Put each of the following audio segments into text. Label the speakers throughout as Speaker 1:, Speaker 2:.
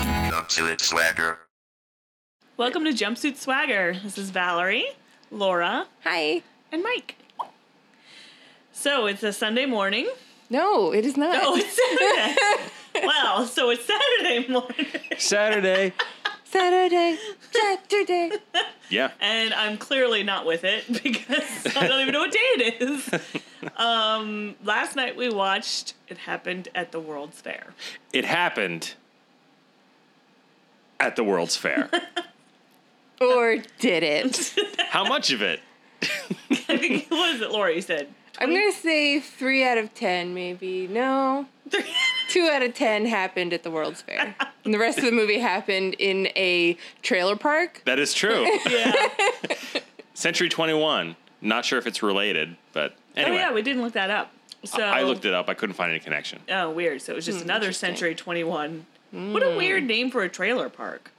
Speaker 1: Jumpsuit Swagger.
Speaker 2: Welcome to Jumpsuit Swagger. This is Valerie, Laura,
Speaker 3: Hi.
Speaker 2: and Mike. So it's a Sunday morning.
Speaker 3: No, it is not.
Speaker 2: Oh, it's Saturday. well, so it's Saturday morning.
Speaker 4: Saturday.
Speaker 3: Saturday, Saturday.
Speaker 4: Yeah.
Speaker 2: And I'm clearly not with it because I don't even know what day it is. Um, last night we watched It Happened at the World's Fair.
Speaker 4: It happened at the World's Fair.
Speaker 3: or did it?
Speaker 4: How much of it?
Speaker 2: I think, what is it, Laura? You said
Speaker 3: I'm going to say three out of 10, maybe. No. Two out of 10 happened at the World's Fair. And the rest of the movie happened in a trailer park.
Speaker 4: That is true.
Speaker 2: Yeah.
Speaker 4: Century 21. Not sure if it's related, but anyway.
Speaker 2: Oh, yeah, we didn't look that up. So
Speaker 4: I looked it up. Hmm, I couldn't find any connection.
Speaker 2: Oh, weird. So it was just another Century 21. What
Speaker 4: Hmm.
Speaker 2: a weird name for a trailer park.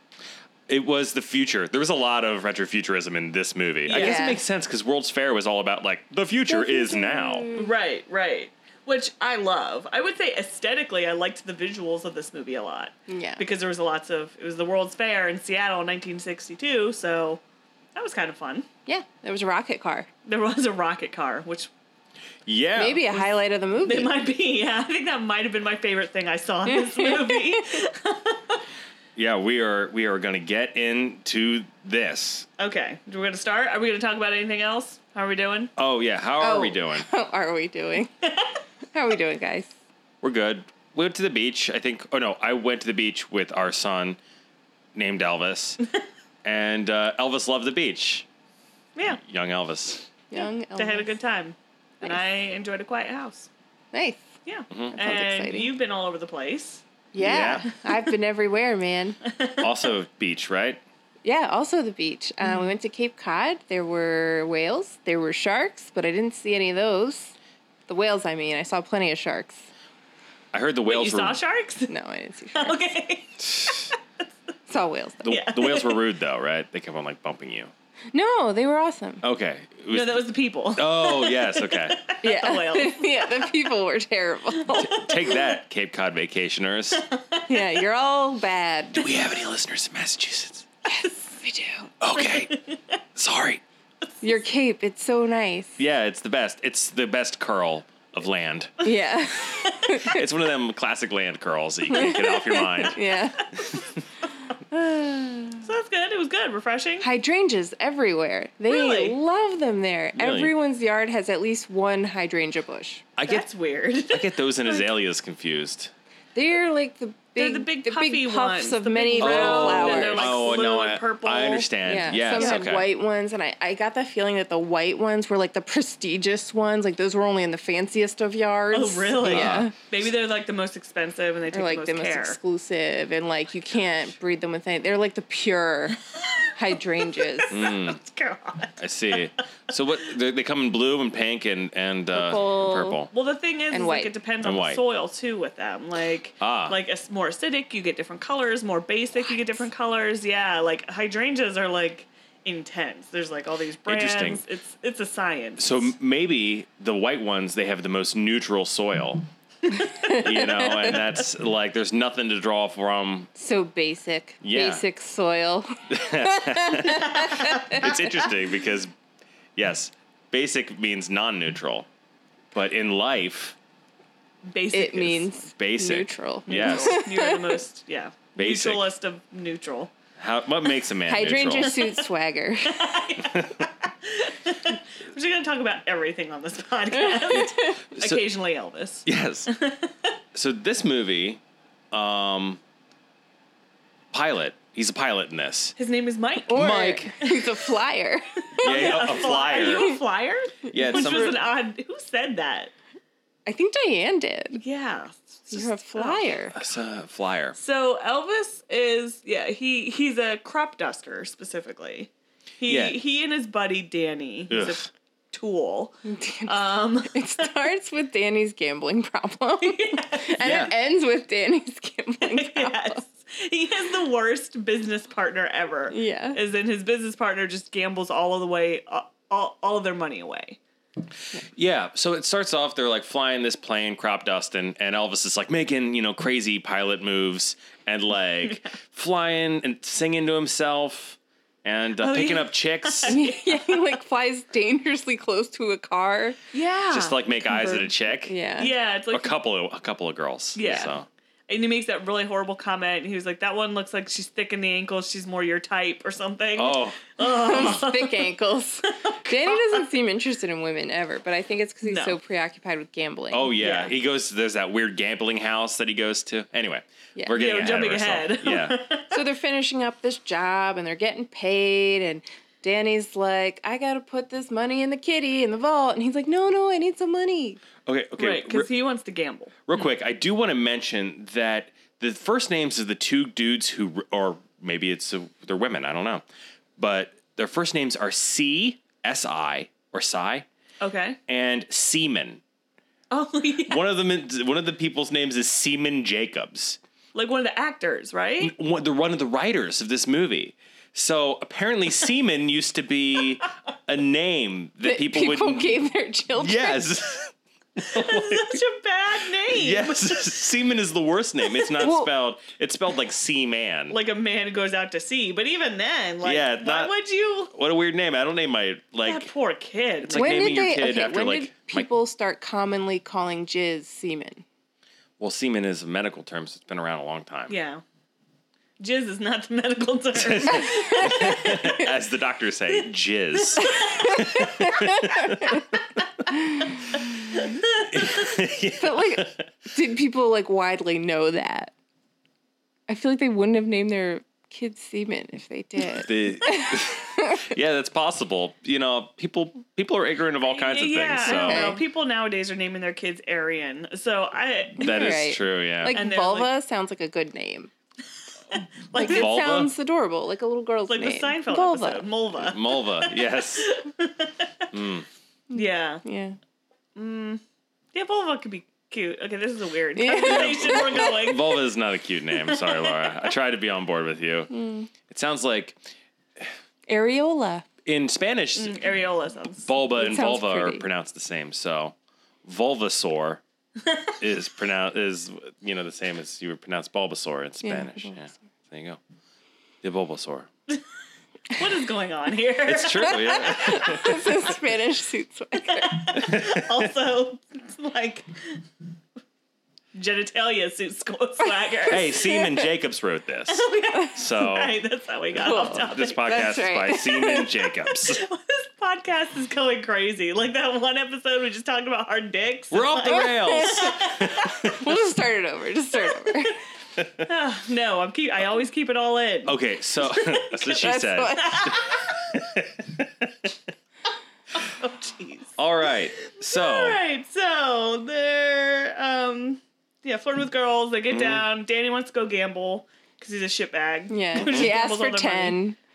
Speaker 4: It was the future. There was a lot of retrofuturism in this movie. I guess it
Speaker 3: Yeah.
Speaker 4: makes sense because World's Fair was all about like the future is now.
Speaker 2: Right, right. Which I love. I would say aesthetically, I liked the visuals of this movie a lot.
Speaker 3: Yeah.
Speaker 2: Because there was lots of, it was the World's Fair in Seattle in 1962, so that was kind of fun.
Speaker 3: Yeah, there was a rocket car.
Speaker 2: There was a rocket car, which
Speaker 4: Yeah.
Speaker 3: Maybe a highlight of the movie.
Speaker 2: it might be, yeah, I think that might have been my favorite thing I saw in this movie.
Speaker 4: Yeah, we are we are gonna get into this.
Speaker 2: okay, we're going to start. Are we going to talk about anything else? How are we doing?
Speaker 4: Oh yeah, how are
Speaker 3: Oh.
Speaker 4: we doing?
Speaker 3: How are we doing? How are we doing, guys?
Speaker 4: We're good. We went to the beach. I think. Oh no, I went to the beach with our son, named Elvis, and uh, Elvis loved the beach.
Speaker 2: Yeah,
Speaker 4: Young Elvis.
Speaker 3: Young Elvis.
Speaker 2: they had a good time. And
Speaker 3: Nice.
Speaker 2: I enjoyed a quiet house.
Speaker 3: Nice.
Speaker 2: Yeah.
Speaker 3: sounds
Speaker 2: And
Speaker 3: exciting.
Speaker 2: you've been all over the place.
Speaker 3: Yeah.
Speaker 4: Yeah.
Speaker 3: I've been everywhere, man.
Speaker 4: Also beach, right?
Speaker 3: Yeah, also the beach. Uh, We went to Cape Cod. There were whales, there were sharks, but I didn't see any of those. The whales, I mean. I saw plenty of sharks.
Speaker 4: I heard the
Speaker 2: You
Speaker 4: whales were
Speaker 2: saw sharks?
Speaker 3: No, I didn't see sharks.
Speaker 2: okay.
Speaker 3: saw whales, though.
Speaker 4: the,
Speaker 2: Yeah.
Speaker 4: the whales were rude though, right? They kept on like bumping you.
Speaker 3: No, they were awesome.
Speaker 4: Okay. It was-
Speaker 2: No, that was the people.
Speaker 4: oh yes. Okay.
Speaker 3: yeah.
Speaker 2: the whales.
Speaker 3: yeah, the people were terrible.
Speaker 4: Take that, Cape Cod vacationers.
Speaker 3: yeah, you're all bad.
Speaker 4: Do we have any listeners in Massachusetts?
Speaker 3: We do.
Speaker 4: Okay. Sorry.
Speaker 3: Your cape, it's so nice.
Speaker 4: Yeah, it's the best. It's the best curl of land.
Speaker 3: Yeah.
Speaker 4: It's one of them classic land curls that you can't get off your mind.
Speaker 3: Yeah.
Speaker 2: So that's good. It was good. Refreshing.
Speaker 3: Hydrangeas everywhere. They
Speaker 2: Really?
Speaker 3: love them there.
Speaker 4: Really?
Speaker 3: Everyone's yard has at least one hydrangea bush.
Speaker 4: I
Speaker 2: That's
Speaker 4: get
Speaker 2: weird.
Speaker 4: I get those and azaleas confused.
Speaker 3: They're like the
Speaker 2: They're
Speaker 3: big,
Speaker 2: the big puffy
Speaker 3: puffs
Speaker 2: ones,
Speaker 3: of
Speaker 2: the big
Speaker 3: many
Speaker 2: round and
Speaker 3: little flowers.
Speaker 2: they're like
Speaker 4: oh
Speaker 2: blue
Speaker 4: no,
Speaker 2: and
Speaker 4: I,
Speaker 2: purple.
Speaker 4: I understand.
Speaker 3: yeah,
Speaker 4: Oh, yes,
Speaker 3: some had
Speaker 4: okay.
Speaker 3: white ones, and I, I got the feeling that the white ones were like the prestigious ones. Like those were only in the fanciest of yards.
Speaker 2: oh, really?
Speaker 3: Yeah.
Speaker 2: Maybe they're like the most expensive and they take
Speaker 3: They're
Speaker 2: the
Speaker 3: like the
Speaker 2: most
Speaker 3: most
Speaker 2: care. Oh
Speaker 3: exclusive, and like you can't breed them with any. They're like the pure hydrangeas.
Speaker 2: God.
Speaker 4: I see. So what they, they come in blue and pink and and uh,
Speaker 3: Purple.
Speaker 4: purple.
Speaker 2: Well, the thing is, is like
Speaker 3: white.
Speaker 2: it depends
Speaker 4: And
Speaker 2: on the
Speaker 4: white.
Speaker 2: soil too with them. Like,
Speaker 4: Ah.
Speaker 2: like as- more acidic, you get different colors. More basic, you get different colors. Yeah, like hydrangeas are like intense. There's like all these brands.
Speaker 4: Interesting.
Speaker 2: It's it's a science.
Speaker 4: So m- maybe the white ones they have the most neutral soil. you know, and that's like there's nothing to draw from.
Speaker 3: so basic,
Speaker 4: Yeah.
Speaker 3: basic soil.
Speaker 4: It's interesting because yes, basic means non-neutral, but in life,
Speaker 2: basic
Speaker 3: It
Speaker 2: is-
Speaker 3: means
Speaker 4: basic.
Speaker 3: neutral.
Speaker 4: Yes.
Speaker 2: you're the most yeah
Speaker 4: Basic.
Speaker 2: neutralist of neutral.
Speaker 4: How, what makes a man
Speaker 3: Hydrangea
Speaker 4: neutral?
Speaker 3: suit swagger.
Speaker 2: We're just gonna talk about everything on this podcast.
Speaker 4: So-
Speaker 2: Occasionally Elvis.
Speaker 4: Yes. so this movie, um, pilot. He's a pilot in this.
Speaker 2: His name is Mike.
Speaker 3: Or
Speaker 4: Mike.
Speaker 3: who's a flyer.
Speaker 4: Yeah, a, a
Speaker 2: Are
Speaker 4: flyer.
Speaker 2: you a flyer?
Speaker 4: Yeah, it's
Speaker 2: Which was an
Speaker 4: some,
Speaker 2: odd. Who said that?
Speaker 3: I think Diane did.
Speaker 2: Yeah, it's
Speaker 3: You're a
Speaker 2: just-
Speaker 3: flyer.
Speaker 4: it's a uh, flyer.
Speaker 2: So Elvis is yeah he he's a crop duster specifically. He
Speaker 4: Yeah.
Speaker 2: he and his buddy Danny. He's
Speaker 4: Ugh.
Speaker 2: a tool. Um,
Speaker 3: It starts with Danny's gambling problem. and
Speaker 4: Yeah.
Speaker 3: it ends with Danny's gambling problem.
Speaker 2: yes. He has the worst business partner ever.
Speaker 3: Yeah.
Speaker 2: Is in his business partner just gambles all of the way all all, all of their money away.
Speaker 4: Yeah, so it starts off they're like flying this plane, crop dust, and, and Elvis is like making you know crazy pilot moves and like flying and singing to himself and uh,
Speaker 2: Oh,
Speaker 4: picking
Speaker 2: yeah.
Speaker 4: up chicks,
Speaker 3: yeah, he like flies dangerously close to a car.
Speaker 2: Yeah.
Speaker 4: just to, like make eyes at a chick,
Speaker 3: Yeah.
Speaker 2: Yeah, it's
Speaker 4: a
Speaker 2: like
Speaker 4: couple of a couple of girls,
Speaker 2: Yeah.
Speaker 4: So
Speaker 2: and he makes that really horrible comment. He was like, "That one looks like she's thick in the ankles. She's more your type or something."
Speaker 4: oh
Speaker 3: Thick ankles. Danny doesn't seem interested in women ever, but I think it's because he's
Speaker 2: No.
Speaker 3: so preoccupied with gambling.
Speaker 4: oh yeah.
Speaker 2: Yeah.
Speaker 4: he goes there's that weird gambling house that he goes to. Anyway,
Speaker 3: Yeah.
Speaker 4: we're getting
Speaker 2: Yeah,
Speaker 4: ahead
Speaker 2: we're
Speaker 4: of ourselves.
Speaker 2: jumping ahead.
Speaker 4: yeah,
Speaker 3: so they're finishing up this job and they're getting paid and Danny's like, I gotta put this money in the kitty in the vault, and he's like, No, no, I need some money.
Speaker 4: okay, okay.
Speaker 2: right,
Speaker 4: we're-
Speaker 2: because he wants to gamble.
Speaker 4: Real quick, I do want to mention that the first names of the two dudes who, or maybe it's uh they're women, I don't know, but their first names are C S I or Psy
Speaker 2: Okay.
Speaker 4: and Seaman.
Speaker 2: Oh yeah,
Speaker 4: One of them, is- one of the people's names is Seaman Jacobs.
Speaker 2: like one of the actors, right?
Speaker 4: One, the one of the writers of this movie. So apparently, Seaman used to be a name that people, would.
Speaker 3: gave their children.
Speaker 4: yes,
Speaker 2: Such a bad name.
Speaker 4: yes. Seaman is the worst name. It's not
Speaker 3: Well-
Speaker 4: spelled. It's spelled like Seaman.
Speaker 2: Like a man goes out to sea, but even then, like,
Speaker 4: Yeah,
Speaker 2: why
Speaker 4: not-
Speaker 2: would you?
Speaker 4: What a weird name. I don't name my like
Speaker 2: that poor kid.
Speaker 4: like-
Speaker 2: Like,
Speaker 3: when
Speaker 4: naming
Speaker 3: did
Speaker 4: your
Speaker 3: they?
Speaker 4: kid
Speaker 3: okay,
Speaker 4: after,
Speaker 3: when
Speaker 4: like,
Speaker 3: did
Speaker 4: my-
Speaker 3: people start commonly calling jizz semen?
Speaker 4: well, semen is a medical term, so it's been around a long time.
Speaker 2: yeah. Jizz is not the medical term.
Speaker 4: As the doctors say, jizz.
Speaker 3: But like, did people like widely know that? I feel like they wouldn't have named their kids semen if they did.
Speaker 4: The- yeah, that's possible. You know, people people are ignorant of all kinds of
Speaker 2: yeah,
Speaker 4: things.
Speaker 2: I don't
Speaker 4: So
Speaker 2: know. People nowadays are naming their kids Arian. So I
Speaker 4: that is
Speaker 3: Right.
Speaker 4: true. Yeah.
Speaker 3: like
Speaker 2: And they're
Speaker 3: vulva sounds like a good name.
Speaker 2: like
Speaker 3: It
Speaker 2: it's
Speaker 4: Vulva?
Speaker 3: sounds adorable, like a little girl's
Speaker 2: like
Speaker 3: name.
Speaker 2: the Seinfeld
Speaker 3: vulva.
Speaker 2: episode, Mulva.
Speaker 4: Mulva. Yes.
Speaker 2: Yeah,
Speaker 3: Yeah.
Speaker 2: yeah, Mulva could be cute. Okay, this is a weird
Speaker 3: Yeah.
Speaker 2: conversation we're going.
Speaker 4: Vulva is not a cute name. Sorry, Laura. I tried to be on board with you.
Speaker 3: Mm.
Speaker 4: It sounds like
Speaker 3: Areola.
Speaker 4: in Spanish,
Speaker 2: mm, Areola sounds.
Speaker 4: vulva and
Speaker 3: Mm. sounds
Speaker 4: vulva
Speaker 3: pretty.
Speaker 4: are pronounced the same. So vulvasaur is pronounced is you know the same as you would pronounce Bulbasaur in Spanish. Yeah,
Speaker 3: Bulbasaur.
Speaker 4: there you go. The Bulbasaur.
Speaker 2: What is going on here?
Speaker 4: It's true. Yeah.
Speaker 3: That's a Spanish suit swagger.
Speaker 2: also it's like genitalia suit squ- swagger.
Speaker 4: hey, Seaman Jacobs wrote this. So
Speaker 2: Right, that's how we got off topic.
Speaker 4: this podcast
Speaker 3: That's
Speaker 4: is by
Speaker 3: right.
Speaker 4: Seaman Jacobs.
Speaker 2: this podcast is going crazy. Like that one episode we just talked about hard dicks.
Speaker 4: We're off the rails.
Speaker 3: We'll just start it over. Just start it over.
Speaker 2: Ah, no, I'm keep. I always keep it all in.
Speaker 4: Okay, so that's what she
Speaker 3: That's
Speaker 4: said.
Speaker 3: what-
Speaker 2: Oh, jeez.
Speaker 4: All right. So
Speaker 2: All right, so they're um, yeah, flirting with girls. They get
Speaker 4: Mm-hmm.
Speaker 2: down. Danny wants to go gamble because he's a shitbag.
Speaker 3: yeah.
Speaker 2: Just
Speaker 3: He asked
Speaker 2: gambles all
Speaker 3: for
Speaker 2: their money.
Speaker 3: ten.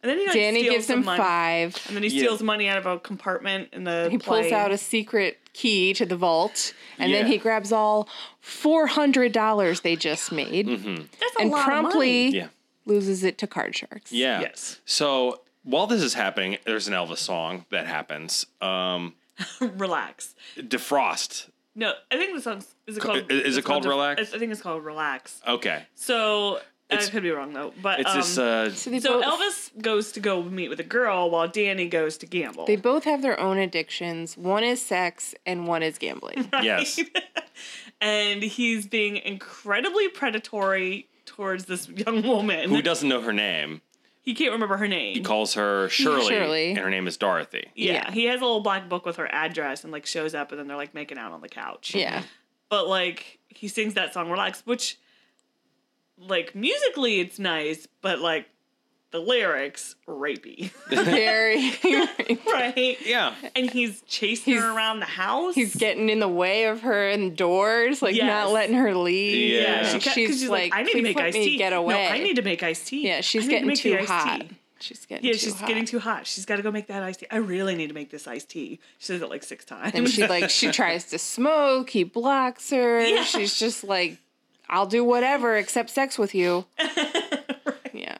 Speaker 2: And then he like,
Speaker 3: Danny
Speaker 2: steals
Speaker 3: gives
Speaker 2: some
Speaker 3: him
Speaker 2: money.
Speaker 3: five.
Speaker 2: And then he
Speaker 4: Yeah.
Speaker 2: steals money out of a compartment in the.
Speaker 3: He pulls
Speaker 2: plane.
Speaker 3: out a secret key to the vault, and then
Speaker 4: Yeah.
Speaker 3: he grabs all four hundred dollars they just made,
Speaker 2: That's a
Speaker 3: and
Speaker 2: lot of money.
Speaker 3: promptly
Speaker 4: Mm-hmm. yeah.
Speaker 3: loses it to card sharks.
Speaker 4: Yeah.
Speaker 2: Yes.
Speaker 4: So while this is happening, there's an Elvis song that happens. Um,
Speaker 2: relax.
Speaker 4: Defrost.
Speaker 2: No, I think the song's is it called?
Speaker 4: is it
Speaker 2: it's
Speaker 4: called
Speaker 2: Def-
Speaker 4: Relax?
Speaker 2: it's- I think it's called Relax.
Speaker 4: Okay.
Speaker 2: So
Speaker 4: It's-
Speaker 2: I could be wrong though, but
Speaker 4: It's
Speaker 2: um,
Speaker 4: this. Uh,
Speaker 3: So they
Speaker 2: so
Speaker 3: both
Speaker 2: Elvis goes to go meet with a girl while Danny goes to gamble.
Speaker 3: they both have their own addictions. One is sex, and one is gambling.
Speaker 4: yes.
Speaker 2: and he's being incredibly predatory towards this young woman.
Speaker 4: Who doesn't know her name
Speaker 2: he can't remember her name.
Speaker 4: calls her Shirley,
Speaker 3: Shirley.
Speaker 4: and her name is Dorothy.
Speaker 2: yeah,
Speaker 3: Yeah.
Speaker 2: he has a little black book with her address and like shows up and then they're like making out on the couch.
Speaker 3: yeah,
Speaker 2: but like he sings that song relax which like musically it's nice but like the lyrics rapey
Speaker 3: very.
Speaker 2: right
Speaker 4: Yeah.
Speaker 2: and he's chasing
Speaker 3: He's-
Speaker 2: her around the house
Speaker 3: He's getting in the way of her and doors, like
Speaker 2: Yes.
Speaker 3: not letting her leave.
Speaker 4: Yeah.
Speaker 2: yeah,
Speaker 4: she
Speaker 2: she kept, 'cause
Speaker 3: she's, like,
Speaker 2: I need to
Speaker 3: "Please
Speaker 2: make
Speaker 3: let
Speaker 2: iced
Speaker 3: me
Speaker 2: tea.
Speaker 3: get away.
Speaker 2: No, I need to make iced tea.
Speaker 3: Yeah, she's
Speaker 2: I need
Speaker 3: getting
Speaker 2: make the
Speaker 3: too
Speaker 2: iced
Speaker 3: hot.
Speaker 2: tea.
Speaker 3: She's getting
Speaker 2: Yeah,
Speaker 3: too
Speaker 2: she's
Speaker 3: hot.
Speaker 2: getting too hot. She's got to go make that iced tea. I really need to make this iced tea. She says it like six times.
Speaker 3: And she like she tries to smoke, he blocks her.
Speaker 2: Yeah.
Speaker 3: She's just like, I'll do whatever except sex with you. Yeah.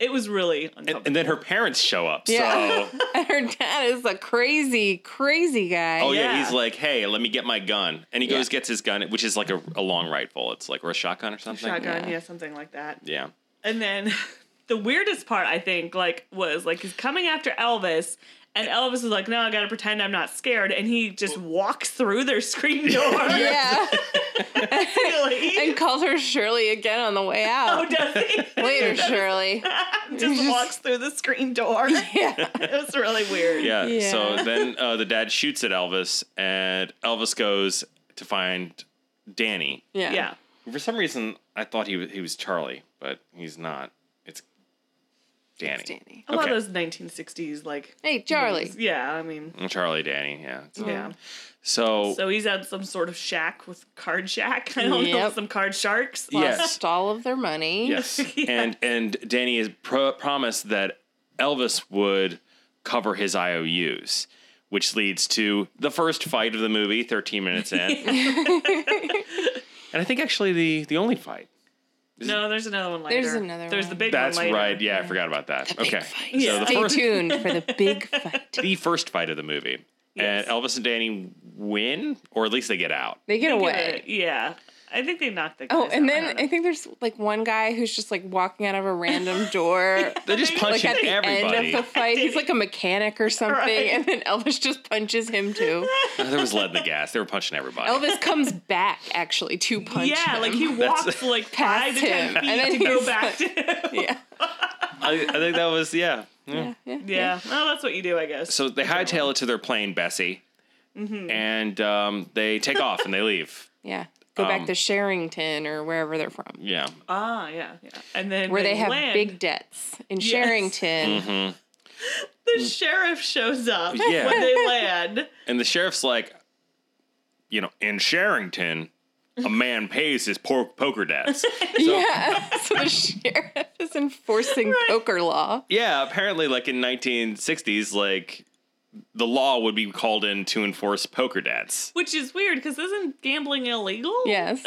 Speaker 2: It was really uncomfortable.
Speaker 4: And, and then her parents show up.
Speaker 3: Yeah.
Speaker 4: So,
Speaker 3: And her dad is a crazy, crazy guy.
Speaker 4: oh yeah.
Speaker 2: Yeah.
Speaker 4: he's like, hey, let me get my gun. And he
Speaker 3: Yeah.
Speaker 4: goes, gets his gun, which is like a, a long rifle. It's like, or a shotgun or something.
Speaker 2: shotgun,
Speaker 3: yeah.
Speaker 2: yeah. something like that.
Speaker 4: Yeah.
Speaker 2: And then the weirdest part I think like was like he's coming after Elvis. And Elvis is like, no, I gotta pretend I'm not scared. And he just walks through their screen door.
Speaker 3: Yeah.
Speaker 2: Really?
Speaker 3: and calls her Shirley again on the way
Speaker 2: oh,
Speaker 3: out.
Speaker 2: does he?
Speaker 3: Later, Shirley.
Speaker 2: just walks through the screen door. it
Speaker 3: Yeah.
Speaker 2: was really weird.
Speaker 4: Yeah. So
Speaker 3: Yeah.
Speaker 4: then uh, the dad shoots at Elvis, and Elvis goes to find Danny.
Speaker 3: Yeah.
Speaker 2: Yeah.
Speaker 4: For some reason, I thought he was, he was Charlie, but he's not. It's Danny.
Speaker 3: It's Danny.
Speaker 2: A lot
Speaker 4: Okay.
Speaker 2: of those 1960s, like.
Speaker 3: Hey, Charlie.
Speaker 2: Yeah, I mean,
Speaker 4: Mm, Charlie, Danny. Yeah.
Speaker 3: Mm-hmm.
Speaker 2: yeah.
Speaker 4: So,
Speaker 2: So he's at some sort of shack with card shack. I don't know,
Speaker 3: Yep.
Speaker 2: some card sharks.
Speaker 4: Yeah. Yes.
Speaker 3: Lost all of their money.
Speaker 4: yes,
Speaker 2: Yeah.
Speaker 4: and and Danny is pro- promised that Elvis would cover his IOUs, which leads to the first fight of the movie, thirteen minutes in, and I think actually the the only fight.
Speaker 2: No, there's another one later.
Speaker 3: There's another
Speaker 2: There's
Speaker 3: one.
Speaker 2: the big
Speaker 4: That's
Speaker 2: one later.
Speaker 4: right. Yeah, I forgot about that. okay.
Speaker 3: fight.
Speaker 4: So
Speaker 2: Yeah.
Speaker 4: the
Speaker 3: Stay
Speaker 4: first
Speaker 3: tuned for the big fight.
Speaker 4: the first fight of the movie.
Speaker 2: Yes.
Speaker 4: And Elvis and Danny win, or at least they get out.
Speaker 3: They get
Speaker 2: Yeah,
Speaker 3: away.
Speaker 2: yeah. I think they knocked the.
Speaker 3: Oh,
Speaker 2: guys
Speaker 3: and
Speaker 2: out. I
Speaker 3: then
Speaker 2: don't know.
Speaker 3: I think there's like one guy who's just like walking out of a random door.
Speaker 4: They're just
Speaker 3: Like
Speaker 4: punching
Speaker 3: at the
Speaker 4: everybody.
Speaker 3: end of the fight, he's like a mechanic or something,
Speaker 2: Right.
Speaker 3: and then Elvis just punches him too.
Speaker 4: there was lead in the gas. They were punching everybody.
Speaker 3: Elvis comes back actually to punch.
Speaker 2: yeah,
Speaker 3: him.
Speaker 2: like he
Speaker 4: That's-
Speaker 2: walks like five
Speaker 3: Past
Speaker 2: to ten
Speaker 3: him.
Speaker 2: feet
Speaker 3: And then
Speaker 2: to go
Speaker 3: he's
Speaker 2: back to him.
Speaker 3: yeah,
Speaker 4: I, I think that was yeah.
Speaker 3: yeah, yeah.
Speaker 2: Yeah, well, that's what you do, I guess.
Speaker 4: So they hightail it to their plane, Bessie,
Speaker 3: Mm-hmm.
Speaker 4: and um, they take off and they leave.
Speaker 3: yeah. Go
Speaker 4: Um,
Speaker 3: back to Sherrington or wherever they're from,
Speaker 4: Yeah,
Speaker 2: ah, yeah, yeah. And then
Speaker 3: where they have
Speaker 2: land,
Speaker 3: big debts in
Speaker 2: Yes. Mm-hmm.
Speaker 3: Sherrington.
Speaker 2: the sheriff shows up
Speaker 4: Yeah.
Speaker 2: when they land.
Speaker 4: and the sheriff's like, you know, in Sherrington, a man pays his por- poker debts.
Speaker 3: Yeah, so the sheriff is enforcing poker law.
Speaker 4: yeah, apparently, like in 1960s, like the law would be called in to enforce poker debts.
Speaker 2: Which is weird because isn't gambling illegal?
Speaker 3: Yes,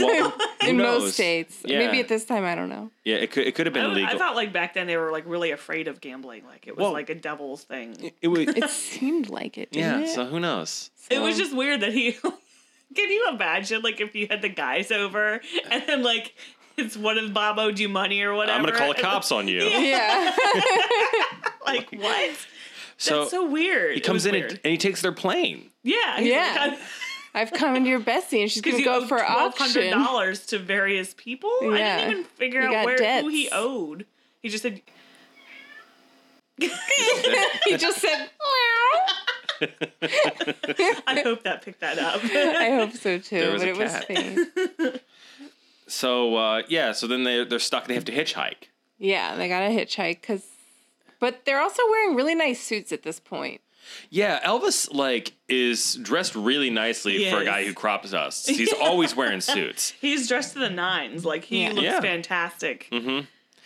Speaker 4: Well, who
Speaker 3: in
Speaker 4: knows?
Speaker 3: most states.
Speaker 4: Yeah.
Speaker 3: Maybe at this time, I don't know.
Speaker 4: Yeah, it could it could have
Speaker 2: I,
Speaker 4: been
Speaker 2: was- I
Speaker 4: illegal.
Speaker 2: thought like back then they were like really afraid of gambling, like it was
Speaker 4: Well-
Speaker 2: like a devil's thing.
Speaker 4: it was,
Speaker 3: It seemed like it. Didn't
Speaker 4: yeah.
Speaker 3: it?
Speaker 4: So who knows?
Speaker 2: It was
Speaker 3: So-
Speaker 2: just weird that he. Can you imagine, like, if you had the guys over and then, like, it's one of Bob owed you money or whatever?
Speaker 4: I'm gonna call the
Speaker 2: and,
Speaker 4: cops on you.
Speaker 3: yeah.
Speaker 2: Like, what?
Speaker 4: So,
Speaker 2: That's so weird.
Speaker 4: he comes in and, and he takes their plane.
Speaker 2: yeah, he's
Speaker 3: Yeah.
Speaker 2: like, I'm-
Speaker 3: I've come into your Bessie and she's
Speaker 2: because
Speaker 3: gonna
Speaker 2: you
Speaker 3: go
Speaker 2: owed
Speaker 3: for
Speaker 2: twelve hundred
Speaker 3: auction.
Speaker 2: dollars to various people. I
Speaker 3: Yeah.
Speaker 2: didn't even figure
Speaker 3: He
Speaker 2: out
Speaker 3: got
Speaker 2: where who he
Speaker 3: debts.
Speaker 2: owed. He just said,
Speaker 3: he just said,
Speaker 2: "I hope that picked that up."
Speaker 3: I hope so
Speaker 4: There
Speaker 3: too,
Speaker 4: was
Speaker 3: but
Speaker 4: a
Speaker 3: it was
Speaker 4: cat.
Speaker 3: fake.
Speaker 4: So uh, yeah, so then they they're stuck. They have to hitchhike.
Speaker 3: Yeah, they got a hitchhike because, but they're also wearing really nice suits at this point.
Speaker 4: Yeah, Elvis like is dressed really nicely
Speaker 2: He
Speaker 4: for a
Speaker 2: is.
Speaker 4: guy who crops us. He's always wearing suits.
Speaker 2: He's dressed to the nines. Like he
Speaker 3: Yeah.
Speaker 2: looks
Speaker 4: Yeah.
Speaker 2: fantastic. Mm-hmm.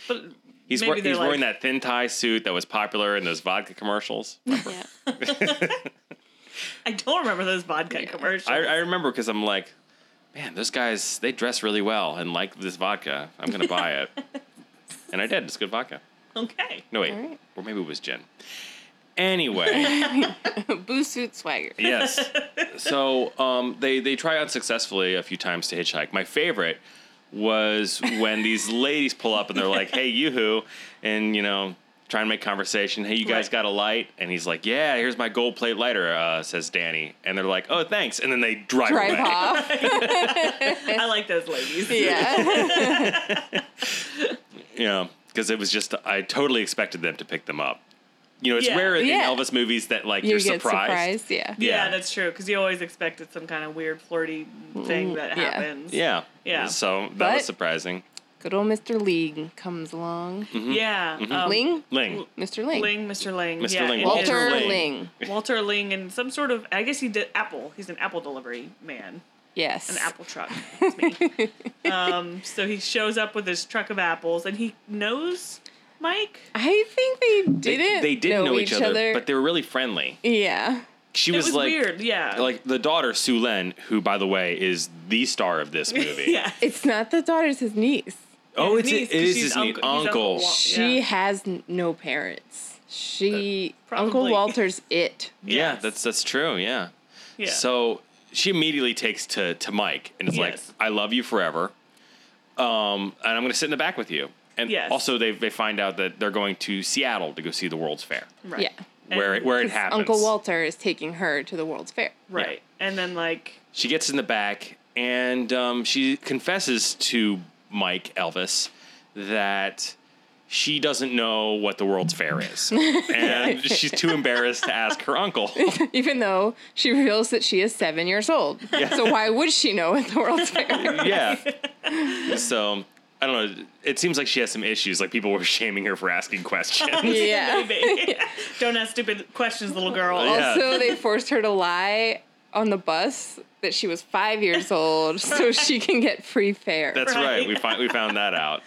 Speaker 2: But
Speaker 4: He's
Speaker 2: Maybe
Speaker 4: wear-
Speaker 2: they're
Speaker 4: he's wearing
Speaker 2: like-
Speaker 4: that thin tie suit that was popular in those vodka commercials. Remember?
Speaker 3: Yeah,
Speaker 2: I don't remember those vodka commercials.
Speaker 4: I, I remember because I'm like, man, those guys they dress really well and like this vodka. I'm gonna buy it, and I did. It's good vodka.
Speaker 2: okay.
Speaker 4: No wait,
Speaker 3: Alright.
Speaker 4: or maybe it was gin. Anyway.
Speaker 3: boo suit swagger.
Speaker 4: yes. So um, they they try unsuccessfully a few times to hitchhike. My favorite was when these ladies pull up and they're like, "Hey, yoo-hoo," and you know, trying to make conversation. Hey, you guys
Speaker 2: Right.
Speaker 4: got a light? And he's like, "Yeah, here's my gold plate lighter," uh, says Danny. And they're like, "Oh, thanks." And then they drive,
Speaker 3: Drive
Speaker 4: away.
Speaker 3: off.
Speaker 2: I like those ladies.
Speaker 3: Yeah,
Speaker 4: You know, because it was just I totally expected them to pick them up. You know, it's
Speaker 2: Yeah.
Speaker 4: rare in
Speaker 3: Yeah.
Speaker 4: Elvis movies that like
Speaker 3: you
Speaker 4: are
Speaker 3: get surprised.
Speaker 4: surprised.
Speaker 3: Yeah,
Speaker 2: Yeah,
Speaker 4: Yeah.
Speaker 2: that's true. Because you always expected some kind of weird flirty thing that
Speaker 3: Mm-hmm. yeah.
Speaker 2: happens.
Speaker 4: Yeah.
Speaker 2: Yeah.
Speaker 4: So that
Speaker 3: But-
Speaker 4: was surprising.
Speaker 3: good old Mr. Ling comes along.
Speaker 4: Mm-hmm.
Speaker 2: Yeah. um,
Speaker 3: Ling,
Speaker 4: Ling.
Speaker 3: Mr. Ling,
Speaker 2: Ling, Mr. Ling.
Speaker 4: Mr.
Speaker 2: Yeah,
Speaker 4: Ling.
Speaker 2: it is.
Speaker 3: Walter
Speaker 4: Ling.
Speaker 3: Ling.
Speaker 2: Walter Ling and some sort of I guess he did apple. He's an apple delivery man.
Speaker 3: Yes,
Speaker 2: An apple truck. It's me. um, so he shows up with his truck of apples and he knows Mike.
Speaker 3: I think they
Speaker 4: They-
Speaker 3: didn't.
Speaker 4: They, did know, each, other, but they were really friendly.
Speaker 3: yeah,
Speaker 4: She
Speaker 2: It
Speaker 4: was,
Speaker 2: was
Speaker 4: like
Speaker 2: weird, yeah.
Speaker 4: like the daughter Sue Len, who by the way is the star of this movie.
Speaker 2: yeah.
Speaker 3: it's not the daughter's his niece.
Speaker 4: Oh, it's
Speaker 2: niece,
Speaker 4: it
Speaker 2: 'cause
Speaker 4: is
Speaker 2: she's
Speaker 4: his
Speaker 2: uncle- he's
Speaker 4: uncle.
Speaker 2: Uncle
Speaker 4: uncle.
Speaker 2: Wa-
Speaker 3: She
Speaker 2: Yeah.
Speaker 3: has n- no parents. She
Speaker 4: Uh,
Speaker 3: Uncle
Speaker 2: probably.
Speaker 3: Walter's it.
Speaker 4: Yeah,
Speaker 2: Yes.
Speaker 4: that's that's true. Yeah.
Speaker 2: Yeah.
Speaker 4: So she immediately takes to to Mike and is
Speaker 2: Yes.
Speaker 4: like, "I love you forever," um, and I'm going to sit in the back with you. And
Speaker 2: Yes.
Speaker 4: also, they they find out that they're going to Seattle to go see the World's Fair,
Speaker 2: right.
Speaker 3: Yeah.
Speaker 2: And-
Speaker 4: where it, where it
Speaker 3: 'Cause
Speaker 4: happens.
Speaker 3: Uncle Walter is taking her to the World's Fair.
Speaker 2: Right. And then like
Speaker 4: She gets in the back and um, she confesses to Mike Elvis that she doesn't know what the World's Fair is, and she's too embarrassed to ask her uncle.
Speaker 3: Even though she reveals that she is seven years old. So why would she know at the World's Fair?
Speaker 4: yeah. So I don't know. It seems like she has some issues. Like people were shaming her for asking questions.
Speaker 3: yeah.
Speaker 2: baby. Don't ask stupid questions, little girl.
Speaker 4: Yeah.
Speaker 3: Also, they forced her to lie on the bus that she was five years old so she can get free fare.
Speaker 4: That's right.
Speaker 2: Right.
Speaker 4: We find we found that out.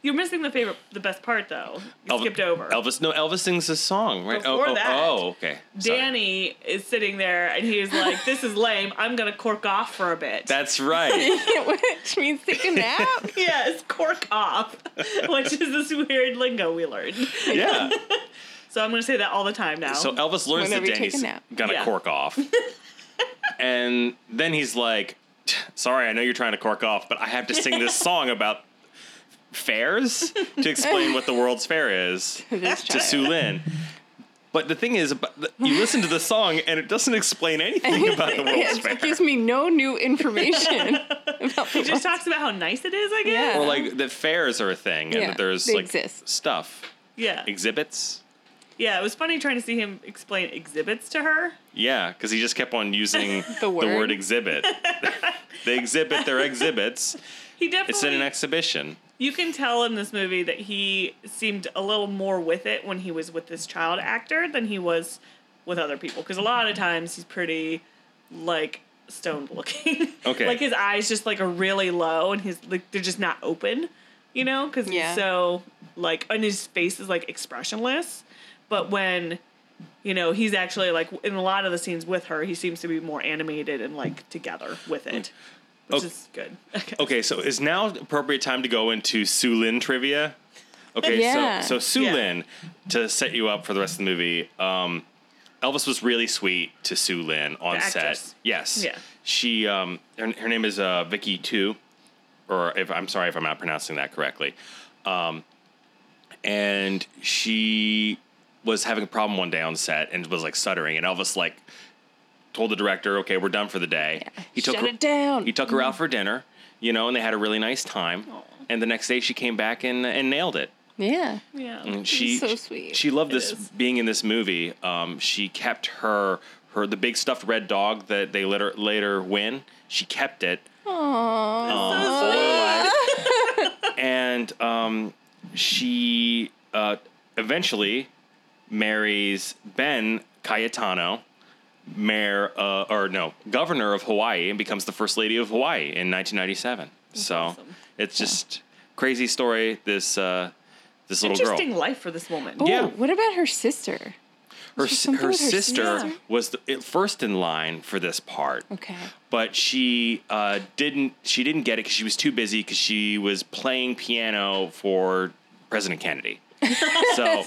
Speaker 2: You're missing the favorite, the best part though. You
Speaker 4: Elv-
Speaker 2: skipped over.
Speaker 4: Elvis. No, Elvis sings a song. Right. Oh,
Speaker 2: Before
Speaker 4: oh,
Speaker 2: that,
Speaker 4: oh, okay. Sorry.
Speaker 2: Danny is sitting there and he's like, "This is lame. I'm gonna cork off for a bit."
Speaker 4: That's right.
Speaker 3: Which means take a nap.
Speaker 2: yes, cork off, which is this weird lingo we learned.
Speaker 4: Yeah.
Speaker 2: So I'm gonna say that all the time now.
Speaker 4: So Elvis learns
Speaker 3: Whenever
Speaker 4: that
Speaker 3: you take a
Speaker 4: Danny's
Speaker 3: nap.
Speaker 4: gonna
Speaker 2: Yeah.
Speaker 4: cork off, and then he's like, "Sorry, I know you're trying to cork off, but I have to sing this song about." Fairs to explain what the World's Fair is.
Speaker 3: This
Speaker 4: to
Speaker 3: child.
Speaker 4: Sue Lin. But the thing is, about the- you listen to the song and it doesn't explain anything about the
Speaker 3: Yeah,
Speaker 4: World's
Speaker 3: it
Speaker 4: Fair.
Speaker 3: gives me no new information about the
Speaker 2: he just talks about how nice it is, I guess.
Speaker 3: Yeah.
Speaker 4: Or like that fairs are a thing and
Speaker 3: Yeah,
Speaker 4: that there's
Speaker 3: they
Speaker 4: like
Speaker 3: exist.
Speaker 4: stuff,
Speaker 2: Yeah.
Speaker 4: exhibits.
Speaker 2: Yeah, it was funny trying to see him explain exhibits to her.
Speaker 4: Yeah, because he just kept on using the, word.
Speaker 3: word.
Speaker 4: exhibit. they exhibit their exhibits.
Speaker 2: He definitely
Speaker 4: It's in an exhibition.
Speaker 2: you can tell in this movie that he seemed a little more with it when he was with this child actor than he was with other people because a lot of times he's pretty like stoned looking
Speaker 4: Okay.
Speaker 2: like his eyes just like are really low and his like they're just not open you know because
Speaker 3: Yeah.
Speaker 2: he's so like and his face is like expressionless but when you know he's actually like in a lot of the scenes with her he seems to be more animated and like together with it which
Speaker 4: Okay.
Speaker 2: is good okay.
Speaker 4: Okay, so is now appropriate time to go into Sue Lin trivia? Okay,
Speaker 3: Yeah.
Speaker 4: so so Sue
Speaker 2: Yeah.
Speaker 4: Lin, to set you up for the rest of the movie, um, Elvis was really sweet to Sue Lin on
Speaker 2: The
Speaker 4: set.
Speaker 2: actress.
Speaker 4: Yes.
Speaker 2: Yeah.
Speaker 4: She um her, her name is uh Vicky Tu, or if I'm sorry if I'm not pronouncing that correctly. Um and she was having a problem one day on set and was like stuttering and Elvis like told the director, "Okay, we're done for the day." He
Speaker 3: Shut
Speaker 4: her-
Speaker 3: it down.
Speaker 4: he took her out for dinner, you know, and they had a really nice time. And the next day she came back and and nailed it.
Speaker 3: yeah.
Speaker 2: yeah
Speaker 4: And she
Speaker 3: so sweet.
Speaker 4: She loved this
Speaker 2: is.
Speaker 4: being in this movie. Um, she kept her her the big stuffed red dog that they later later win. She kept it Um,
Speaker 3: Aww.
Speaker 2: So sweet.
Speaker 4: and um, she uh, eventually marries Ben Cayetano, mayor uh, or no, governor of Hawaii, and becomes the first lady of Hawaii in 1997. so
Speaker 2: awesome.
Speaker 4: it's just crazy story. This uh, this little girl,
Speaker 2: Interesting life for this woman.
Speaker 3: Oh,
Speaker 4: Yeah.
Speaker 3: what about her sister?
Speaker 4: her
Speaker 3: Is
Speaker 4: s-
Speaker 3: there something
Speaker 4: her
Speaker 3: with her
Speaker 4: sister
Speaker 3: sister?
Speaker 4: was the, it- first in line for this part.
Speaker 3: Okay.
Speaker 4: but she uh, didn't she didn't get it because she was too busy because she was playing piano for President Kennedy. so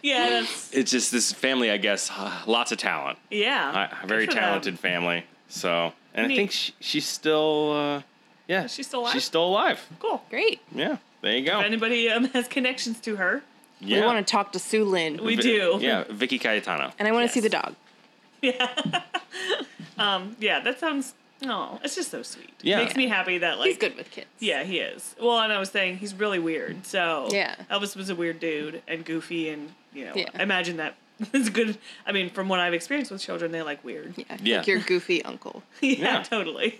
Speaker 2: Yeah, that's
Speaker 4: it's just this family, I guess, uh, lots of talent,
Speaker 2: yeah.
Speaker 4: a very
Speaker 2: Good for them.
Speaker 4: talented family. So and I
Speaker 2: Neat.
Speaker 4: think she, she's still uh, yeah
Speaker 2: She's still alive?
Speaker 4: she's still alive.
Speaker 2: Cool.
Speaker 3: Great.
Speaker 4: Yeah, there you go.
Speaker 2: If anybody um, has connections to her,
Speaker 4: yeah.
Speaker 3: We want to talk to Sue Lin.
Speaker 2: we do.
Speaker 4: Yeah, Vicky Cayetano.
Speaker 3: and I want to
Speaker 2: Yes.
Speaker 3: see the dog.
Speaker 2: Yeah, that sounds. Oh, it's just so sweet.
Speaker 4: Yeah.
Speaker 2: makes me happy that like.
Speaker 3: He's good with kids.
Speaker 2: Yeah, he is. Well, and I was saying he's really weird. So
Speaker 3: Yeah.
Speaker 2: Elvis was a weird dude and goofy, and you know,
Speaker 3: Yeah.
Speaker 2: I imagine that is good. I mean, from what I've experienced with children, they like weird. Yeah,
Speaker 3: Yeah.
Speaker 4: Yeah.
Speaker 3: Like your goofy uncle.
Speaker 4: Yeah.
Speaker 2: totally.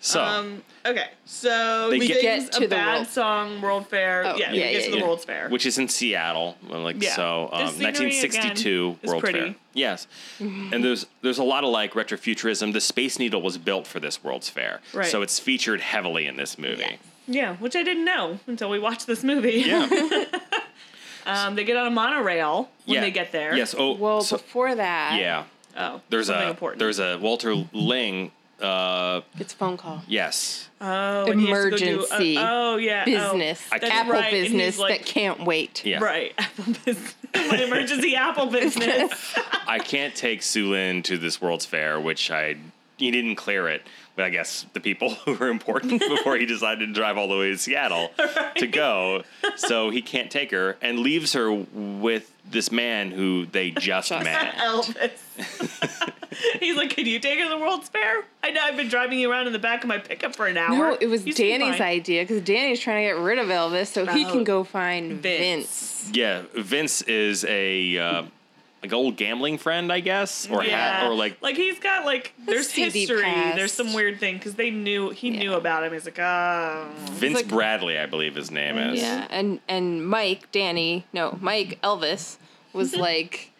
Speaker 4: So
Speaker 2: Um. Okay. So
Speaker 4: They
Speaker 2: we
Speaker 4: get-
Speaker 2: get
Speaker 3: Get
Speaker 2: to
Speaker 3: to
Speaker 2: a
Speaker 3: the
Speaker 2: bad
Speaker 3: World-
Speaker 2: song, World Fair.
Speaker 3: Oh,
Speaker 2: yeah, we get
Speaker 3: yeah, yeah,
Speaker 2: to the
Speaker 3: yeah.
Speaker 2: World's Fair.
Speaker 4: which is in Seattle. Like
Speaker 2: Yeah.
Speaker 4: so,
Speaker 2: The
Speaker 4: um,
Speaker 2: scenery
Speaker 4: 1962
Speaker 2: again is
Speaker 4: World Fair.
Speaker 2: pretty. Mm-hmm.
Speaker 4: Yes, and there's there's a lot of like retrofuturism. The Space Needle was built for this World's Fair,
Speaker 2: Right.
Speaker 4: so it's featured heavily in this movie.
Speaker 2: Yeah, which I didn't know until we watched this movie.
Speaker 4: Yeah.
Speaker 2: Um, they get on a monorail when
Speaker 4: yeah.
Speaker 2: they get there.
Speaker 4: Yes. Oh.
Speaker 3: Well,
Speaker 4: so-
Speaker 3: before that,
Speaker 4: yeah.
Speaker 2: Oh,
Speaker 4: There's
Speaker 2: something
Speaker 4: a
Speaker 2: important.
Speaker 4: there's a Walter Ling Uh,
Speaker 3: It's a phone call.
Speaker 4: yes.
Speaker 2: Oh, and he has to go do-
Speaker 3: Emergency
Speaker 2: oh, oh, yeah. oh,
Speaker 3: Business.
Speaker 2: that's
Speaker 3: Apple
Speaker 2: right, and he's
Speaker 3: business
Speaker 2: like-
Speaker 3: that can't wait.
Speaker 4: Yeah.
Speaker 2: Right. Apple business. My emergency Apple business.
Speaker 4: I can't take Sulin to this World's Fair, which I he didn't clear it. But I guess the people who were important before he decided to drive all the way to Seattle to go, so he can't take her and leaves her with this man who they just
Speaker 3: Just-
Speaker 4: met.
Speaker 2: Elvis. He's like, could you take her to the World's Fair? I know I've been driving you around in the back of my pickup for an hour.
Speaker 3: No, it was
Speaker 2: You seem
Speaker 3: Danny's
Speaker 2: fine."
Speaker 3: idea because Danny's trying to get rid of Elvis so he
Speaker 2: Oh.
Speaker 3: can go find
Speaker 2: Vince.
Speaker 3: Vince.
Speaker 4: Yeah, Vince is a uh, like old gambling friend, I guess, or ha- or like
Speaker 2: like he's got like there's
Speaker 3: CD
Speaker 2: history.
Speaker 3: past.
Speaker 2: There's some weird thing because they knew he
Speaker 3: Yeah.
Speaker 2: knew about him. He's like, oh,
Speaker 4: Vince
Speaker 3: like-
Speaker 4: Bradley, I believe his name is.
Speaker 3: Yeah, and and Mike, Danny, no, Mike Elvis was like,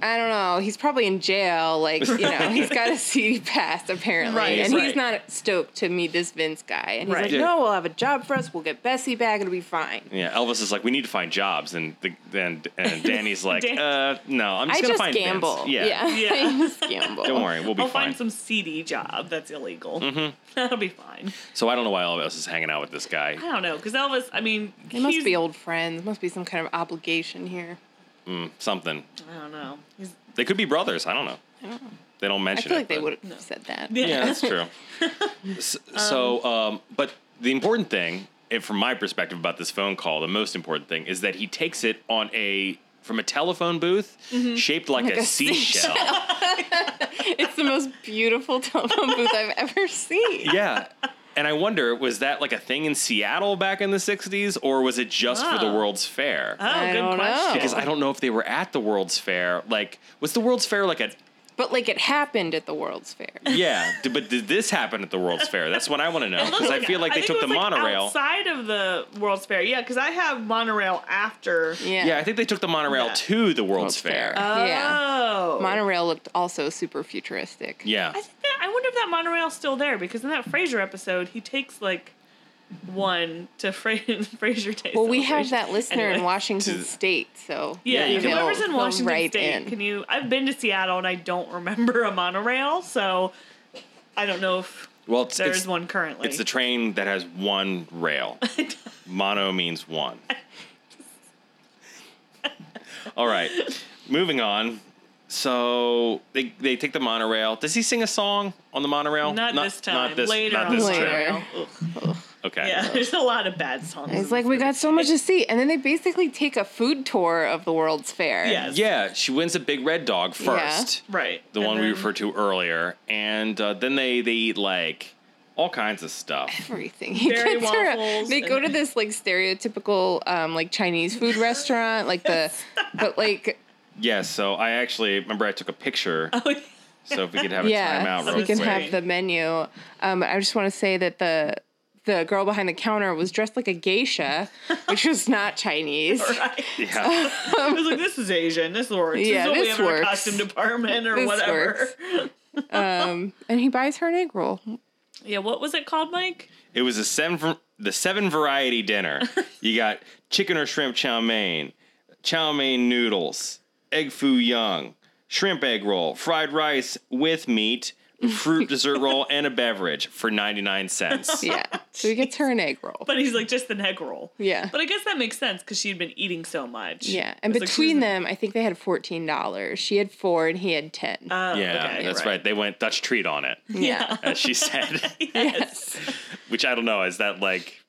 Speaker 3: I don't know, he's probably in jail. Like you know, he's got a CD pass apparently,
Speaker 2: Right,
Speaker 3: and
Speaker 2: right.
Speaker 3: he's not stoked to meet this Vince guy. And he's
Speaker 2: Right.
Speaker 3: like,
Speaker 4: Yeah.
Speaker 3: No, we'll have a job for us. We'll get Bessie back. It'll be fine.
Speaker 4: Yeah, Elvis is like, we need to find jobs, and the, and and Danny's like,
Speaker 2: Dan-
Speaker 4: uh, no, I'm just
Speaker 3: I
Speaker 4: gonna
Speaker 3: just
Speaker 4: find Vince."
Speaker 3: gamble. Yeah,
Speaker 2: Yeah.
Speaker 3: I just gamble.
Speaker 4: Don't worry, we'll be
Speaker 2: I'll
Speaker 4: fine.
Speaker 2: find
Speaker 4: Mm-hmm.
Speaker 2: some CD job that's illegal. That'll be fine.
Speaker 4: so I don't know why Elvis is hanging out with this guy.
Speaker 2: I don't know because Elvis. I mean,
Speaker 3: They must
Speaker 2: he's-
Speaker 3: be old friends. Must be some kind of obligation here.
Speaker 4: Something.
Speaker 2: I don't know. He's
Speaker 4: They could be brothers. I don't know. They don't
Speaker 3: I
Speaker 4: mention.
Speaker 3: feel like
Speaker 4: it,
Speaker 3: they
Speaker 4: but-
Speaker 3: would have said that.
Speaker 4: Yeah, that's true. S- so, um, but the important thing, and from my perspective about this phone call, the most important thing is that he takes it on a from a telephone booth shaped like, a,
Speaker 3: a
Speaker 4: seashell.
Speaker 3: It's the most beautiful telephone booth I've ever seen.
Speaker 4: yeah. And I wonder, was that like a thing in Seattle back in the '60s, or was it just for the
Speaker 2: Oh.
Speaker 4: World's Fair?
Speaker 2: oh,
Speaker 3: I
Speaker 2: good
Speaker 3: don't know.
Speaker 2: question.
Speaker 4: Because I don't know if they were at the World's Fair. Like, was the World's Fair like a
Speaker 3: But like it happened at the World's Fair.
Speaker 4: Yeah, d- but did this happen at the World's Fair? That's what I want to know because I feel like they
Speaker 2: think
Speaker 4: took
Speaker 2: it
Speaker 4: the
Speaker 2: was, like,
Speaker 4: monorail.
Speaker 2: outside of the World's Fair. Yeah, because I have monorail after.
Speaker 3: Yeah.
Speaker 4: Yeah, I think they took the monorail
Speaker 2: Yeah.
Speaker 4: to the World's, Fair.
Speaker 2: Oh,
Speaker 3: Yeah. Monorail looked also super futuristic.
Speaker 4: yeah,
Speaker 2: I think that I wonder if that monorail's still there because in that Frasier episode, he takes like one to Fra- Frasier Day.
Speaker 3: Well, we have
Speaker 2: Celebration.
Speaker 3: that listener in
Speaker 2: Anyway.
Speaker 3: Washington
Speaker 4: To-
Speaker 3: State, so
Speaker 2: Yeah,
Speaker 4: Yeah, you can-
Speaker 2: whoever's in
Speaker 3: they'll
Speaker 2: Washington
Speaker 3: write
Speaker 2: State,
Speaker 3: in.
Speaker 2: can you? I've been to Seattle and I don't remember a monorail, so I don't know if
Speaker 4: well, it's,
Speaker 2: there is
Speaker 4: it's,
Speaker 2: one currently.
Speaker 4: it's the train that has one rail. Mono means one. All right, moving on. So they they take the monorail. Does he sing a song on the monorail?
Speaker 2: not, this time.
Speaker 4: Not this.
Speaker 2: Later
Speaker 4: not
Speaker 2: on
Speaker 4: this
Speaker 2: the
Speaker 3: Later.
Speaker 4: trip.
Speaker 2: monorail. Ugh.
Speaker 4: Okay.
Speaker 2: Yeah, there's a lot of bad songs.
Speaker 3: It's
Speaker 2: in
Speaker 3: like we got so much to see, and then they basically take a food tour of the World's Fair.
Speaker 2: Yes.
Speaker 4: Yeah, she wins a big red dog
Speaker 3: Yeah.
Speaker 4: first.
Speaker 2: Right.
Speaker 4: the
Speaker 2: And
Speaker 4: one we
Speaker 2: then-
Speaker 4: referred to earlier, and uh, then they they eat like all kinds of stuff.
Speaker 3: everything. He
Speaker 2: Berry
Speaker 3: gets her a-
Speaker 2: waffles
Speaker 3: they go
Speaker 2: and-
Speaker 3: to this like stereotypical um like Chinese food restaurant, like the but like
Speaker 4: Yeah, so I actually remember I took a picture, so if we could have a
Speaker 3: yeah,
Speaker 4: timeout
Speaker 3: so
Speaker 4: real
Speaker 3: we can
Speaker 4: quick.
Speaker 3: have the menu. Um, I just want to say that the the girl behind the counter was dressed like a geisha, which was not Chinese.
Speaker 2: Right.
Speaker 4: yeah.
Speaker 2: I was like, this is Asian. This works. this is
Speaker 3: Yeah,
Speaker 2: what
Speaker 3: this
Speaker 2: we have in our
Speaker 3: works.
Speaker 2: costume department or
Speaker 3: This
Speaker 2: whatever.
Speaker 3: works. Um, and he buys her an egg roll.
Speaker 2: Yeah, what was it called, Mike?
Speaker 4: It was a seven var- the seven variety dinner. you got chicken or shrimp chow mein, chow mein noodles, egg foo young, shrimp egg roll, fried rice with meat, fruit dessert roll, and a beverage for ninety nine cents.
Speaker 3: Yeah, so he gets her an egg roll.
Speaker 2: But he's like just the egg roll.
Speaker 3: Yeah.
Speaker 2: But I guess that makes sense because she'd been eating so much.
Speaker 3: yeah, and
Speaker 2: It's like she
Speaker 3: between
Speaker 2: was-
Speaker 3: them, I think they had fourteen dollars. She had four, and he had ten.
Speaker 2: Oh,
Speaker 4: Yeah,
Speaker 2: okay,
Speaker 4: that's right. They went Dutch treat on it,
Speaker 3: yeah.
Speaker 4: as she said.
Speaker 2: Yes.
Speaker 4: Which I don't know. Is that like?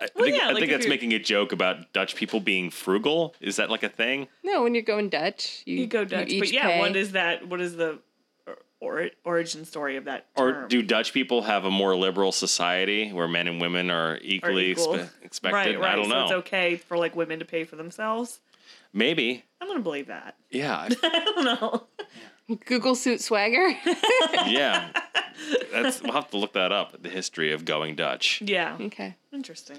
Speaker 4: I
Speaker 2: Well,
Speaker 4: think,
Speaker 2: yeah,
Speaker 4: I
Speaker 2: like,
Speaker 4: think
Speaker 2: if
Speaker 4: that's
Speaker 2: you're-
Speaker 4: making a joke about Dutch people being frugal. Is that like a thing?
Speaker 3: No, when you're going Dutch, you,
Speaker 2: you go Dutch.
Speaker 3: each
Speaker 2: But yeah,
Speaker 3: pay.
Speaker 2: what is that? What is the or, origin story of that? Term?
Speaker 4: Or do Dutch people have a more liberal society where men and women are equally
Speaker 2: equal.
Speaker 4: expe- expected?
Speaker 2: Right, right.
Speaker 4: I don't
Speaker 2: so
Speaker 4: know.
Speaker 2: it's okay for like women to pay for themselves.
Speaker 4: Maybe.
Speaker 2: I'm gonna believe that. I
Speaker 4: Yeah.
Speaker 2: don't know.
Speaker 3: Google suit swagger?
Speaker 4: I- yeah. That's we'll have to look that up. The history of going Dutch.
Speaker 2: Yeah.
Speaker 3: okay.
Speaker 2: Interesting.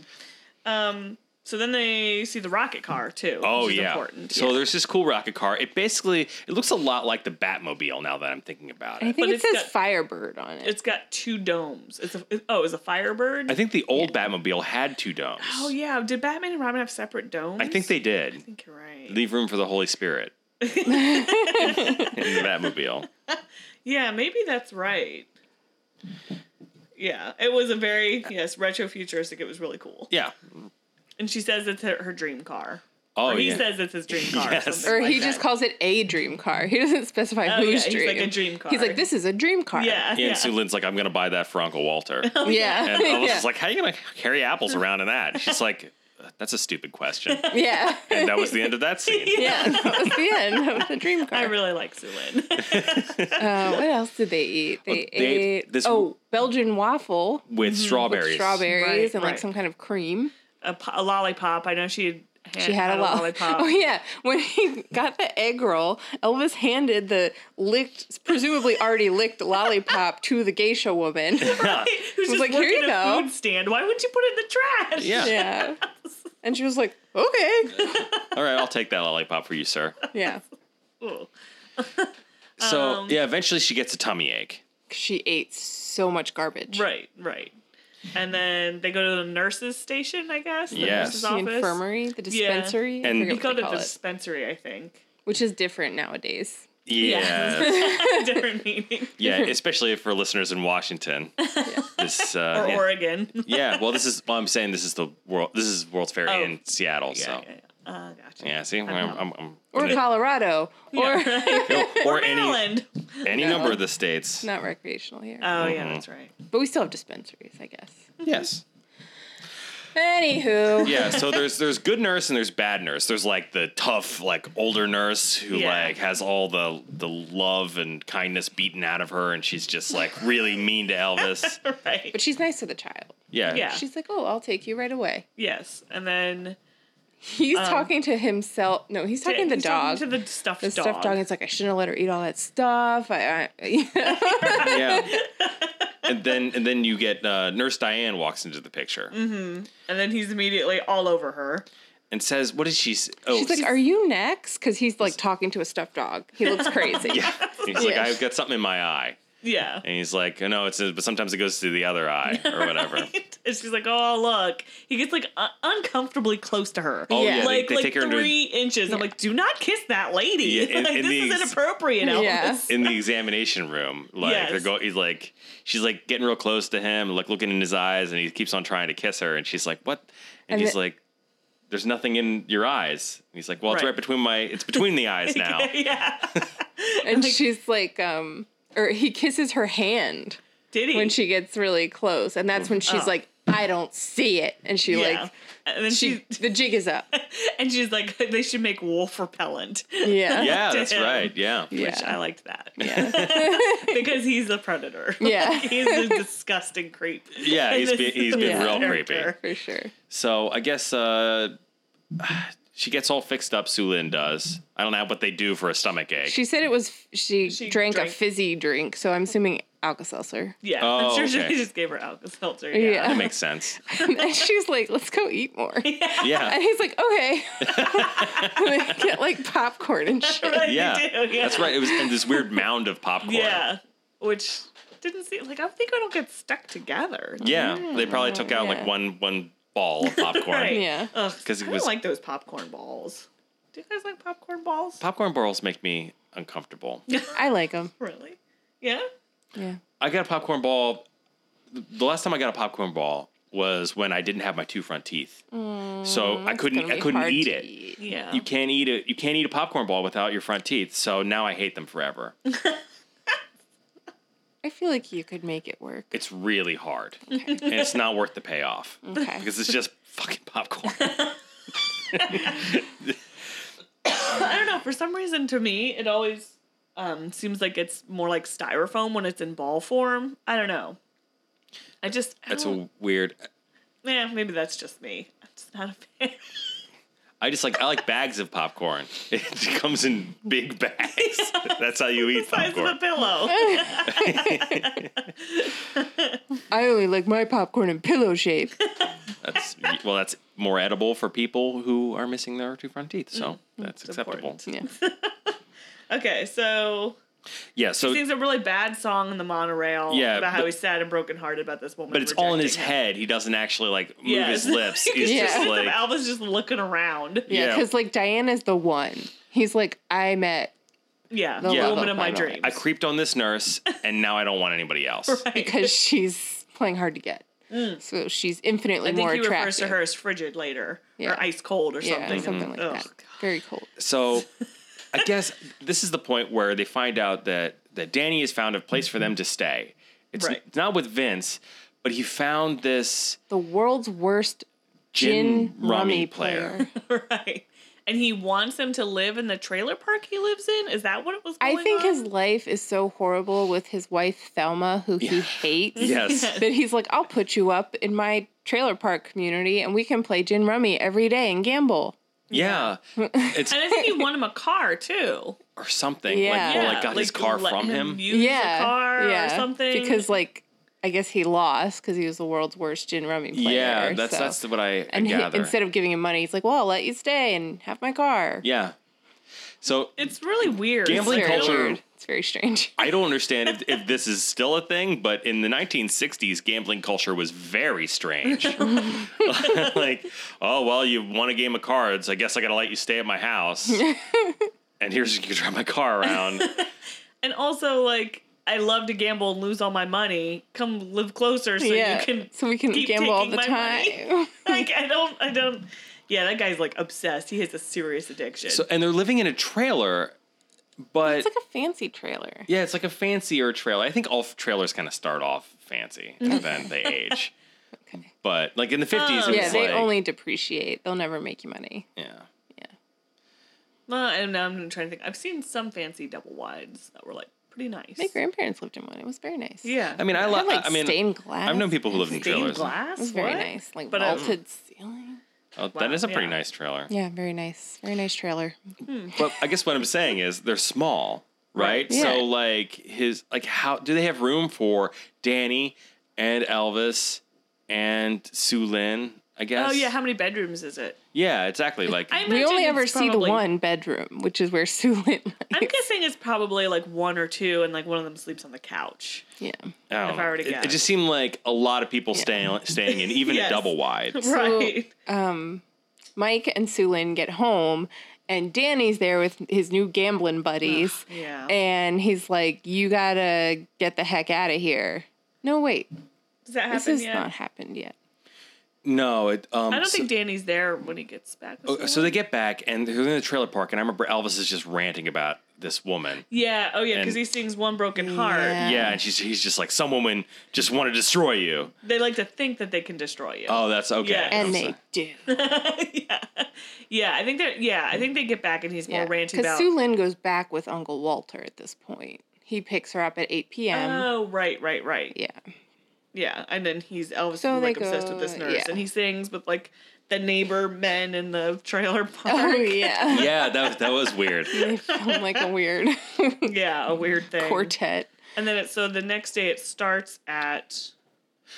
Speaker 2: Um, so then they see the rocket car too.
Speaker 4: Oh
Speaker 2: which is
Speaker 4: yeah.
Speaker 2: important.
Speaker 4: So
Speaker 2: yeah.
Speaker 4: there's this cool rocket car. It basically it looks a lot like the Batmobile. Now that I'm thinking about it,
Speaker 3: I think it
Speaker 2: it's
Speaker 3: says
Speaker 2: got-
Speaker 3: Firebird on it.
Speaker 2: it's got two domes. It's a it- oh, it's a Firebird.
Speaker 4: I think the old Batmobile had two domes.
Speaker 2: oh yeah. Did Batman and Robin have separate domes?
Speaker 4: I think they did.
Speaker 2: I think you're right.
Speaker 4: leave room for the Holy Spirit in the Batmobile.
Speaker 2: yeah, maybe that's right. Yeah, it was a very yes retro futuristic. It was really cool.
Speaker 4: Yeah.
Speaker 2: And she says it's her, her dream car.
Speaker 4: Oh
Speaker 2: or he
Speaker 4: yeah.
Speaker 2: says it's his dream car.
Speaker 4: Yes.
Speaker 2: Or, something
Speaker 3: Or
Speaker 2: like
Speaker 3: he just
Speaker 2: that.
Speaker 3: calls it a dream car. He doesn't specify
Speaker 2: Oh, yeah,
Speaker 3: whose
Speaker 2: he's
Speaker 3: dream.
Speaker 2: like a dream car.
Speaker 3: He's like, this is a dream car.
Speaker 2: Yeah,
Speaker 4: and
Speaker 2: yeah.
Speaker 4: Sue Lynn's like, I'm gonna buy that for Uncle Walter. And
Speaker 3: Yeah.
Speaker 4: I
Speaker 3: yeah.
Speaker 4: was just like, How you gonna carry apples around in that? She's like, That's a stupid question.
Speaker 3: yeah.
Speaker 4: And that was the end of that scene.
Speaker 3: yeah. That was the end of the dream car.
Speaker 2: I really like Sue Lynn.
Speaker 3: uh, what else did they eat? They,
Speaker 4: Well, they ate
Speaker 3: ate,
Speaker 4: this-
Speaker 3: oh Belgian waffle
Speaker 4: With
Speaker 2: Mhm.
Speaker 4: strawberries.
Speaker 3: with strawberries
Speaker 2: Right,
Speaker 3: and
Speaker 2: right.
Speaker 3: like some kind of cream.
Speaker 2: a, po- a lollipop. I know she had,
Speaker 3: She had, a,
Speaker 2: a
Speaker 3: lo-
Speaker 2: lollipop.
Speaker 3: Oh yeah, when he got the egg roll, Elvis handed the licked, presumably already licked lollipop to the geisha woman.
Speaker 2: Who's just
Speaker 3: like,
Speaker 2: like,
Speaker 3: "Here
Speaker 2: working
Speaker 3: you
Speaker 2: a
Speaker 3: go."
Speaker 2: food stand? Why wouldn't you put it in the trash?
Speaker 4: Yeah.
Speaker 3: yeah, and she was like, "Okay,
Speaker 4: All right, I'll take that lollipop for you, sir.
Speaker 3: yeah."
Speaker 2: Ooh.
Speaker 4: So
Speaker 2: Um,
Speaker 4: yeah, eventually she gets a tummy ache.
Speaker 3: She ate so much garbage.
Speaker 2: Right, right. And then they go to the nurse's station, I guess. The
Speaker 4: Yes.
Speaker 2: nurse's
Speaker 3: The
Speaker 2: office.
Speaker 3: infirmary, the dispensary, I forget
Speaker 4: And- You
Speaker 2: He
Speaker 3: what
Speaker 2: called
Speaker 3: they
Speaker 2: it
Speaker 3: call
Speaker 2: the
Speaker 3: it,
Speaker 2: dispensary, I think.
Speaker 3: which is different nowadays.
Speaker 4: Yeah.
Speaker 2: Different meaning.
Speaker 4: yeah, especially for listeners in Washington. This uh,
Speaker 2: Or
Speaker 4: yeah.
Speaker 2: Oregon. Yeah,
Speaker 4: yeah, well this is well I'm saying this is the world this is World's Fair
Speaker 2: Oh.
Speaker 4: in Seattle, so
Speaker 2: yeah, yeah. Uh, gotcha.
Speaker 4: yeah, see, I'm, I'm, I'm,
Speaker 3: Or Colorado, or
Speaker 2: Yeah, right.
Speaker 4: or any
Speaker 2: Maryland.
Speaker 4: any
Speaker 3: No.
Speaker 4: number of the states.
Speaker 3: not recreational here,
Speaker 2: Oh, yeah,
Speaker 4: Mm-hmm.
Speaker 2: that's right.
Speaker 3: but we still have dispensaries, I guess.
Speaker 4: Yes.
Speaker 3: Anywho,
Speaker 4: Yeah, so there's there's good nurse and there's bad nurse. There's like the tough, like older nurse who
Speaker 2: Yeah.
Speaker 4: like has all the the love and kindness beaten out of her, and she's just like really mean to Elvis.
Speaker 2: Right.
Speaker 3: but she's nice to the child.
Speaker 4: Yeah,
Speaker 2: Yeah.
Speaker 3: She's like, "Oh, I'll take you right away."
Speaker 2: Yes. And then
Speaker 3: He's talking to himself. No, he's talking to the
Speaker 2: he's
Speaker 3: dog.
Speaker 2: Um, to the stuffed
Speaker 3: the
Speaker 2: dog.
Speaker 3: stuffed dog. It's like I shouldn't have let her eat all that stuff. I, I
Speaker 4: yeah. And then and then you get uh, Nurse Diane walks into the picture
Speaker 3: Mm-hmm.
Speaker 2: And then he's immediately all over her.
Speaker 4: and says, "What did she? s Oh,
Speaker 3: she's like, "Are you next?" Because he's like talking to a stuffed dog. He looks crazy.
Speaker 4: yeah." He's like,
Speaker 3: Yeah.
Speaker 4: "I've got something in my eye,"
Speaker 2: Yeah.
Speaker 4: and he's like, "No, it's a, but sometimes it goes to the other eye or whatever."
Speaker 2: Right? And she's like, "Oh, look!" He gets like un- uncomfortably close to her.
Speaker 4: Oh
Speaker 3: Yeah.
Speaker 4: yeah,
Speaker 2: like
Speaker 4: they, they
Speaker 2: like
Speaker 4: take her into a
Speaker 2: three inches. I'm like, "Do not kiss that lady.
Speaker 4: Yeah, in-
Speaker 2: like,
Speaker 4: in
Speaker 2: this
Speaker 4: the
Speaker 2: is
Speaker 4: ex-
Speaker 2: inappropriate." Elvis.
Speaker 3: Yeah.
Speaker 4: in the examination room. Like
Speaker 2: Yes.
Speaker 4: they're going, he's like, she's like getting real close to him, like looking in his eyes, and he keeps on trying to kiss her, and she's like, what? And,
Speaker 3: And
Speaker 4: he's
Speaker 3: the-
Speaker 4: like, there's nothing in your eyes. And he's like, well, it's
Speaker 2: Right.
Speaker 4: right between my, it's between the eyes now.
Speaker 2: yeah.
Speaker 3: and she's like, um, or he kisses her hand
Speaker 2: Did he?
Speaker 3: when she gets really close, and that's when she's
Speaker 2: Oh.
Speaker 3: like, "I don't see it," and she
Speaker 2: yeah.
Speaker 3: like.
Speaker 2: and then
Speaker 3: She,
Speaker 2: she,
Speaker 3: the jig is up.
Speaker 2: and she's like, "They should make wolf repellent."
Speaker 3: Yeah.
Speaker 4: yeah,
Speaker 2: To
Speaker 4: that's
Speaker 2: him.
Speaker 4: right. Yeah.
Speaker 2: Which
Speaker 3: Yeah.
Speaker 2: I liked that
Speaker 3: Yeah.
Speaker 2: because he's a predator.
Speaker 3: Yeah.
Speaker 2: Like, he's a disgusting creep.
Speaker 4: Yeah, he's
Speaker 2: This
Speaker 4: been,
Speaker 2: is
Speaker 4: he's
Speaker 2: the
Speaker 4: been
Speaker 3: Yeah.
Speaker 4: real
Speaker 2: character.
Speaker 4: creepy.
Speaker 3: For sure.
Speaker 4: So I guess uh, she gets all fixed up. Sulin does. I don't know what they do for a stomach ache.
Speaker 3: She said it was she,
Speaker 2: She
Speaker 3: drank,
Speaker 2: drank-
Speaker 3: a fizzy drink, so I'm assuming Alka Seltzer.
Speaker 2: Yeah,
Speaker 4: Oh,
Speaker 2: I'm sure
Speaker 4: okay.
Speaker 2: she just gave her Alka Seltzer.
Speaker 3: Yeah.
Speaker 4: that makes sense.
Speaker 3: and she's like, "Let's go eat more." And
Speaker 4: Yeah,
Speaker 3: he's like, "Okay." They get like popcorn and shit.
Speaker 2: Right, you
Speaker 4: yeah.
Speaker 2: do, yeah.
Speaker 4: That's right. It was in this weird mound of popcorn.
Speaker 2: Yeah, which didn't seem like I think I don't get stuck together.
Speaker 4: Yeah, they probably took out
Speaker 3: yeah.
Speaker 4: like one one ball of popcorn.
Speaker 2: Right.
Speaker 3: Yeah.
Speaker 2: Ugh,
Speaker 4: 'Cause
Speaker 2: I
Speaker 4: it
Speaker 2: don't
Speaker 4: was-
Speaker 2: like those popcorn balls. Do you guys like popcorn balls?
Speaker 4: Popcorn balls make me uncomfortable.
Speaker 3: I like them.
Speaker 2: really? Yeah.
Speaker 3: Yeah.
Speaker 4: I got a popcorn ball. The last time I got a popcorn ball was when I didn't have my two front teeth, so I couldn't I couldn't eat it.
Speaker 2: Yeah.
Speaker 4: You can't eat a you can't eat a popcorn ball without your front teeth. So now I hate them forever.
Speaker 3: I feel like you could make it work.
Speaker 4: It's really hard, and it's not worth the payoff
Speaker 3: Okay.
Speaker 4: because it's just fucking popcorn.
Speaker 2: I don't know. For some reason, to me, it always um, seems like it's more like styrofoam when it's in ball form. I don't know. I just I
Speaker 4: That's
Speaker 2: don't,
Speaker 4: a weird.
Speaker 2: yeah. Maybe that's just me. I'm just not a fan.
Speaker 4: I just like I like bags of popcorn. It comes in big bags. That's how you eat
Speaker 2: Size of
Speaker 4: popcorn.
Speaker 2: a pillow.
Speaker 3: I only like my popcorn in pillow shape.
Speaker 4: That's well, that's more edible for people who are missing their two front teeth. So that's acceptable.
Speaker 2: Mm-hmm. important.
Speaker 3: Yeah.
Speaker 2: Okay, so
Speaker 4: Yeah. So,
Speaker 2: he sings a really bad song in the monorail
Speaker 4: Yeah,
Speaker 2: about how
Speaker 4: but-
Speaker 2: he's sad and brokenhearted about this woman.
Speaker 4: but it's all in his
Speaker 2: rejecting him.
Speaker 4: head. He doesn't actually like move
Speaker 2: Yeah,
Speaker 4: his
Speaker 2: it's-
Speaker 4: lips. He's
Speaker 3: Yeah.
Speaker 4: just
Speaker 2: Just
Speaker 4: like,
Speaker 2: Alva's just looking around.
Speaker 3: Yeah.
Speaker 4: Yeah.
Speaker 3: Because like Diana's the one. He's like, I met
Speaker 2: yeah,
Speaker 3: The
Speaker 2: the
Speaker 4: level
Speaker 2: woman of
Speaker 3: of
Speaker 2: my
Speaker 3: my
Speaker 2: dreams.
Speaker 4: I creeped on this nurse, and now I don't want anybody else.
Speaker 3: because she's playing hard to get. So she's infinitely
Speaker 2: Mm. I think
Speaker 3: more
Speaker 2: he
Speaker 3: attractive.
Speaker 2: refers to her as frigid later,
Speaker 3: Yeah.
Speaker 2: or ice cold, or
Speaker 3: yeah,
Speaker 2: something.
Speaker 3: like
Speaker 2: Ugh.
Speaker 3: that. Very cold.
Speaker 4: So I guess this is the point where they find out that that Danny has found a place for them to stay. It's
Speaker 2: Right.
Speaker 4: it's not with Vince, but he found this
Speaker 3: The world's worst
Speaker 4: gin,
Speaker 3: gin
Speaker 4: rummy, player.
Speaker 2: right. And he wants them to live in the trailer park he lives in. Is that what it was? Going
Speaker 3: I think
Speaker 2: on?
Speaker 3: his life is so horrible with his wife Thelma, who he hates.
Speaker 4: Yes.
Speaker 3: That he's like, I'll put you up in my trailer park community and we can play gin rummy every day and gamble.
Speaker 4: Yeah. It's
Speaker 2: and I think he won him a car too.
Speaker 4: or something.
Speaker 3: Yeah.
Speaker 4: Like or Oh, like got his car
Speaker 2: let
Speaker 4: from him.
Speaker 2: Use
Speaker 3: yeah.
Speaker 2: a car
Speaker 3: yeah.
Speaker 2: or something.
Speaker 3: Because like I guess he lost because he was the world's worst gin rummy player.
Speaker 4: Yeah, that's
Speaker 3: so-
Speaker 4: that's what I, I
Speaker 3: and he-
Speaker 4: gather.
Speaker 3: instead of giving him money, he's like, Well, I'll let you stay and have my car.
Speaker 4: yeah. So
Speaker 2: it's really weird.
Speaker 4: Gambling
Speaker 2: Like, I
Speaker 3: very
Speaker 2: don't-
Speaker 4: culture-
Speaker 3: weird. It's very strange.
Speaker 4: I don't understand if, if this is still a thing, but in the 1960s, gambling culture was very strange. like, oh, well, you won a game of cards. I guess I got to let you stay at my house. and here's, you can drive my car around.
Speaker 2: And also, like, I love to gamble and lose all my money. Come live closer so you can.
Speaker 3: so we can
Speaker 2: keep
Speaker 3: gamble all
Speaker 2: taking my
Speaker 3: the
Speaker 2: money.
Speaker 3: time.
Speaker 2: Like, I don't. I don't. Yeah, that guy's like obsessed. He has a serious addiction.
Speaker 4: so, and they're living in a trailer, but
Speaker 3: it's like a fancy trailer.
Speaker 4: yeah, it's like a fancier trailer. I think all trailers kind of start off fancy and then they age.
Speaker 3: Okay.
Speaker 4: But like in the 50s,
Speaker 2: Oh.
Speaker 4: it
Speaker 3: Yeah,
Speaker 4: was
Speaker 3: they
Speaker 4: like,
Speaker 3: only depreciate. They'll never make you money.
Speaker 4: yeah.
Speaker 2: well, and now I'm trying to think. I've seen some fancy double wides that were like pretty nice.
Speaker 3: My grandparents lived in one. It was very nice.
Speaker 2: Yeah.
Speaker 4: I mean, I
Speaker 3: It had,
Speaker 4: love,
Speaker 3: like
Speaker 4: I mean,
Speaker 3: stained glass.
Speaker 4: I've known people who live in
Speaker 2: stained
Speaker 4: trailers.
Speaker 2: glass.
Speaker 3: It was very
Speaker 2: What?
Speaker 3: nice, like
Speaker 2: But, um,
Speaker 3: vaulted ceiling.
Speaker 4: Oh,
Speaker 2: Wow,
Speaker 4: that is a pretty
Speaker 2: yeah.
Speaker 4: nice trailer.
Speaker 3: Yeah, very nice. Very nice trailer.
Speaker 4: But I guess what I'm saying is they're small, right?
Speaker 3: Right.
Speaker 4: So
Speaker 3: Yeah.
Speaker 4: like his like how do they have room for Danny and Elvis and Sue Lynn? I guess.
Speaker 2: Oh yeah, how many bedrooms is it?
Speaker 4: yeah, exactly. Like
Speaker 2: I
Speaker 3: we
Speaker 2: imagine
Speaker 3: only ever
Speaker 2: it's
Speaker 3: see the
Speaker 2: probably-
Speaker 3: one bedroom, which is where Sue Lynn
Speaker 2: I'm
Speaker 3: lives.
Speaker 2: guessing it's probably like one or two, and like one of them sleeps on the couch.
Speaker 3: Yeah.
Speaker 4: I don't
Speaker 2: if
Speaker 4: know.
Speaker 2: I were to
Speaker 4: It- it,
Speaker 2: guess.
Speaker 4: just seemed like a lot of people staying staying in even
Speaker 2: Yes.
Speaker 4: a double wide.
Speaker 2: right.
Speaker 3: Um, Mike and Sue Lynn get home, and Danny's there with his new gambling buddies.
Speaker 2: Yeah.
Speaker 3: And he's like, You gotta get the heck out of here. No, wait.
Speaker 2: Does that
Speaker 3: This
Speaker 2: happen
Speaker 3: has
Speaker 2: yet?
Speaker 3: not happened yet.
Speaker 4: No, it. Um,
Speaker 2: I don't
Speaker 4: so,
Speaker 2: think Danny's there when he gets back. with
Speaker 4: oh,
Speaker 2: someone.
Speaker 4: so they get back and they're in the trailer park, and I remember Elvis is just ranting about this woman.
Speaker 2: yeah. Oh yeah, because
Speaker 4: And-
Speaker 2: he sings "One Broken Heart."
Speaker 3: Yeah.
Speaker 4: Yeah, and she's he's just like some woman just want to destroy you.
Speaker 2: They like to think that they can destroy you.
Speaker 4: Oh, that's okay.
Speaker 2: Yeah.
Speaker 3: And
Speaker 4: I'm
Speaker 3: they
Speaker 4: sorry.
Speaker 3: do.
Speaker 2: yeah. Yeah. I think they're. Yeah. I think they get back, and he's more ranting
Speaker 3: Because
Speaker 2: about.
Speaker 3: Sue Lynn goes back with Uncle Walter at this point. He picks her up at 8 p.m.
Speaker 2: oh right, right, right.
Speaker 3: yeah.
Speaker 2: Yeah, and then he's Elvis
Speaker 3: So
Speaker 2: is like
Speaker 3: they
Speaker 2: obsessed with this
Speaker 3: go-
Speaker 2: nurse,
Speaker 3: yeah.
Speaker 2: and he sings with like the neighbor men in the trailer park.
Speaker 3: Oh, yeah.
Speaker 4: yeah, that was, that was weird.
Speaker 3: they film like a weird
Speaker 2: yeah, a weird thing.
Speaker 3: quartet.
Speaker 2: And then it's so the next day it starts at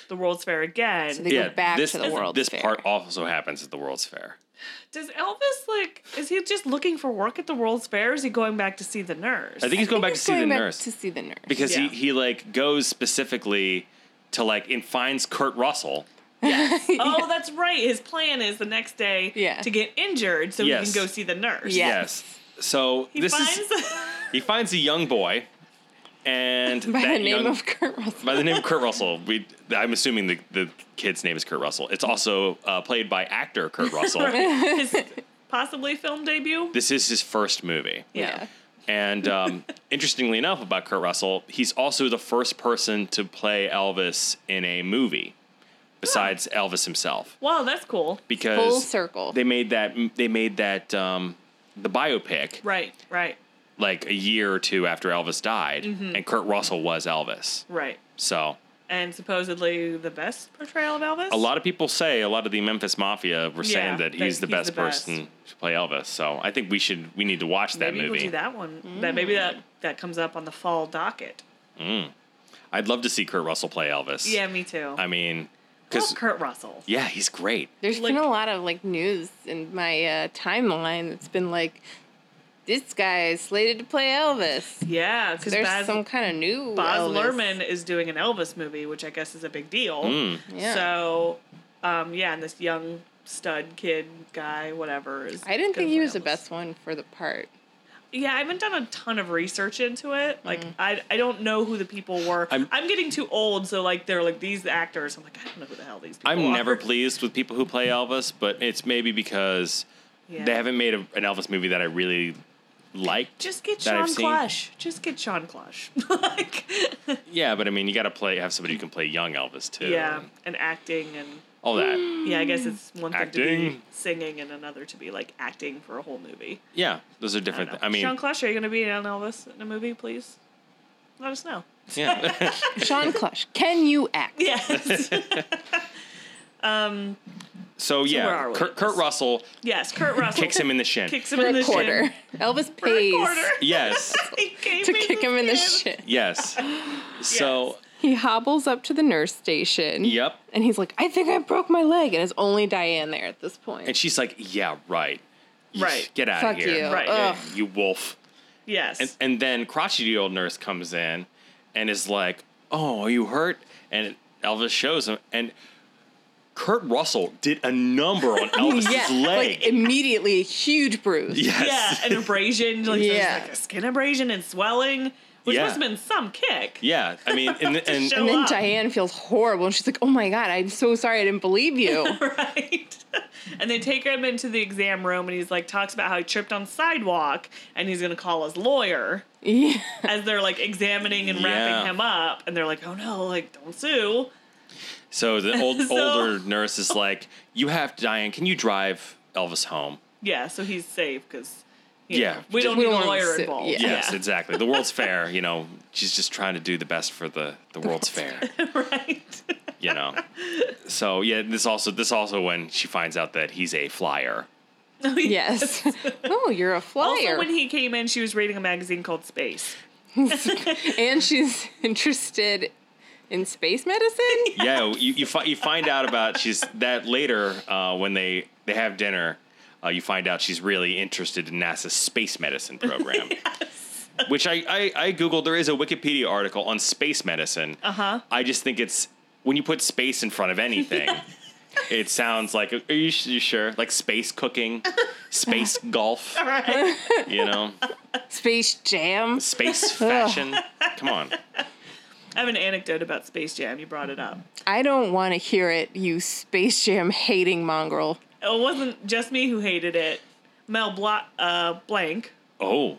Speaker 2: the World's Fair again.
Speaker 3: So they go back
Speaker 4: this,
Speaker 3: to the World's
Speaker 4: This
Speaker 3: Fair.
Speaker 4: part also happens at the World's Fair.
Speaker 2: Does Elvis like? Is he just looking for work at the World's Fair? Or is he going back to see the nurse?
Speaker 4: I think he's going back to see the
Speaker 3: Going back
Speaker 4: nurse
Speaker 3: To see the nurse.
Speaker 4: because
Speaker 2: Yeah.
Speaker 4: he, he like goes specifically to like and finds Kurt Russell.
Speaker 2: Oh, that's right. His plan is the next day
Speaker 3: Yeah.
Speaker 2: to get injured so he
Speaker 4: Yes.
Speaker 2: can go see the nurse.
Speaker 3: Yeah.
Speaker 4: So
Speaker 2: He
Speaker 4: this
Speaker 2: finds
Speaker 4: is he finds a young boy, and
Speaker 3: By the
Speaker 4: that
Speaker 3: name
Speaker 4: young-
Speaker 3: of Kurt Russell.
Speaker 4: by the name of Kurt Russell. We I'm assuming the the kid's name is Kurt Russell. It's also uh, played by actor Kurt Russell.
Speaker 2: his possibly film debut.
Speaker 4: this is his first movie.
Speaker 2: yeah.
Speaker 4: And um, interestingly enough, about Kurt Russell, he's also the first person to play Elvis in a movie, besides Elvis himself,
Speaker 2: Wow, that's cool.
Speaker 4: because
Speaker 3: Full circle.
Speaker 4: They made that. They made that um, the biopic
Speaker 2: Right, right,
Speaker 4: like a year or two after Elvis died,
Speaker 3: Mm-hmm.
Speaker 4: and Kurt Russell was Elvis.
Speaker 2: right.
Speaker 4: So
Speaker 2: And supposedly the best portrayal of Elvis.
Speaker 4: a lot of people say a lot of the Memphis Mafia were
Speaker 2: Yeah,
Speaker 4: saying that
Speaker 2: that
Speaker 4: he's the
Speaker 2: he's
Speaker 4: best
Speaker 2: the best.
Speaker 4: person to play Elvis. So I think we should we need to watch that
Speaker 2: maybe
Speaker 4: movie.
Speaker 2: we'll do that one. That maybe
Speaker 3: Mm.
Speaker 2: that that comes up on the fall docket.
Speaker 4: I'd love to see Kurt Russell play Elvis.
Speaker 2: Yeah, me too.
Speaker 4: I mean,
Speaker 2: Love
Speaker 4: because
Speaker 2: Kurt Russell.
Speaker 4: yeah, he's great.
Speaker 3: There's
Speaker 2: Like-
Speaker 3: been a lot of like news in my uh, timeline that's been like, this guy is slated to play Elvis.
Speaker 2: Yeah, because
Speaker 3: There's
Speaker 2: Baz,
Speaker 3: some kind of new
Speaker 2: Baz
Speaker 3: Elvis.
Speaker 2: Luhrmann is doing an Elvis movie, which I guess is a big deal.
Speaker 4: Hmm.
Speaker 3: Yeah.
Speaker 2: So, um, yeah, and this young stud kid guy, whatever. Is
Speaker 3: I
Speaker 2: gonna
Speaker 3: didn't think he
Speaker 2: play
Speaker 3: was the
Speaker 2: Elvis.
Speaker 3: best one for the part.
Speaker 2: yeah, I haven't done a ton of research into it. Like,
Speaker 3: Mm.
Speaker 2: I, I don't know who the people were. I'm,
Speaker 4: I'm-
Speaker 2: getting too old, so like they're like these actors. I'm like I don't know who the hell these people.
Speaker 4: I'm
Speaker 2: are.
Speaker 4: never pleased with people who play Elvis, but it's maybe because
Speaker 2: Yeah.
Speaker 4: they haven't made a, an Elvis movie that I really liked.
Speaker 2: Just get
Speaker 4: that I've
Speaker 2: Sean
Speaker 4: seen.
Speaker 2: Clush. Just get Sean Clush. like,
Speaker 4: Yeah, but I mean, you got to play have somebody who can play young Elvis too.
Speaker 2: yeah,
Speaker 4: and
Speaker 2: and acting and
Speaker 4: all that.
Speaker 2: yeah, I guess it's one thing to be
Speaker 4: Acting.
Speaker 2: singing and another to be like acting for a whole movie.
Speaker 4: Yeah, those are
Speaker 2: I don't
Speaker 4: different.
Speaker 2: know.
Speaker 4: thi- I, mean,
Speaker 2: Sean Clush, are you going to be in Elvis in a movie, please? Let us know.
Speaker 4: yeah,
Speaker 3: Sean Clush, can you act?
Speaker 2: Yes.
Speaker 4: so yeah,
Speaker 2: where are we?
Speaker 4: Kurt, Kurt Russell
Speaker 2: yes, Kurt Russell.
Speaker 4: kicks him in the shin.
Speaker 2: Kicks him
Speaker 3: For
Speaker 2: in the
Speaker 3: a
Speaker 2: shin.
Speaker 3: quarter. Elvis
Speaker 2: For a
Speaker 3: pays
Speaker 2: quarter.
Speaker 4: yes,
Speaker 2: He gave
Speaker 3: to
Speaker 2: me
Speaker 3: kick him in the
Speaker 2: shin.
Speaker 3: shit.
Speaker 4: yes. So
Speaker 3: He hobbles up to the nurse station.
Speaker 4: Yep.
Speaker 3: And he's like, I think I broke my leg. And it's only Diane there at this point.
Speaker 4: and she's like, "Yeah, right,
Speaker 2: Right.
Speaker 4: Get out
Speaker 3: Fuck
Speaker 4: of here,
Speaker 3: you.
Speaker 2: Right.
Speaker 3: Ugh.
Speaker 4: you wolf."
Speaker 2: Yes.
Speaker 4: And, and then crotchety old nurse comes in and is like, "Oh, are you hurt?" And Elvis shows him, and Kurt Russell did a number on Elvis's leg.
Speaker 3: Like immediately, huge bruise.
Speaker 4: yes,
Speaker 2: Yeah, an abrasion. Like
Speaker 3: Yeah.
Speaker 2: there's like a skin abrasion and swelling, which
Speaker 4: Yeah.
Speaker 2: must have been some kick.
Speaker 4: yeah. I mean, and and
Speaker 2: show
Speaker 3: And then
Speaker 2: Wow.
Speaker 3: Diane feels horrible. And she's like, oh my God, I'm so sorry. I didn't believe you.
Speaker 2: Right. And they take him into the exam room and he's like talks about how he tripped on the sidewalk and he's gonna call his lawyer
Speaker 3: yeah.
Speaker 2: as they're like examining and
Speaker 4: Yeah.
Speaker 2: wrapping him up and they're like, Oh no, like don't sue.
Speaker 4: so the old
Speaker 2: So-
Speaker 4: older nurse is like, "You have to, Diane. Can you drive Elvis home?"
Speaker 2: Yeah, so he's safe because
Speaker 4: Yeah.
Speaker 2: we don't
Speaker 3: We
Speaker 2: need
Speaker 3: don't
Speaker 2: a
Speaker 3: want him to
Speaker 2: lawyer
Speaker 3: sue,
Speaker 2: involved.
Speaker 3: yeah.
Speaker 4: Yes, exactly. The World's Fair, you know, she's just trying to do the best for the, the World's Fair,
Speaker 2: right.
Speaker 4: you know. So yeah, this also this also when she finds out that he's a flyer.
Speaker 3: Yes. oh, you're a
Speaker 2: Also,
Speaker 3: flyer.
Speaker 2: when he came in, she was reading a magazine called Space.
Speaker 3: and she's interested in space medicine.
Speaker 4: yeah, you you, fi- you find out about she's that later uh, when they they have dinner. Uh, you find out she's really interested in NASA's space medicine program. Which I, I, I Googled, there is a Wikipedia article on space medicine. Uh huh. I just think it's when you put space in front of anything, it sounds like, are you, s- you sure? Like space cooking, space golf,
Speaker 2: Right.
Speaker 4: you know,
Speaker 3: Space jam.
Speaker 4: space fashion. Come on.
Speaker 2: I have an anecdote about Space Jam. You brought it up.
Speaker 3: I don't want to hear it, you Space Jam hating mongrel.
Speaker 2: It wasn't just me who hated it. Mel Bla- uh, Blank.
Speaker 4: Oh,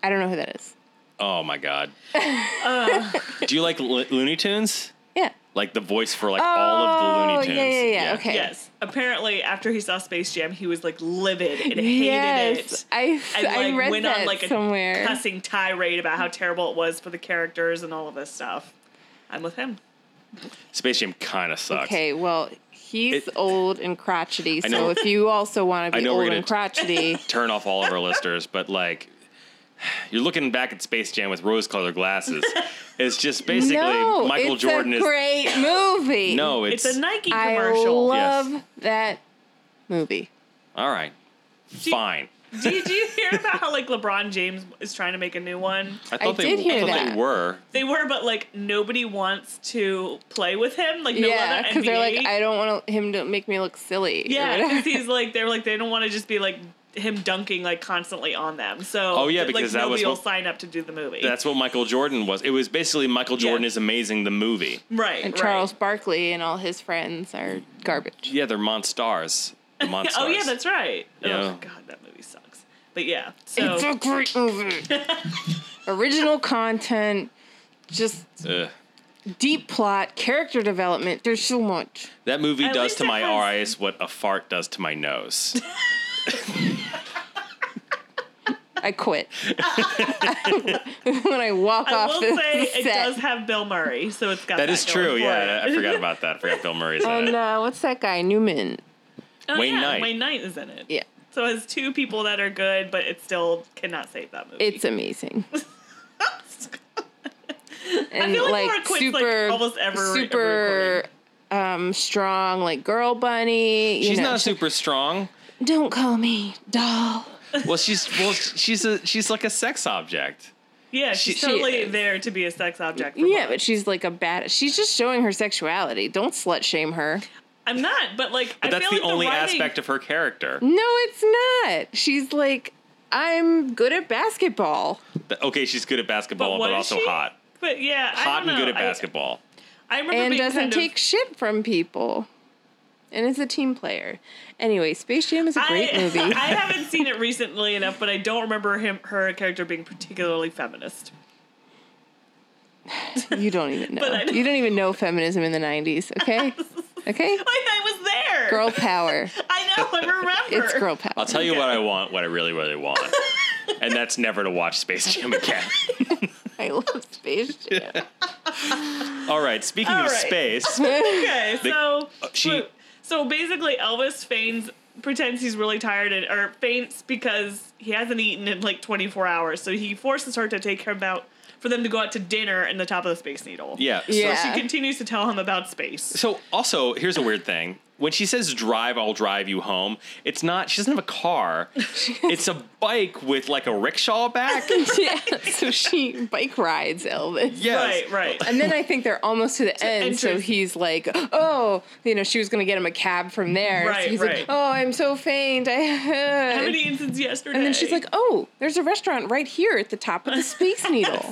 Speaker 3: I don't know who that is.
Speaker 4: oh my God. Do you like Lo- Looney Tunes?
Speaker 3: Yeah.
Speaker 4: like the voice for like all of the Looney
Speaker 3: Oh,
Speaker 4: Tunes.
Speaker 3: yeah, yeah, yeah, okay.
Speaker 2: Yes. Apparently, after he saw Space Jam, he was like livid and hated
Speaker 3: yes,
Speaker 2: it.
Speaker 3: I,
Speaker 2: And like
Speaker 3: I read
Speaker 2: went
Speaker 3: that
Speaker 2: on like a
Speaker 3: somewhere.
Speaker 2: cussing tirade about how terrible it was for the characters and all of this stuff. I'm with him.
Speaker 4: Space Jam kind of sucks.
Speaker 3: Okay, well, he's
Speaker 4: It-
Speaker 3: old and crotchety, so
Speaker 4: know-
Speaker 3: if you also want to
Speaker 4: I
Speaker 3: be
Speaker 4: know we're
Speaker 3: old and
Speaker 4: gonna
Speaker 3: crotchety,
Speaker 4: Turn off all of our listeners, but like you're looking back at Space Jam with rose-colored glasses. It's just basically
Speaker 3: no,
Speaker 4: Michael
Speaker 3: it's
Speaker 4: Jordan
Speaker 3: a
Speaker 4: is
Speaker 3: great movie.
Speaker 4: no, it's,
Speaker 2: It's, a Nike
Speaker 3: I
Speaker 2: commercial.
Speaker 3: love that movie.
Speaker 4: all right, fine.
Speaker 2: Did you hear about how like LeBron James is trying to make a new one?
Speaker 4: I thought they
Speaker 3: did hear
Speaker 4: I thought
Speaker 3: that.
Speaker 4: they were.
Speaker 2: They were, but like nobody wants to play with him. Like no
Speaker 3: yeah,
Speaker 2: other
Speaker 3: because
Speaker 2: NBA.
Speaker 3: they're like, I don't want him to make me look silly. or
Speaker 2: yeah,
Speaker 3: whatever.
Speaker 2: because he's like they're like they don't want to just be like him dunking like constantly on them. So
Speaker 4: Oh, yeah,
Speaker 2: like,
Speaker 4: because that was
Speaker 2: nobody will
Speaker 4: what-
Speaker 2: sign up to do the movie.
Speaker 4: That's what Michael Jordan was. It was basically Michael Jordan
Speaker 2: Yeah.
Speaker 4: is amazing the movie.
Speaker 2: right.
Speaker 3: and
Speaker 2: right.
Speaker 3: Charles Barkley and all his friends are garbage.
Speaker 4: Yeah, they're monstars. The monstars.
Speaker 2: Oh yeah, that's right.
Speaker 4: Yeah.
Speaker 2: Oh god, that movie sucks. But yeah, so
Speaker 3: It's a great movie. Original content, just
Speaker 4: Ugh.
Speaker 3: deep plot, character development. There's so much.
Speaker 4: that movie
Speaker 2: At
Speaker 4: does
Speaker 2: least
Speaker 4: to
Speaker 2: it
Speaker 4: my
Speaker 2: has-
Speaker 4: eyes what a fart does to my nose.
Speaker 3: I quit when I walk
Speaker 2: I
Speaker 3: off
Speaker 2: will
Speaker 3: the
Speaker 2: say
Speaker 3: set.
Speaker 2: it does have Bill Murray, so it's got
Speaker 4: That is
Speaker 2: going
Speaker 4: true.
Speaker 2: for
Speaker 4: Yeah,
Speaker 2: it.
Speaker 4: I forgot about that. I forgot Bill Murray's in
Speaker 3: and
Speaker 4: it.
Speaker 3: uh, what's that guy Newman?
Speaker 2: Oh,
Speaker 4: Wayne
Speaker 2: yeah,
Speaker 4: Knight.
Speaker 2: Wayne Knight is in it.
Speaker 3: Yeah,
Speaker 2: So it has two people that are good, but it still cannot save that movie.
Speaker 3: it's amazing. And
Speaker 2: I feel like,
Speaker 3: like,
Speaker 2: Laura quits
Speaker 3: super,
Speaker 2: like almost every every
Speaker 3: super um, strong, like girl bunny. You
Speaker 4: She's
Speaker 3: know,
Speaker 4: not
Speaker 3: she's
Speaker 4: super strong.
Speaker 3: like, Don't call me doll.
Speaker 4: Well, she's well, she's a she's like a sex object.
Speaker 2: Yeah, she's
Speaker 4: She- she
Speaker 2: totally
Speaker 3: is.
Speaker 2: there to be a sex object. For
Speaker 3: Yeah,
Speaker 2: Bob.
Speaker 3: but she's like a bad. She's just showing her sexuality. Don't slut shame her.
Speaker 2: I'm not. But like,
Speaker 4: But
Speaker 2: I
Speaker 4: that's
Speaker 2: feel
Speaker 4: the
Speaker 2: like
Speaker 4: only
Speaker 2: the writing,
Speaker 4: aspect of her character.
Speaker 3: No, it's not. She's like I'm good at basketball.
Speaker 4: Th- Okay, she's good at basketball,
Speaker 2: what
Speaker 4: but,
Speaker 2: is
Speaker 4: also
Speaker 2: she?
Speaker 4: hot,
Speaker 2: But yeah, I
Speaker 4: hot
Speaker 2: don't
Speaker 4: and good
Speaker 2: know.
Speaker 4: at
Speaker 2: I-
Speaker 4: basketball.
Speaker 2: I, remember
Speaker 3: and
Speaker 2: being
Speaker 3: doesn't
Speaker 2: kind of-
Speaker 3: take shit from people. And is a team player. Anyway, Space Jam is a great
Speaker 2: I,
Speaker 3: movie.
Speaker 2: I haven't seen it recently enough, but I don't remember him her character being particularly feminist.
Speaker 3: you don't even know.
Speaker 2: But I-
Speaker 3: you don't even know feminism in the 90s, okay? okay?
Speaker 2: Like I was there.
Speaker 3: Girl power.
Speaker 2: I know. I remember.
Speaker 3: It's girl power.
Speaker 4: I'll tell you what I want, what I really, really want, and that's never to watch Space Jam again.
Speaker 3: I love Space Jam.
Speaker 4: All right, speaking
Speaker 2: All
Speaker 4: of
Speaker 2: right.
Speaker 4: space,
Speaker 2: Okay, so
Speaker 4: uh, she-
Speaker 2: so basically Elvis feigns pretends he's really tired and or faints because he hasn't eaten in like 24 hours. So he forces her to take him out for them to go out to dinner in the top of the Space Needle.
Speaker 4: yeah, so-
Speaker 3: Yeah.
Speaker 2: She continues to tell him about space.
Speaker 4: So also, here's a weird thing. When she says drive, I'll drive you home, it's not she doesn't have a car. it's a bike with like a rickshaw back.
Speaker 3: yeah. So she bike rides Elvis.
Speaker 2: Right,
Speaker 4: Yes.
Speaker 2: right.
Speaker 3: And then I think they're almost to the end, so
Speaker 2: entrance.
Speaker 3: he's like, "Oh, you know, she was gonna get him a cab from there."
Speaker 2: Right,
Speaker 3: so he's
Speaker 2: right.
Speaker 3: like, "Oh, I'm so faint." I
Speaker 2: I haven't eaten since yesterday.
Speaker 3: And then she's like, "Oh, there's a restaurant right here at the top of the Space Needle.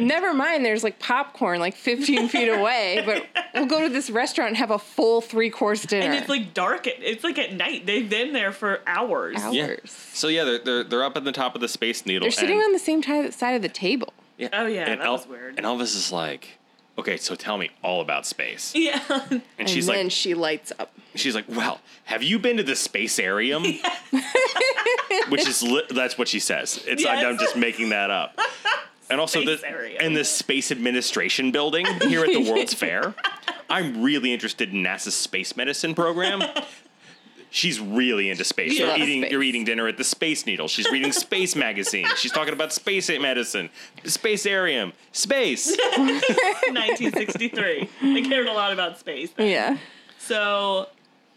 Speaker 3: Never mind, there's like popcorn like 15 feet away, but we'll go to this restaurant and have a full three course dinner."
Speaker 2: and it's like dark. At, it's like at night. They've been there for hours.
Speaker 3: Hours.
Speaker 4: Yeah. So yeah, they're, they're they're up at the top of the space needle.
Speaker 3: They're sitting
Speaker 4: and-
Speaker 3: on the same ti- side of the table.
Speaker 4: yeah,
Speaker 2: Oh, yeah, that
Speaker 4: Elvis
Speaker 2: was weird.
Speaker 4: And Elvis is like, okay, so tell me all about space.
Speaker 2: Yeah,
Speaker 4: And she's
Speaker 3: and
Speaker 4: like,
Speaker 3: then she lights up.
Speaker 4: she's like, well, have you been to the spacearium? Which is li- that's what she says. It's I'm- I'm
Speaker 2: Yes.
Speaker 4: just making that up. And also the
Speaker 2: Spacearium.
Speaker 4: and the Space Administration Building here at the World's Fair. I'm really interested in NASA's space medicine program. She's really into space.
Speaker 2: She
Speaker 4: You're
Speaker 3: loves
Speaker 4: eating,
Speaker 3: space.
Speaker 4: you're eating dinner at the Space Needle. She's reading Space Magazine. She's talking about space medicine, spacearium, space.
Speaker 2: 1963. They cared a lot about space. then.
Speaker 3: Yeah.
Speaker 2: So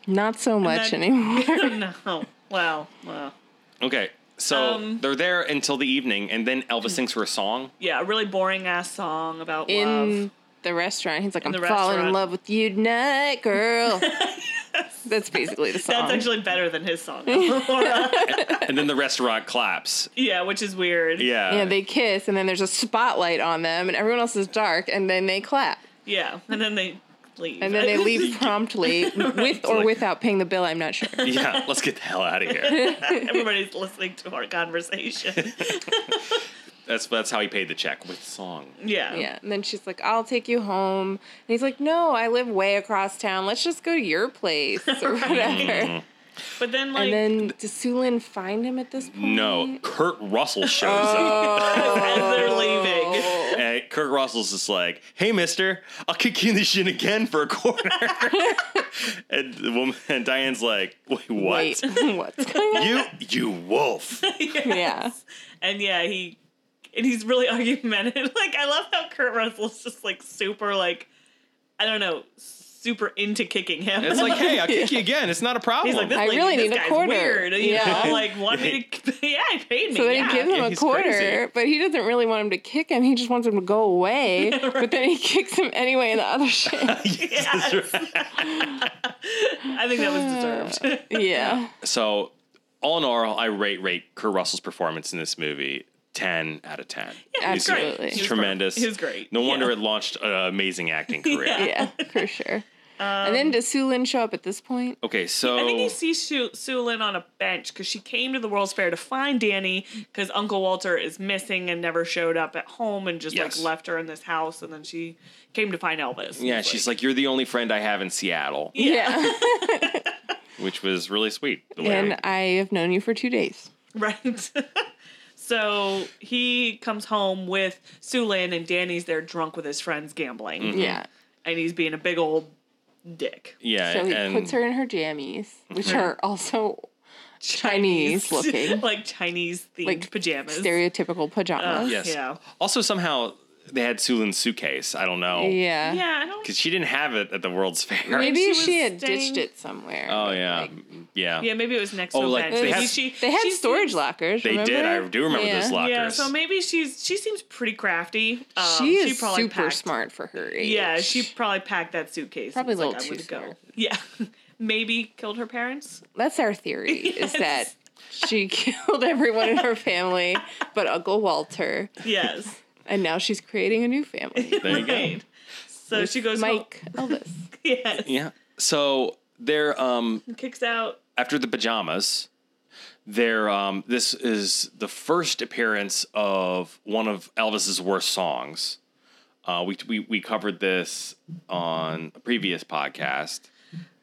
Speaker 3: Not so much
Speaker 2: then-
Speaker 3: anymore.
Speaker 2: no. Wow. Wow.
Speaker 4: Okay, so
Speaker 2: Um,
Speaker 4: they're there until the evening, and then Elvis sings her a song.
Speaker 2: Yeah, a really boring ass song about
Speaker 3: in
Speaker 2: love.
Speaker 3: the restaurant. He's like, I'm
Speaker 2: the
Speaker 3: falling in
Speaker 2: restaurant.
Speaker 3: love with you tonight, girl. That's basically the song.
Speaker 2: That's actually better than his song. yeah,
Speaker 4: and then the restaurant claps.
Speaker 2: which is weird.
Speaker 4: Yeah.
Speaker 3: yeah, they kiss, and then there's a spotlight on them, and everyone else is dark, and then they clap.
Speaker 2: Yeah, and then they leave.
Speaker 3: And then they leave promptly, with or
Speaker 4: like-
Speaker 3: without paying the bill, I'm not sure.
Speaker 4: yeah, let's get the hell out of here.
Speaker 2: Everybody's listening to our conversation.
Speaker 4: That's that's how he paid the check with song.
Speaker 2: Yeah.
Speaker 3: Yeah, and then she's like, I'll take you home. And he's like, No, I live way across town. Let's just go to your place or whatever.
Speaker 2: But then like
Speaker 3: And then does Sulin find him at this point?
Speaker 4: No, Kurt Russell shows
Speaker 2: as
Speaker 3: Oh.
Speaker 2: they're leaving.
Speaker 4: up. And Kurt Russell's just like, "Hey, Mister, I'll kick you in the shin again for a corner." and the woman, and Diane's like, "Wait, what?
Speaker 3: Wait, what's going on?
Speaker 4: You, you wolf!"
Speaker 3: Yeah.
Speaker 2: And yeah, he and he's really argumentative. Like I love how Kurt Russell's just like super like I don't know, super into kicking him.
Speaker 4: It's like, "Hey, I'll kick you again. It's not a problem."
Speaker 2: He's like, this
Speaker 3: I
Speaker 2: lady-
Speaker 3: really
Speaker 2: this
Speaker 3: need a
Speaker 2: guy's
Speaker 3: quarter.
Speaker 2: Weird, you
Speaker 3: Yeah.
Speaker 2: know, like want me to? Yeah, he paid me.
Speaker 3: So they
Speaker 2: yeah.
Speaker 3: give him
Speaker 4: Yeah,
Speaker 3: a
Speaker 4: he's
Speaker 3: quarter,
Speaker 4: crazy.
Speaker 3: but he doesn't really want him to kick him. He just wants him to go away. But then he kicks him anyway in the other shit.
Speaker 4: Yes, that's right.
Speaker 2: I think that was deserved.
Speaker 3: yeah.
Speaker 4: So, all in all, I rate rate Kurt Russell's performance in this movie ten out of ten.
Speaker 2: Yeah, he's great.
Speaker 3: Absolutely.
Speaker 2: He
Speaker 4: It's
Speaker 2: was
Speaker 4: tremendous.
Speaker 2: great. He was great.
Speaker 4: No
Speaker 2: Yeah.
Speaker 4: wonder it launched an amazing acting career.
Speaker 2: Yeah.
Speaker 3: Yeah, for sure. and then does Sue Lin show up at this point?
Speaker 4: Okay, so
Speaker 2: I think he sees Sue, Sue Lin on a bench because she came to the World's Fair to find Danny because Uncle Walter is missing and never showed up at home and just
Speaker 4: Yes.
Speaker 2: like left her in this house and then she came to find Elvis.
Speaker 4: yeah,
Speaker 2: It's
Speaker 4: she's like, "You're the only friend I have in Seattle,"
Speaker 3: Yeah.
Speaker 4: which was really sweet. The way
Speaker 3: and I have known you for two days.
Speaker 2: right. so he comes home with Sue Lin and Danny's there drunk with his friends gambling
Speaker 4: Mm-hmm.
Speaker 3: Yeah.
Speaker 2: and he's being a big old dick.
Speaker 4: yeah,
Speaker 3: So he
Speaker 4: and
Speaker 3: puts her in her jammies, which are also Chinese looking.
Speaker 2: like Chinese themed
Speaker 3: like
Speaker 2: pajamas.
Speaker 3: stereotypical pajamas.
Speaker 4: yes.
Speaker 2: Yeah.
Speaker 4: Also, somehow they had Sulin's suitcase. I don't know because
Speaker 3: yeah.
Speaker 2: Yeah, I don't.
Speaker 4: she didn't have it at the World's Fair.
Speaker 3: Maybe
Speaker 2: she was
Speaker 3: she, had
Speaker 2: staying-
Speaker 3: ditched it somewhere.
Speaker 4: Oh yeah, yeah.
Speaker 2: Yeah, maybe it was next
Speaker 4: Oh,
Speaker 2: to a
Speaker 4: like,
Speaker 2: bench.
Speaker 4: they
Speaker 2: Maybe
Speaker 4: had-
Speaker 2: she-
Speaker 3: They had
Speaker 2: she
Speaker 3: storage
Speaker 2: seems-
Speaker 3: lockers.
Speaker 4: They did. I
Speaker 3: remember?
Speaker 4: do remember
Speaker 3: Yeah.
Speaker 4: those lockers.
Speaker 2: Yeah, so maybe she's she seems pretty crafty. Um,
Speaker 3: she is
Speaker 2: probably
Speaker 3: super
Speaker 2: packed-
Speaker 3: smart for her age.
Speaker 2: Yeah, she probably packed that suitcase.
Speaker 3: Probably
Speaker 2: and was
Speaker 3: a little
Speaker 2: like,
Speaker 3: too
Speaker 2: I'm gonna
Speaker 3: smart.
Speaker 2: go. Yeah, maybe killed her parents.
Speaker 3: That's our theory. Is that She killed everyone in her family but Uncle Walter,
Speaker 2: Yes.
Speaker 3: and now she's creating a new family.
Speaker 4: There you go.
Speaker 2: Right. So she goes home.
Speaker 3: Mike Elvis.
Speaker 2: Yes.
Speaker 4: Yeah. So they're um
Speaker 2: Kicks out.
Speaker 4: after the pajamas, they're um this is the first appearance of one of Elvis's worst songs. Uh, we, we we covered this on a previous podcast,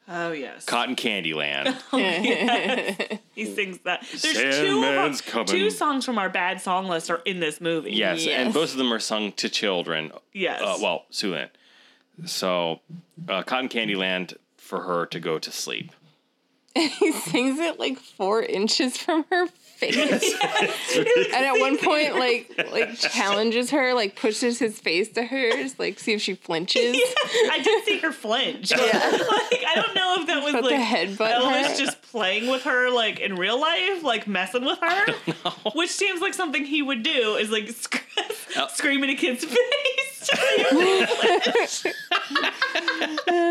Speaker 2: Oh yes.
Speaker 4: Cotton Candy Land.
Speaker 2: Oh, he sings that. There's two,
Speaker 4: Sandman's
Speaker 2: of our,
Speaker 4: coming.
Speaker 2: two songs from our bad song list are in this movie.
Speaker 4: Yes, and
Speaker 3: Yes.
Speaker 4: both of them are sung to children.
Speaker 2: Yes.
Speaker 4: Uh, well, Sulan. So, uh, Cotton Candy Land for her to go to sleep.
Speaker 3: he sings it like four inches from her face. and at one point, like like challenges her, like pushes his face to hers, like see if she flinches.
Speaker 2: I did see her flinch. like I don't know if that was
Speaker 3: About to
Speaker 2: like
Speaker 3: headbutt
Speaker 2: Elvis
Speaker 3: her.
Speaker 2: just playing with her like in real life, like messing with her, which seems like something he would do is like sc-
Speaker 4: Oh.
Speaker 2: scream in a kid's face.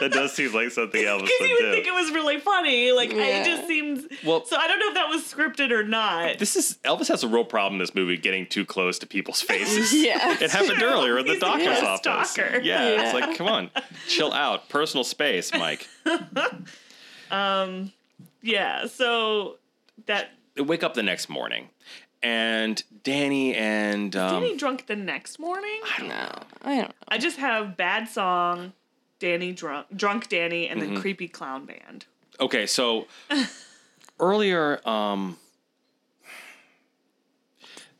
Speaker 1: That does seem like something Elvis
Speaker 2: Because he would
Speaker 1: would
Speaker 2: think
Speaker 1: do.
Speaker 2: it was really funny. Like
Speaker 3: Yeah.
Speaker 2: it just seems.
Speaker 4: Well-
Speaker 2: so I don't know if that was scripted or not.
Speaker 4: This is Elvis has a real problem in this movie getting too close to people's faces.
Speaker 3: Yeah.
Speaker 4: It happened earlier in the
Speaker 2: He's a
Speaker 4: doctor's
Speaker 2: real
Speaker 4: office.
Speaker 2: stalker.
Speaker 4: Yeah, it's
Speaker 3: Yeah.
Speaker 4: like, come on, chill out, personal space, Mike.
Speaker 2: Yeah. So that
Speaker 4: They wake up the next morning, and Danny and um,
Speaker 2: Danny drunk the next morning.
Speaker 3: No, I don't know.
Speaker 2: I just have bad song, Danny drunk, drunk Danny, and
Speaker 4: Mm-hmm.
Speaker 2: then creepy clown band.
Speaker 4: okay, so earlier, um,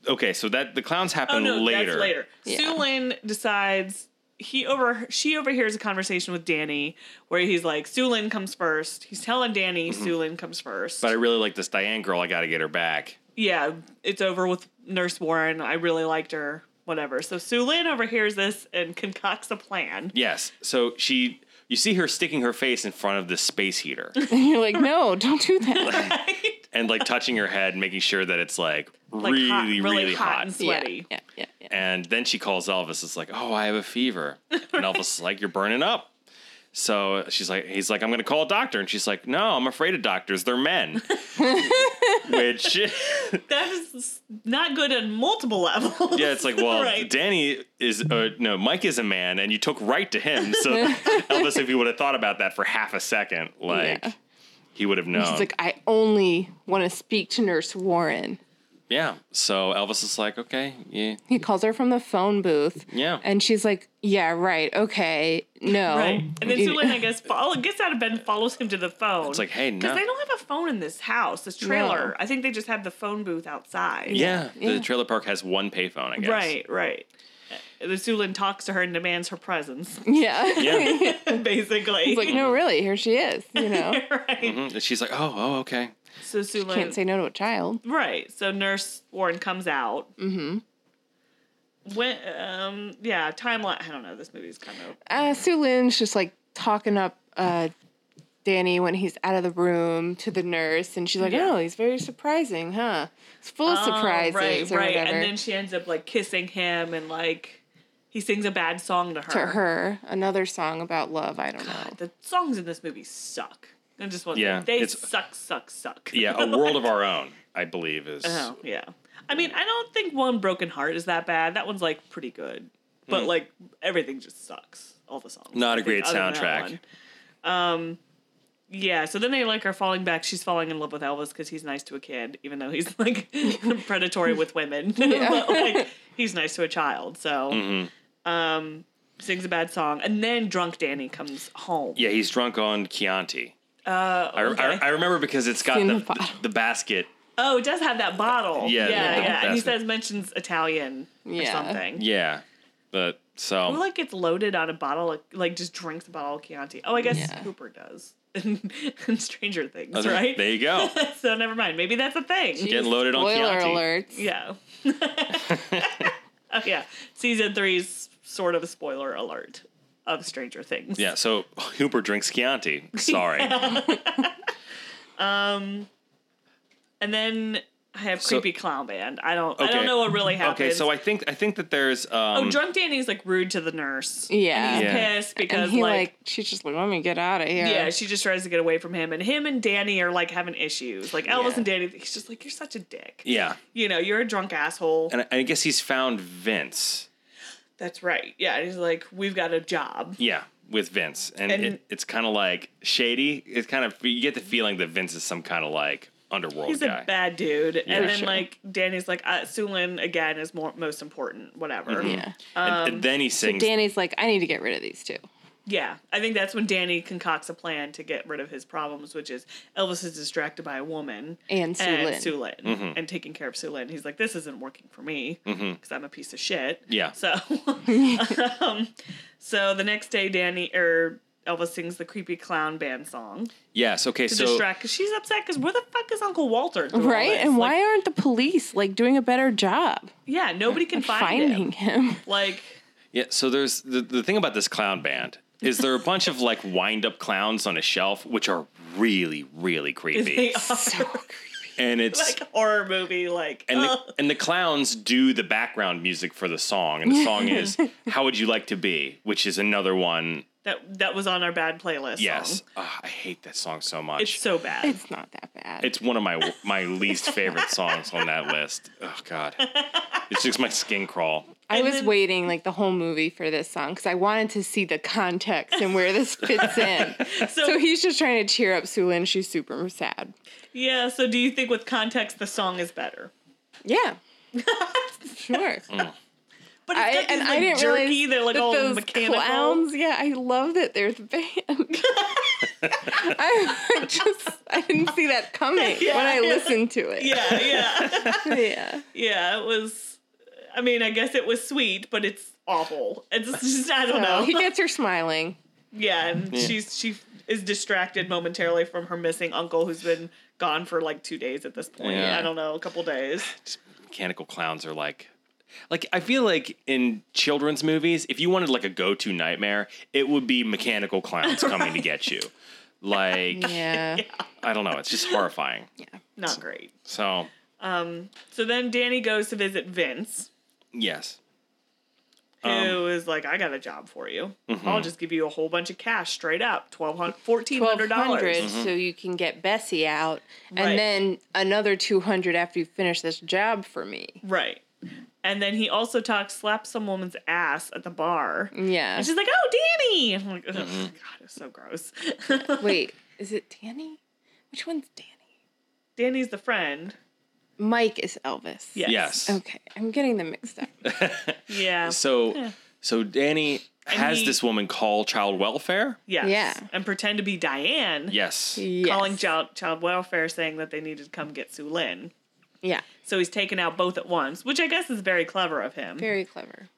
Speaker 4: okay, so that the clowns happen
Speaker 2: Oh no,
Speaker 4: later.
Speaker 2: that's later.
Speaker 3: Yeah.
Speaker 2: Sue Lin decides he over she overhears a conversation with Danny where he's like, Sue Lin comes first. He's telling Danny Sue Lin comes first.
Speaker 4: Mm-hmm. But I really like this Diane girl. I got to get her back.
Speaker 2: yeah, it's over with Nurse Warren. I really liked her. Whatever. So Sue Lin overhears this and concocts a plan.
Speaker 4: Yes. So she, you see her sticking her face in front of the space heater
Speaker 3: And you're like, no, don't do that.
Speaker 4: and like touching her head, making sure that it's like,
Speaker 2: Like
Speaker 4: really,
Speaker 2: hot, really,
Speaker 4: really,
Speaker 2: hot,
Speaker 4: hot.
Speaker 2: and
Speaker 3: yeah,
Speaker 2: sweaty.
Speaker 3: yeah, yeah, yeah.
Speaker 4: And then she calls Elvis. It's like, oh, I have a fever. And Elvis is like, you're burning up. So she's like, he's like, I'm going to call a doctor. And she's like, no, I'm afraid of doctors. They're men. Which,
Speaker 2: That is not good on multiple levels.
Speaker 4: yeah, it's like, well,
Speaker 2: Right.
Speaker 4: Danny is, uh, no, Mike is a man and you took right to him. So Elvis, if he would have thought about that for half a second, like,
Speaker 3: Yeah.
Speaker 4: he would have known.
Speaker 3: She's like, I only want to speak to Nurse Warren.
Speaker 4: Yeah. So Elvis is like, okay, yeah,
Speaker 3: He calls her from the phone booth.
Speaker 4: yeah.
Speaker 3: And she's like, yeah, right, okay, no.
Speaker 2: Right. And then
Speaker 3: You-
Speaker 2: Tulin, I guess, follow, gets out of bed and follows him to the phone.
Speaker 4: it's like, hey, no.
Speaker 2: Because they don't have a phone in this house, this trailer.
Speaker 3: No.
Speaker 2: I think they just have the phone booth outside.
Speaker 4: yeah,
Speaker 3: yeah.
Speaker 4: the trailer park has one payphone, I guess.
Speaker 2: Right, right. Uh, The Sulin talks to her and demands her presence,
Speaker 3: Yeah.
Speaker 4: Yeah.
Speaker 2: basically.
Speaker 3: He's like, no, really, here she is, you know.
Speaker 2: right.
Speaker 4: Mhm. And she's like, oh, oh, okay.
Speaker 2: So Sulin.
Speaker 3: Mm-hmm. Can't say no to a child.
Speaker 2: Right. So Nurse Warren comes out. Mm
Speaker 3: Mm-hmm.
Speaker 2: hmm. When, um, yeah, time lapse. I don't know. This movie's kind of.
Speaker 3: Uh, Sue Lynn's just like talking up uh, Danny when he's out of the room to the nurse, and she's like,
Speaker 2: Yeah.
Speaker 3: "Oh, he's very surprising, huh? He's full of
Speaker 2: Oh,
Speaker 3: Uh, surprises,
Speaker 2: right,
Speaker 3: or
Speaker 2: right.
Speaker 3: whatever."
Speaker 2: And then she ends up like kissing him and like he sings a bad song to her.
Speaker 3: to her, another song about love. I don't know.
Speaker 2: The songs in this movie suck. I just want
Speaker 4: Yeah,
Speaker 2: yeah, they
Speaker 4: it's-
Speaker 2: suck, suck, suck.
Speaker 4: Yeah, a world of our own, I believe is.
Speaker 2: oh, yeah. I mean, I don't think one broken heart is that bad. That one's like pretty good, but like everything just sucks. All the songs.
Speaker 4: Mm-hmm. Not
Speaker 2: a
Speaker 4: a great soundtrack.
Speaker 2: Um, yeah. So then they like are falling back. She's falling in love with Elvis because he's nice to a kid, even though he's like predatory with women. but like he's nice to a child. So,
Speaker 4: Mm-hmm.
Speaker 2: um, sings a bad song, and then drunk Danny comes home.
Speaker 4: Yeah, he's drunk on Chianti.
Speaker 2: Uh,
Speaker 4: I,
Speaker 2: okay.
Speaker 4: I, I remember because it's got
Speaker 3: in
Speaker 4: the,
Speaker 3: the
Speaker 4: the,
Speaker 3: bottle.
Speaker 4: basket.
Speaker 2: Oh, it does have that bottle. Yeah,
Speaker 4: Yeah, the-
Speaker 2: yeah.
Speaker 4: the
Speaker 2: And he
Speaker 4: basket.
Speaker 2: says mentions Italian
Speaker 3: Yeah.
Speaker 2: or something.
Speaker 4: Yeah. But so.
Speaker 2: Who like gets loaded on a bottle, of, like just drinks a bottle of Chianti? Oh, I guess
Speaker 3: Yeah.
Speaker 2: Cooper does. and Stranger Things,
Speaker 4: other-
Speaker 2: right?
Speaker 4: There you go.
Speaker 2: so never mind. Maybe that's a thing.
Speaker 4: Get loaded on
Speaker 3: Spoiler
Speaker 4: Chianti.
Speaker 3: alerts.
Speaker 2: Yeah. oh yeah. Season three's sort of a spoiler alert of Stranger Things.
Speaker 4: Yeah, so Hooper drinks Chianti. Sorry.
Speaker 2: Um, and then I have
Speaker 4: So-
Speaker 2: creepy clown band. I don't. I
Speaker 4: Okay.
Speaker 2: don't know what really happens.
Speaker 4: Okay, so I think I think that there's um
Speaker 2: oh, drunk Danny's like rude to the nurse.
Speaker 3: Yeah.
Speaker 2: he's
Speaker 4: Yeah.
Speaker 2: pissed because
Speaker 3: and he like,
Speaker 2: like
Speaker 3: she's just like, let me get out of here.
Speaker 2: Yeah, she just tries to get away from him, and him and Danny are like having issues. Like Elvis
Speaker 3: Yeah.
Speaker 2: and Danny, he's just like, "You're such a dick.
Speaker 4: yeah,
Speaker 2: You know, you're a drunk asshole."
Speaker 4: and I, I guess he's found Vince.
Speaker 2: That's right. Yeah, he's like, "We've got a job."
Speaker 4: Yeah, with Vince, and,
Speaker 2: And-
Speaker 4: it, it's kind of like shady. It's kind of you get the feeling that Vince is some kind of like underworld
Speaker 2: He's
Speaker 4: guy.
Speaker 2: a bad dude,
Speaker 4: Yeah.
Speaker 2: and then
Speaker 3: Sure.
Speaker 2: like Danny's like, uh, "Sulin again is more most important." Whatever.
Speaker 4: Mm-hmm.
Speaker 3: Yeah.
Speaker 4: and,
Speaker 2: um,
Speaker 4: and then he sings.
Speaker 3: Danny's like, I need to get rid of these two.
Speaker 2: Yeah, I think that's when Danny concocts a plan to get rid of his problems, which is Elvis is distracted by a woman
Speaker 3: And Sue Lin.
Speaker 2: and Sue Lin,
Speaker 4: Mm-hmm.
Speaker 2: and taking care of Sue Lin. He's like, "This isn't working for me because I'm a piece of shit."
Speaker 4: Yeah.
Speaker 2: So, um, so the next day, Danny or Elvis sings the creepy clown band song
Speaker 4: yes. Okay.
Speaker 2: to
Speaker 4: So
Speaker 2: distract because she's upset because where the fuck is Uncle Walter? through all
Speaker 3: Right?
Speaker 2: this?
Speaker 3: and
Speaker 2: Like,
Speaker 3: why aren't the police like doing a better job
Speaker 2: Yeah, nobody can find
Speaker 3: finding
Speaker 2: him.
Speaker 3: him?
Speaker 2: Like,
Speaker 4: yeah. So there's the the thing about this clown band is there are a bunch of like wind up clowns on a shelf, which are really really
Speaker 2: they
Speaker 4: creepy,
Speaker 2: are
Speaker 4: and it's.
Speaker 2: like oh. horror movie. Like, uh,
Speaker 4: and the,
Speaker 2: ugh.
Speaker 4: and the clowns do the background music for the song, and the song is "How Would You Like to Be," which is another one.
Speaker 2: that that was on our bad playlist.
Speaker 4: Yes,
Speaker 2: song.
Speaker 4: Ah, I hate that song so much.
Speaker 2: it's so bad.
Speaker 3: It's not that bad.
Speaker 4: It's one of my my least favorite songs on that list. Oh God, it makes my skin crawl.
Speaker 3: I
Speaker 2: and
Speaker 3: was
Speaker 2: then-
Speaker 3: waiting like the whole movie for this song because I wanted to see the context and where this fits in.
Speaker 2: so,
Speaker 3: so he's just trying to cheer up Sue Lin. She's super sad.
Speaker 2: yeah. So do you think with context the song is better?
Speaker 3: Yeah. sure.
Speaker 2: Mm. But
Speaker 3: I,
Speaker 2: it's got
Speaker 3: and
Speaker 2: these,
Speaker 3: I
Speaker 2: like,
Speaker 3: didn't
Speaker 2: jerky.
Speaker 3: realize
Speaker 2: They're like
Speaker 3: that
Speaker 2: all
Speaker 3: those
Speaker 2: mechanical.
Speaker 3: clowns. Yeah, I love that they're the band. I just I didn't see that coming
Speaker 2: Yeah.
Speaker 3: when I listened to it.
Speaker 2: Yeah, yeah,
Speaker 3: yeah.
Speaker 2: yeah. It was. I mean, I guess it was sweet, but it's awful. It's just I don't
Speaker 3: So
Speaker 2: know.
Speaker 3: he gets her smiling.
Speaker 2: yeah, and she's she is distracted momentarily from her missing uncle, who's been gone for like two days at this point.
Speaker 4: Yeah.
Speaker 2: I don't know, a couple days.
Speaker 4: Just mechanical clowns are like, like I feel like in children's movies, if you wanted like a go to nightmare, it would be mechanical clowns coming to get you. Like
Speaker 3: Yeah.
Speaker 4: I don't know, it's just horrifying.
Speaker 2: Not great.
Speaker 4: So
Speaker 2: So then Danny goes to visit Vince.
Speaker 4: yes,
Speaker 2: who is like, I got a job for you. I'll just give you a whole bunch of cash straight up, $1,400. dollars
Speaker 3: Twelve
Speaker 4: Mm-hmm.
Speaker 3: hundred, so you can get Bessie out,
Speaker 2: Right.
Speaker 3: and then another two hundred after you finish this job for me.
Speaker 2: Right. And then he also talks, slaps some woman's ass at the bar.
Speaker 3: Yeah.
Speaker 2: And she's like, oh, Danny. I'm like, oh, God, it's so gross.
Speaker 3: Wait, is it Danny? Which one's Danny?
Speaker 2: Danny's the friend.
Speaker 3: Mike is Elvis.
Speaker 2: Yes.
Speaker 4: yes.
Speaker 3: Okay, I'm getting them mixed up.
Speaker 2: Yeah.
Speaker 4: So so Danny has
Speaker 2: he-
Speaker 4: this woman call child welfare.
Speaker 2: yes.
Speaker 3: Yeah.
Speaker 2: And pretend to be Diane.
Speaker 4: Yes.
Speaker 3: Yes.
Speaker 2: Calling child, child welfare saying that they needed to come get Sue Lin.
Speaker 3: Yeah.
Speaker 2: So he's taken out both at once, which I guess is very clever of him.
Speaker 3: Very clever.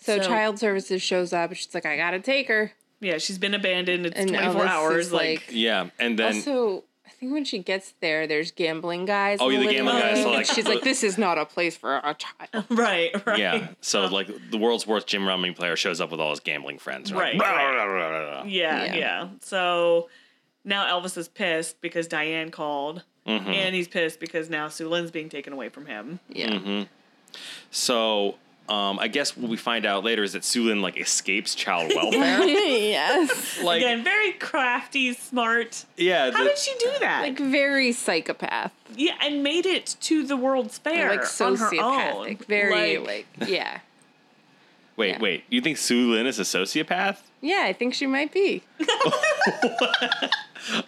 Speaker 3: So,
Speaker 2: So-
Speaker 3: child services shows up. and She's like, I gotta take her.
Speaker 2: Yeah, she's been abandoned. It's
Speaker 3: And
Speaker 2: 24
Speaker 3: Elvis
Speaker 2: hours.
Speaker 3: is
Speaker 2: Like,
Speaker 3: like-
Speaker 4: Yeah, and then
Speaker 3: also, I think when she gets there, there's gambling guys.
Speaker 4: Oh,
Speaker 3: in
Speaker 4: yeah, the
Speaker 3: living
Speaker 4: gambling
Speaker 2: guys,
Speaker 3: room,
Speaker 2: so,
Speaker 3: and
Speaker 4: like-
Speaker 3: she's like, this is not a place for a child.
Speaker 2: right, right.
Speaker 4: Yeah. So like the world's worst Jim Rummy player shows up with all his gambling friends. They're
Speaker 2: Right,
Speaker 4: Like,
Speaker 2: right.
Speaker 4: "Rah, rah, rah, rah, rah."
Speaker 2: Yeah, yeah.
Speaker 3: Yeah.
Speaker 2: So now Elvis is pissed because Diane called,
Speaker 4: Mm-hmm.
Speaker 2: and he's pissed because now Sue Lynn's being taken away from him.
Speaker 3: Yeah.
Speaker 4: Mm-hmm. So um, I guess what we find out later is that Sulin like escapes child welfare.
Speaker 3: yes.
Speaker 4: like
Speaker 2: Again, very crafty, smart.
Speaker 4: yeah,
Speaker 2: How
Speaker 4: the-
Speaker 2: did she do that?
Speaker 3: Like very psychopath.
Speaker 2: yeah, and made it to the World's Fair
Speaker 3: Like
Speaker 2: on her own.
Speaker 3: sociopathic. Very like, yeah.
Speaker 4: wait, wait. You think Sulin is a sociopath?
Speaker 3: Yeah, I think she might be.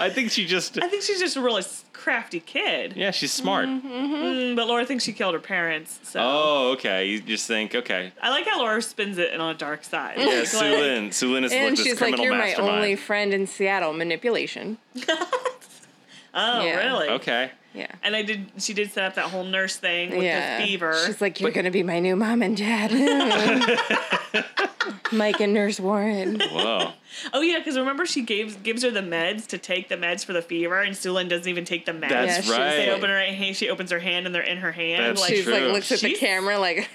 Speaker 4: I think she just
Speaker 2: I think she's just a really s- crafty kid.
Speaker 4: yeah, she's smart.
Speaker 2: Mm, but Laura thinks she killed her parents. So
Speaker 4: Oh, okay. You just think okay.
Speaker 2: I like how Laura spins it and on a dark side.
Speaker 4: Yeah,
Speaker 2: Like, like,
Speaker 4: Sulin. Sulin is like
Speaker 3: And
Speaker 4: this
Speaker 3: she's like,
Speaker 4: criminal
Speaker 3: You're my
Speaker 4: mastermind.
Speaker 3: only friend in Seattle. Manipulation.
Speaker 2: oh,
Speaker 3: Yeah.
Speaker 2: really?
Speaker 4: okay.
Speaker 3: Yeah.
Speaker 2: And I did. She did set up that whole nurse thing with the fever.
Speaker 3: She's like, You're gonna be my new mom and dad. Mike and Nurse Warren.
Speaker 4: Whoa.
Speaker 2: Oh yeah, because remember she gives gives her the meds to take the meds for the fever, and Sulin doesn't even take the meds.
Speaker 4: That's
Speaker 3: she's
Speaker 4: right.
Speaker 2: They
Speaker 3: like-
Speaker 2: open her hand. She opens her hand, and they're in her hand.
Speaker 4: That's
Speaker 2: like
Speaker 3: She's like
Speaker 4: True.
Speaker 3: looks at the
Speaker 2: She's-
Speaker 3: camera like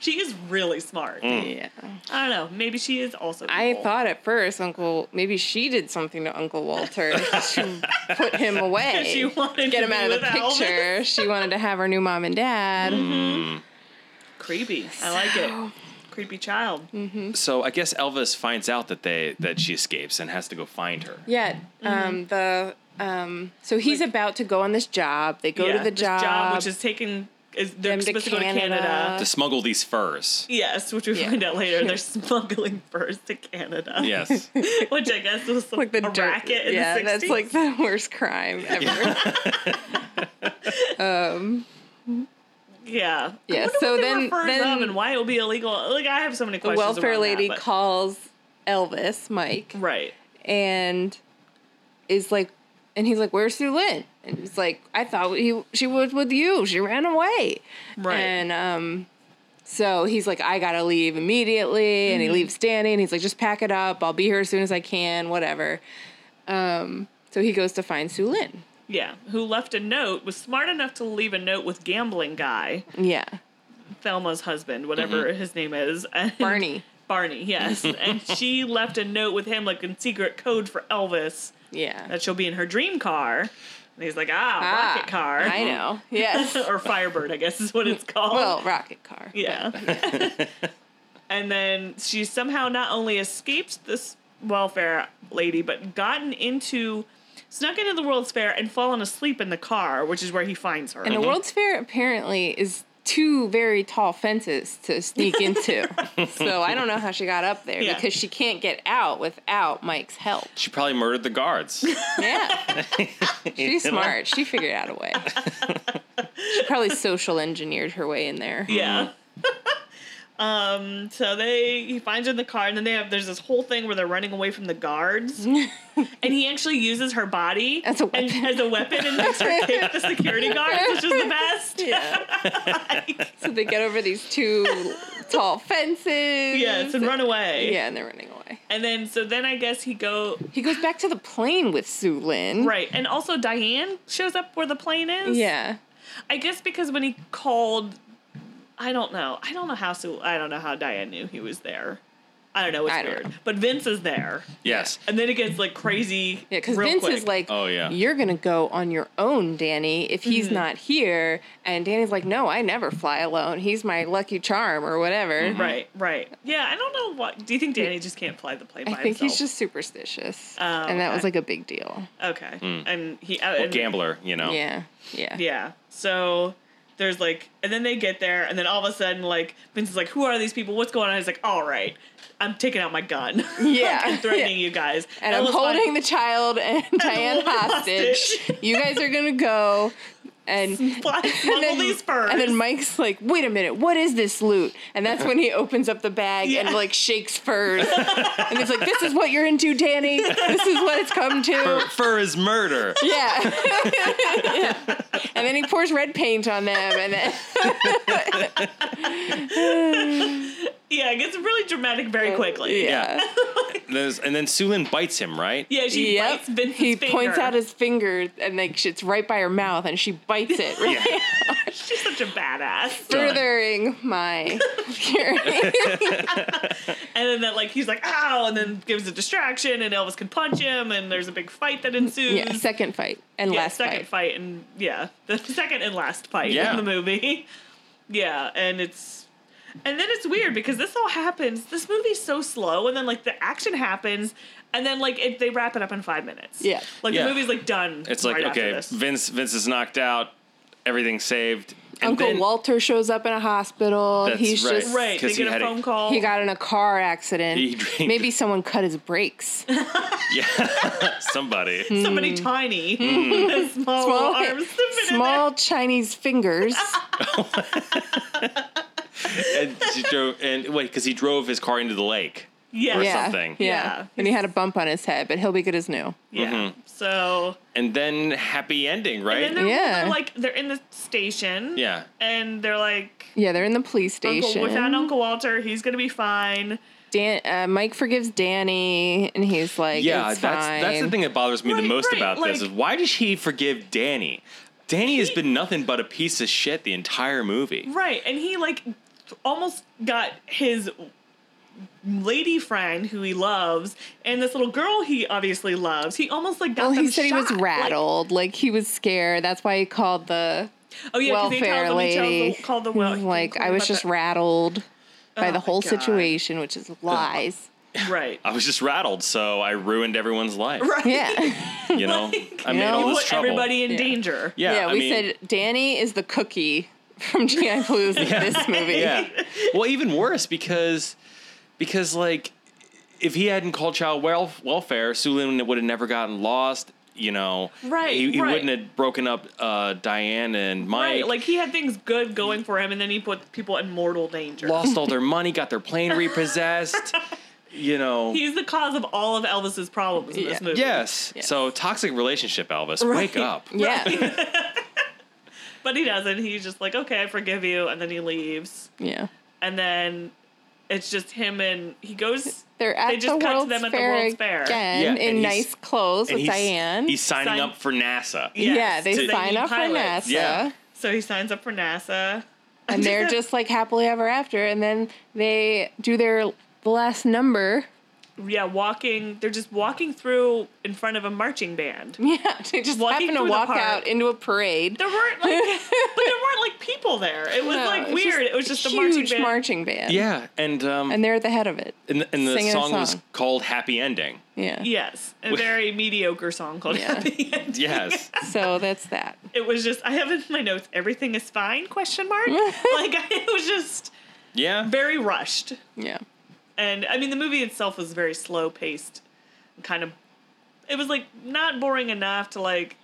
Speaker 2: She is really smart.
Speaker 4: Mm.
Speaker 3: Yeah.
Speaker 2: I don't know. Maybe she is also.
Speaker 3: I
Speaker 2: evil.
Speaker 3: thought at first Uncle maybe she did something to Uncle Walter to put him away.
Speaker 2: She wanted
Speaker 3: get
Speaker 2: to
Speaker 3: him
Speaker 2: be
Speaker 3: out of the
Speaker 2: with Elvis.
Speaker 3: picture. she wanted to have her new mom and dad.
Speaker 2: creepy. I like it. Creepy child.
Speaker 4: So I guess Elvis finds out that they that she escapes and has to go find her.
Speaker 3: Yeah.
Speaker 2: Mm-hmm.
Speaker 3: Um the um so he's about to go on this job. They go
Speaker 2: Yeah,
Speaker 3: to the
Speaker 2: this
Speaker 3: job.
Speaker 2: which is taking. Is, they're
Speaker 3: Them to
Speaker 2: supposed to, go to
Speaker 3: Canada.
Speaker 2: Canada.
Speaker 4: To smuggle these furs.
Speaker 2: Yes, which we
Speaker 3: Yeah.
Speaker 2: find out later. They're smuggling furs to Canada.
Speaker 4: Yes.
Speaker 2: which I guess was
Speaker 3: like the
Speaker 2: a
Speaker 3: dirt.
Speaker 2: racket in
Speaker 3: yeah,
Speaker 2: the 60s.
Speaker 3: that's like the worst crime ever. um
Speaker 2: yeah.
Speaker 3: Yeah,
Speaker 2: I wonder
Speaker 3: so
Speaker 2: what they were
Speaker 3: then-
Speaker 2: furs
Speaker 3: then-
Speaker 2: of and why it would be illegal. Like I have so many
Speaker 3: the
Speaker 2: questions.
Speaker 3: welfare
Speaker 2: around that,
Speaker 3: lady
Speaker 2: but-
Speaker 3: calls Elvis, Mike,
Speaker 2: Right.
Speaker 3: and is like and he's like, Where's Sue Lynn? And he's like, I thought he she was with you. She ran away.
Speaker 2: Right.
Speaker 3: And um, so he's like, I gotta leave immediately,
Speaker 2: Mm-hmm.
Speaker 3: and he leaves standing. he's like, just pack it up. I'll be here as soon as I can. Whatever. Um, so he goes to find Sue Lin.
Speaker 2: yeah. Who left a note was smart enough to leave a note with gambling guy
Speaker 3: Yeah,
Speaker 2: Thelma's husband, whatever his name is, and-
Speaker 3: Mm-hmm. Barney.
Speaker 2: Barney, yes. and she left a note with him, like in secret code for Elvis,
Speaker 3: Yeah.
Speaker 2: that she'll be in her dream car. And he's like, ah,
Speaker 3: Ah,
Speaker 2: rocket car.
Speaker 3: I know. Yes.
Speaker 2: or Firebird, I guess is what it's called.
Speaker 3: well, rocket car.
Speaker 2: yeah. and then she somehow not only escaped this welfare lady, but gotten into, snuck into the World's Fair and fallen asleep in the car, which is where he finds her.
Speaker 3: And the World's Fair apparently is two very tall fences to sneak into. so I don't know how she got up there
Speaker 2: Yeah.
Speaker 3: because she can't get out without Mike's help.
Speaker 4: She probably murdered the guards.
Speaker 3: Yeah. She's smart. She figured out a way. She probably social engineered her way in there.
Speaker 2: Yeah. um. So they he finds her in the car, and then they have there's this whole thing where they're running away from the guards, and he actually uses her body
Speaker 3: As a
Speaker 2: and-
Speaker 3: weapon.
Speaker 2: as a weapon and makes her kick the security guards, which is the best.
Speaker 3: Yeah.
Speaker 2: Like,
Speaker 3: So they get over these two tall fences.
Speaker 2: yes, and run away.
Speaker 3: Yeah, and they're running away.
Speaker 2: And then so then I guess he go
Speaker 3: He goes back to the plane with Sue Lin.
Speaker 2: right, and also Diane shows up where the plane is.
Speaker 3: Yeah.
Speaker 2: I guess because when he called, I don't know. I don't know how. Sue I don't know how Diane knew he was there. I don't know. It's
Speaker 3: I don't
Speaker 2: weird.
Speaker 3: know.
Speaker 2: But Vince is there,
Speaker 4: Yes.
Speaker 2: and then it gets like crazy.
Speaker 3: Yeah, because
Speaker 2: real
Speaker 3: Vince
Speaker 2: quick.
Speaker 3: is like,
Speaker 4: Oh, yeah.
Speaker 3: you're going to go on your own, Danny, if
Speaker 2: Mm-hmm.
Speaker 3: he's not here. And Danny's like, no, I never fly alone. He's my lucky charm or whatever.
Speaker 2: Mm-hmm. right, right. Yeah, I don't know what. Do you think Danny just can't fly the plane
Speaker 3: I
Speaker 2: by
Speaker 3: think
Speaker 2: himself?
Speaker 3: he's just superstitious.
Speaker 2: Oh,
Speaker 3: and that was
Speaker 2: okay.
Speaker 3: like a big deal.
Speaker 2: okay. And he uh,
Speaker 4: Hmm. Well,
Speaker 2: and-
Speaker 4: gambler, you know.
Speaker 3: Yeah. Yeah.
Speaker 2: Yeah. So there's like, and then they get there, and then all of a sudden, like Vince is like, "Who are these people? What's going on?" He's like, "All right, I'm taking out my gun.
Speaker 3: Yeah.
Speaker 2: I'm
Speaker 3: Yeah.
Speaker 2: threatening you guys,
Speaker 3: and I'm
Speaker 2: Ella's like,
Speaker 3: holding the child and Diane
Speaker 2: woman
Speaker 3: hostage.
Speaker 2: hostage.
Speaker 3: you guys are gonna go and and
Speaker 2: Fly, smuggle these furs.
Speaker 3: and then Mike's like, wait a minute, what is this loot? And that's when he opens up the bag and
Speaker 2: Yeah.
Speaker 3: like shakes furs. and he's like, this is what you're into, Danny. This is what it's come to.
Speaker 4: Fur, fur is murder.
Speaker 3: Yeah. Yeah. And then he pours red paint on them and then
Speaker 2: yeah, it gets really dramatic very quickly. Yeah,
Speaker 3: Uh, Yeah.
Speaker 4: There's, and then Sulin bites him, right?
Speaker 2: she
Speaker 3: Yep.
Speaker 2: bites Vince's
Speaker 3: He
Speaker 2: finger.
Speaker 3: points out his finger and like it's right by her mouth and she bites it really
Speaker 4: Yeah.
Speaker 2: She's such a badass.
Speaker 4: Done.
Speaker 3: furthering my theory.
Speaker 2: And then that like he's like ow, and then gives a distraction, and Elvis can punch him, and there's a big fight that ensues.
Speaker 3: yeah, second fight and
Speaker 2: Yeah,
Speaker 3: last
Speaker 2: second
Speaker 3: fight.
Speaker 2: fight. and yeah, the second and last fight
Speaker 4: Yeah.
Speaker 2: in the movie. Yeah, and it's and then it's weird because this all happens. This movie's so slow, and then like the action happens, and then like it, they wrap it up in five minutes.
Speaker 3: Yeah.
Speaker 2: like
Speaker 4: Yeah.
Speaker 2: the movie's like done.
Speaker 4: It's like,
Speaker 2: right after
Speaker 4: okay,
Speaker 2: this.
Speaker 4: Vince Vince is knocked out, everything's saved. And
Speaker 3: Uncle
Speaker 4: then-
Speaker 3: Walter shows up in a hospital.
Speaker 4: That's
Speaker 3: He's
Speaker 4: right.
Speaker 3: just
Speaker 2: right? They
Speaker 4: 'cause he
Speaker 2: get
Speaker 4: had
Speaker 2: a
Speaker 4: a-
Speaker 2: phone call.
Speaker 3: he got in a car accident.
Speaker 4: He drank-
Speaker 3: Maybe someone cut his brakes.
Speaker 4: Yeah. Somebody.
Speaker 2: somebody tiny,
Speaker 4: Mm.
Speaker 2: small,
Speaker 3: Mm. Small,
Speaker 2: arms, fit in
Speaker 3: small Chinese fingers.
Speaker 4: and, she drove, and wait, because he drove his car into the lake.
Speaker 2: there. yeah,
Speaker 4: or
Speaker 3: yeah,
Speaker 4: something.
Speaker 3: yeah.
Speaker 2: Yeah.
Speaker 3: And he had a bump on his head, but he'll be good as new.
Speaker 2: yeah.
Speaker 4: Mm-hmm.
Speaker 2: So
Speaker 4: And then happy ending, right?
Speaker 2: and then they're,
Speaker 3: Yeah.
Speaker 2: they're like they're in the station.
Speaker 4: yeah.
Speaker 2: and they're like.
Speaker 3: Yeah, they're in the police
Speaker 2: Uncle,
Speaker 3: station.
Speaker 2: we found Uncle Walter. He's gonna be fine.
Speaker 3: Dan, uh, Mike forgives Danny, and he's like,
Speaker 4: Yeah,
Speaker 3: it's
Speaker 4: that's
Speaker 3: fine.
Speaker 4: that's the thing that bothers me the
Speaker 2: Right,
Speaker 4: most
Speaker 2: right,
Speaker 4: about this
Speaker 2: like-
Speaker 4: is why did he forgive Danny? Danny has been nothing but a piece of shit the entire movie.
Speaker 2: Right, and he like almost got his lady friend who he loves and this little girl he obviously loves. He almost like got
Speaker 3: Well,
Speaker 2: them
Speaker 3: he said he was
Speaker 2: shot. Like,
Speaker 3: rattled. Like, he was scared. That's why he called the
Speaker 2: oh yeah, 'cause he
Speaker 3: welfare
Speaker 2: tells them, he tells
Speaker 3: lady.
Speaker 2: the, called the
Speaker 3: he
Speaker 2: well.
Speaker 3: was like, I was just rattled by
Speaker 2: Oh
Speaker 3: the
Speaker 2: my
Speaker 3: whole
Speaker 2: God.
Speaker 3: situation, which is lies.
Speaker 2: right.
Speaker 4: I was just rattled, so I ruined everyone's life.
Speaker 2: Right.
Speaker 3: Yeah.
Speaker 4: You know, I made
Speaker 3: You
Speaker 4: all
Speaker 3: know?
Speaker 4: this
Speaker 2: Put
Speaker 4: trouble.
Speaker 2: everybody in
Speaker 3: Yeah.
Speaker 2: danger.
Speaker 4: yeah,
Speaker 3: yeah,
Speaker 4: I
Speaker 3: we
Speaker 4: mean-
Speaker 3: said Danny is the cookie from GI Blues in this movie.
Speaker 4: yeah. Well, even worse because because like if he hadn't called child welf- welfare, Sulin would have never gotten lost. You know,
Speaker 2: Right,
Speaker 4: He, he
Speaker 2: right.
Speaker 4: wouldn't have broken up uh, Diane and Mike.
Speaker 2: Right, like he had things good going for him, and then he put people in mortal danger.
Speaker 4: lost all their money, got their plane repossessed. you know.
Speaker 2: He's the cause of all of Elvis's problems in this
Speaker 3: Yeah.
Speaker 2: movie.
Speaker 4: yes. So toxic relationship, Elvis. Wake
Speaker 2: Right.
Speaker 4: up.
Speaker 3: Yeah.
Speaker 2: But he doesn't. He's just like, okay, I forgive you. And then he leaves.
Speaker 3: yeah.
Speaker 2: And then it's just him and he goes.
Speaker 3: They're at
Speaker 2: They just
Speaker 3: the
Speaker 2: cut to
Speaker 3: World's
Speaker 2: them at the
Speaker 3: Fair
Speaker 2: World's Fair.
Speaker 3: again
Speaker 4: Yeah, and
Speaker 3: in
Speaker 4: he's-
Speaker 3: nice clothes with
Speaker 4: he's,
Speaker 3: Diane.
Speaker 4: he's signing
Speaker 2: Sign-
Speaker 4: up for NASA.
Speaker 2: Yeah.
Speaker 3: yeah,
Speaker 2: yes,
Speaker 3: they
Speaker 2: to- they
Speaker 3: sign
Speaker 2: need
Speaker 3: up for NASA.
Speaker 2: pilots.
Speaker 4: Yeah.
Speaker 2: So he signs up for NASA.
Speaker 3: And they're just like happily ever after. And then they do their the last number.
Speaker 2: Yeah, walking. They're just walking through in front of a marching band.
Speaker 3: Yeah. They just
Speaker 2: Walking
Speaker 3: happen to
Speaker 2: through the
Speaker 3: walk
Speaker 2: park.
Speaker 3: out into a parade.
Speaker 2: There weren't like, but there weren't like people there. It was
Speaker 3: No,
Speaker 2: like
Speaker 3: it's
Speaker 2: weird.
Speaker 3: just
Speaker 2: it was just a
Speaker 3: huge
Speaker 2: marching band.
Speaker 3: marching band.
Speaker 4: Yeah, and um, and,
Speaker 3: And they're at the head of it.
Speaker 4: the, and the
Speaker 3: singing a
Speaker 4: song was
Speaker 3: song.
Speaker 4: called "Happy Ending."
Speaker 3: Yeah.
Speaker 2: yes, a very mediocre song called
Speaker 3: Yeah.
Speaker 2: Happy Ending.
Speaker 4: Yes.
Speaker 3: So that's that.
Speaker 2: It was just I have in my notes everything is fine question mark like it was just
Speaker 4: yeah.
Speaker 2: very rushed
Speaker 3: Yeah.
Speaker 2: and I mean the movie itself was very slow paced, kind of. It was like not boring enough to like,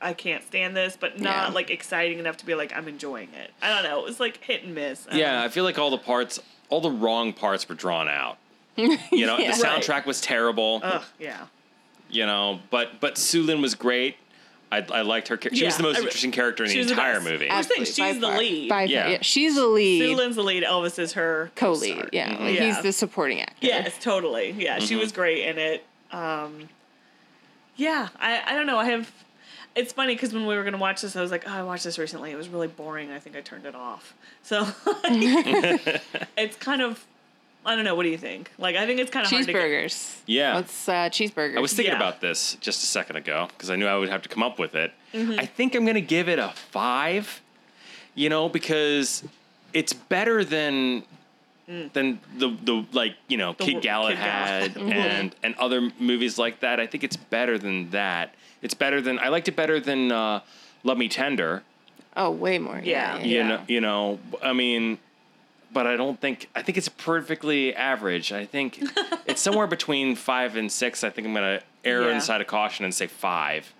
Speaker 2: I can't stand this, but not
Speaker 3: Yeah.
Speaker 2: like exciting enough to be like I'm enjoying it. I don't know. It was like hit and miss. I don't
Speaker 4: Yeah,
Speaker 2: know.
Speaker 4: I feel like all the parts, all the wrong parts were drawn out. You know,
Speaker 3: Yeah.
Speaker 4: the
Speaker 2: Right.
Speaker 4: soundtrack was terrible.
Speaker 2: Ugh. Yeah.
Speaker 4: You know, but but Sulin was great. I, I liked her. char- She was
Speaker 2: Yeah,
Speaker 4: the most
Speaker 2: I re-
Speaker 4: interesting character in
Speaker 2: she
Speaker 4: the
Speaker 2: was the
Speaker 4: entire
Speaker 2: best.
Speaker 4: movie.
Speaker 2: I was saying
Speaker 3: by
Speaker 2: she's the
Speaker 3: far.
Speaker 2: lead.
Speaker 3: By far,
Speaker 4: Yeah.
Speaker 3: yeah. She's the lead.
Speaker 2: Sue Lynn's the lead. Elvis is her
Speaker 3: co-lead.
Speaker 2: co-star.
Speaker 3: Yeah. Like,
Speaker 2: Yeah.
Speaker 3: He's the supporting actor.
Speaker 2: Yes, totally. Yeah, she was great in it. Um, yeah, I, I don't know. I have. It's funny because when we were going to watch this, I was like, oh, I watched this recently. It was really boring. I think I turned it off. So it's kind of. I don't know. What do you think? Like, I think it's kind of hard to get-
Speaker 3: Cheeseburgers.
Speaker 4: Yeah.
Speaker 3: Let's uh, cheeseburgers.
Speaker 4: I was thinking
Speaker 2: Yeah.
Speaker 4: about this just a second ago because I knew I would have to come up with it.
Speaker 2: Mm-hmm.
Speaker 4: I think I'm gonna give it a five. You know, because it's better than than the the like you know
Speaker 2: Mm. The
Speaker 4: Kid
Speaker 2: wor-
Speaker 4: Gallad
Speaker 2: Kid Mm-hmm. Galahad.
Speaker 4: had and and other movies like that. I think it's better than that. It's better than I liked it better than uh, Love Me Tender.
Speaker 3: Oh, way more.
Speaker 2: Yeah.
Speaker 3: Yeah.
Speaker 4: You
Speaker 2: Yeah.
Speaker 4: know, you know. I mean, but I don't think I think it's perfectly average. I think it's somewhere between five and six. I think I'm gonna err
Speaker 2: Yeah.
Speaker 4: on the side of caution and say five.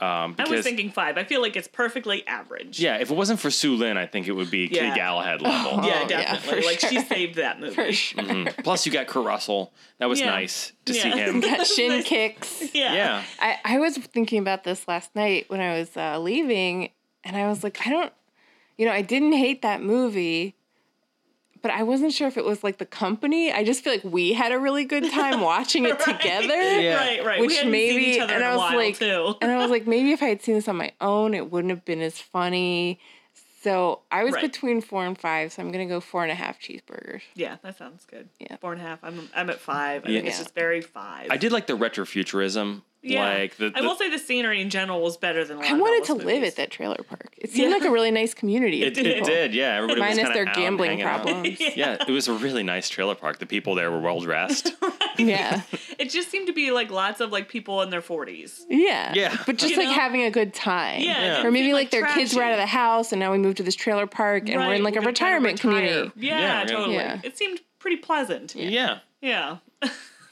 Speaker 4: Um,
Speaker 2: I
Speaker 4: because,
Speaker 2: was thinking five. I feel like it's perfectly average.
Speaker 4: yeah, if it wasn't for Sue Lin, I think it would be
Speaker 2: Yeah.
Speaker 4: Kid Galahad level.
Speaker 3: Oh,
Speaker 2: Yeah,
Speaker 3: yeah,
Speaker 2: definitely.
Speaker 3: for
Speaker 2: like she
Speaker 3: sure.
Speaker 2: saved that movie.
Speaker 3: For sure.
Speaker 4: Mhm. Plus, you got Kurt Russell. That was
Speaker 2: Yeah.
Speaker 4: nice to see
Speaker 2: Yeah.
Speaker 4: him.
Speaker 3: Got shin kicks.
Speaker 2: Yeah.
Speaker 4: Yeah,
Speaker 3: I, I was thinking about this last night when I was uh, leaving, and I was like, I don't, you know, I didn't hate that movie, but I wasn't sure if it was like the company. I just feel like we had a really good time watching it
Speaker 2: Right.
Speaker 3: together.
Speaker 4: Yeah.
Speaker 2: Right, right.
Speaker 3: Which
Speaker 2: we hadn't
Speaker 3: maybe,
Speaker 2: seen each other
Speaker 3: and
Speaker 2: in
Speaker 3: I
Speaker 2: a
Speaker 3: was
Speaker 2: while
Speaker 3: like,
Speaker 2: too.
Speaker 3: and I was like, maybe if I had seen this on my own, it wouldn't have been as funny. So I was
Speaker 2: Right.
Speaker 3: between four and five, so I'm gonna go four and a half cheeseburgers.
Speaker 4: Oh,
Speaker 2: Yeah, that sounds good.
Speaker 3: Yeah.
Speaker 2: Four and a half. I'm I'm at five. I think it's
Speaker 3: Yeah.
Speaker 2: just very five.
Speaker 4: I did like the retrofuturism. Like the,
Speaker 2: I
Speaker 4: the-
Speaker 2: will say the scenery in general was better than. a lot
Speaker 3: I
Speaker 2: of
Speaker 3: wanted
Speaker 2: Elvis
Speaker 3: to live
Speaker 2: movies.
Speaker 3: at that trailer park. It seemed
Speaker 2: Yeah.
Speaker 3: like a really nice community. of
Speaker 4: it, it
Speaker 3: people.
Speaker 4: did. Yeah, everybody was
Speaker 3: Minus
Speaker 4: kinda
Speaker 3: their
Speaker 4: out
Speaker 3: gambling
Speaker 4: hanging out.
Speaker 3: problems.
Speaker 4: Yeah, it was a really nice trailer park. The people there were well dressed.
Speaker 3: yeah.
Speaker 2: It just seemed to be like lots of like people in their forties.
Speaker 3: Yeah.
Speaker 4: Yeah.
Speaker 3: But just
Speaker 2: You
Speaker 3: like
Speaker 2: know?
Speaker 3: having a good time.
Speaker 2: Yeah, it
Speaker 4: Yeah.
Speaker 2: didn't
Speaker 3: Or maybe
Speaker 2: seem,
Speaker 3: like, their kids were out of the
Speaker 2: trashy.
Speaker 3: house and now we moved to this trailer park and we're
Speaker 2: Right,
Speaker 3: in like a
Speaker 2: we're trying to
Speaker 3: retirement
Speaker 2: retire.
Speaker 3: community.
Speaker 2: Yeah,
Speaker 4: Yeah, right.
Speaker 2: totally.
Speaker 3: Yeah.
Speaker 2: It seemed pretty pleasant. Yeah.
Speaker 4: yeah.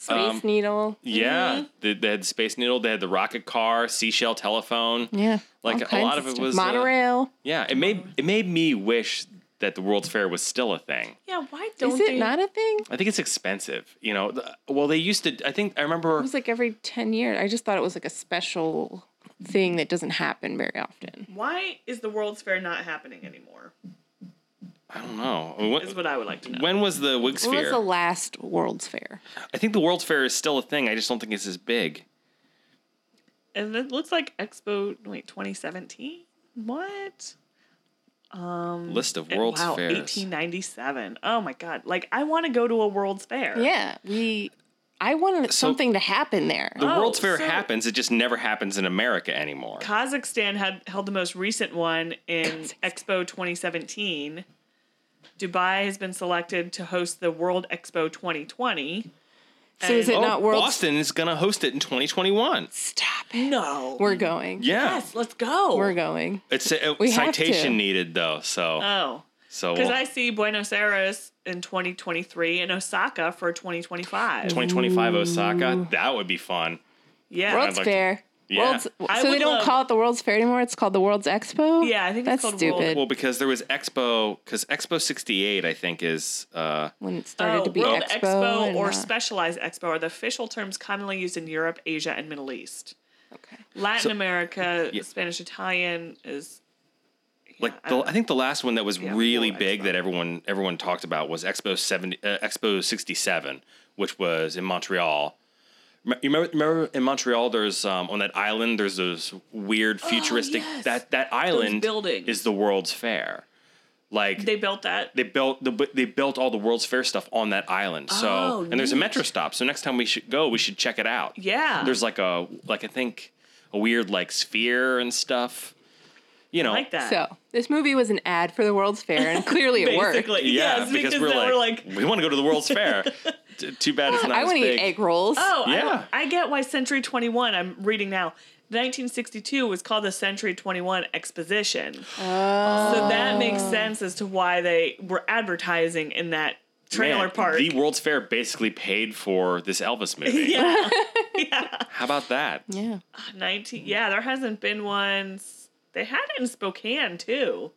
Speaker 3: Space
Speaker 4: Um,
Speaker 3: Needle.
Speaker 4: Yeah,
Speaker 2: Mm-hmm.
Speaker 4: they, they had the Space Needle, they had the rocket car, seashell telephone.
Speaker 3: Yeah.
Speaker 4: Like,
Speaker 3: All
Speaker 4: a
Speaker 3: kinds
Speaker 4: lot of it
Speaker 3: stuff.
Speaker 4: was, uh,
Speaker 3: monorail.
Speaker 4: Yeah, it made it made me wish that the World's Fair was still a thing.
Speaker 2: Yeah. Why don't
Speaker 3: Is it
Speaker 2: they?
Speaker 3: not a thing?
Speaker 4: I think it's expensive, you know. The- Well, they used to. I think I
Speaker 3: It
Speaker 4: remember.
Speaker 3: was like every 10 years. I just thought it was like a special thing that doesn't happen very often.
Speaker 2: why is the World's Fair not happening anymore?
Speaker 4: I don't know.
Speaker 2: Is
Speaker 4: When,
Speaker 2: what I would like to know.
Speaker 4: when was the Wig
Speaker 3: What was
Speaker 4: Sphere?
Speaker 3: the last World's Fair?
Speaker 4: I think the World's Fair is still a thing. I just don't think it's as big.
Speaker 2: and it looks like Expo wait 2017. What?
Speaker 4: List of world's
Speaker 2: wow,
Speaker 4: fairs.
Speaker 2: 1897. Oh my god! Like I want to go to a World's Fair.
Speaker 3: Yeah, we. I wanted something to happen there.
Speaker 4: the
Speaker 2: Oh,
Speaker 4: World's Fair
Speaker 2: so-
Speaker 4: happens. It just never happens in America anymore.
Speaker 2: Kazakhstan had held the most recent one in Expo 2017. Dubai has been selected to host the World Expo 2020.
Speaker 3: So is it
Speaker 4: Oh,
Speaker 3: not world?
Speaker 4: Boston is going to host it in 2021.
Speaker 3: Stop it.
Speaker 2: No.
Speaker 3: We're going.
Speaker 4: Yeah.
Speaker 2: yes, let's go.
Speaker 3: We're going.
Speaker 4: It's a,
Speaker 3: We have to.
Speaker 4: citation needed though. So
Speaker 2: Oh.
Speaker 4: so
Speaker 2: Because
Speaker 4: we'll-
Speaker 2: I see Buenos Aires in 2023 and Osaka for 2025.
Speaker 4: 2025 Osaka, that would be fun.
Speaker 2: yeah.
Speaker 3: World's
Speaker 4: like to-
Speaker 3: Fair.
Speaker 4: Yeah.
Speaker 3: World's,
Speaker 2: I
Speaker 3: so they
Speaker 2: would
Speaker 3: don't
Speaker 2: love-
Speaker 3: call it the World's Fair anymore. It's called the World's Expo.
Speaker 2: Yeah, I think it's
Speaker 3: that's
Speaker 2: called World-
Speaker 3: stupid.
Speaker 4: Well, because there was Expo, because Expo 68, I think, is uh,
Speaker 3: when it started
Speaker 2: Oh,
Speaker 3: to be
Speaker 2: World
Speaker 3: Expo,
Speaker 2: Expo,
Speaker 3: and,
Speaker 2: or
Speaker 3: uh,
Speaker 2: Specialized Expo are the official terms commonly used in Europe, Asia, and Middle East.
Speaker 3: okay.
Speaker 2: Latin
Speaker 4: So-
Speaker 2: America, Spanish, Italian is
Speaker 4: like
Speaker 2: I
Speaker 4: the,
Speaker 2: don't-
Speaker 4: I think the last one that was
Speaker 2: Yeah,
Speaker 4: really
Speaker 2: World
Speaker 4: big
Speaker 2: Expo.
Speaker 4: that everyone everyone talked about was Expo 70, uh, Expo 67, which was in Montreal. Me- You remember, remember in Montreal, there's um, on that island, there's those weird futuristic
Speaker 2: Oh, yes.
Speaker 4: that that island
Speaker 2: buildings.
Speaker 4: is the World's Fair. Like
Speaker 2: they built that.
Speaker 4: they built the they built all the World's Fair stuff on that island. So
Speaker 2: Oh,
Speaker 4: and there's a
Speaker 2: neat.
Speaker 4: metro stop. So next time we should go, we should check it out.
Speaker 2: Yeah.
Speaker 4: There's like a like I think a weird like sphere and stuff. You know.
Speaker 2: I like that.
Speaker 3: So this movie was an ad for the World's Fair, and clearly it worked.
Speaker 2: Basically,
Speaker 4: Yeah,
Speaker 2: yes,
Speaker 4: because, we're,
Speaker 2: then
Speaker 4: like, we want to go to the World's Fair. T- Too bad it's not
Speaker 3: I
Speaker 4: as
Speaker 3: want to
Speaker 4: big.
Speaker 3: eat egg rolls.
Speaker 2: oh, I-
Speaker 4: Yeah.
Speaker 2: I, get why Century 21, I'm reading now, 1962 was called the Century 21 Exposition. So that makes
Speaker 4: Oh.
Speaker 2: sense as to why they were advertising in that trailer
Speaker 4: Man,
Speaker 2: park.
Speaker 4: The World's Fair basically paid for this Elvis movie.
Speaker 2: yeah,
Speaker 4: How about that?
Speaker 3: yeah.
Speaker 2: 19, yeah, there hasn't been one. s- They had it in Spokane too,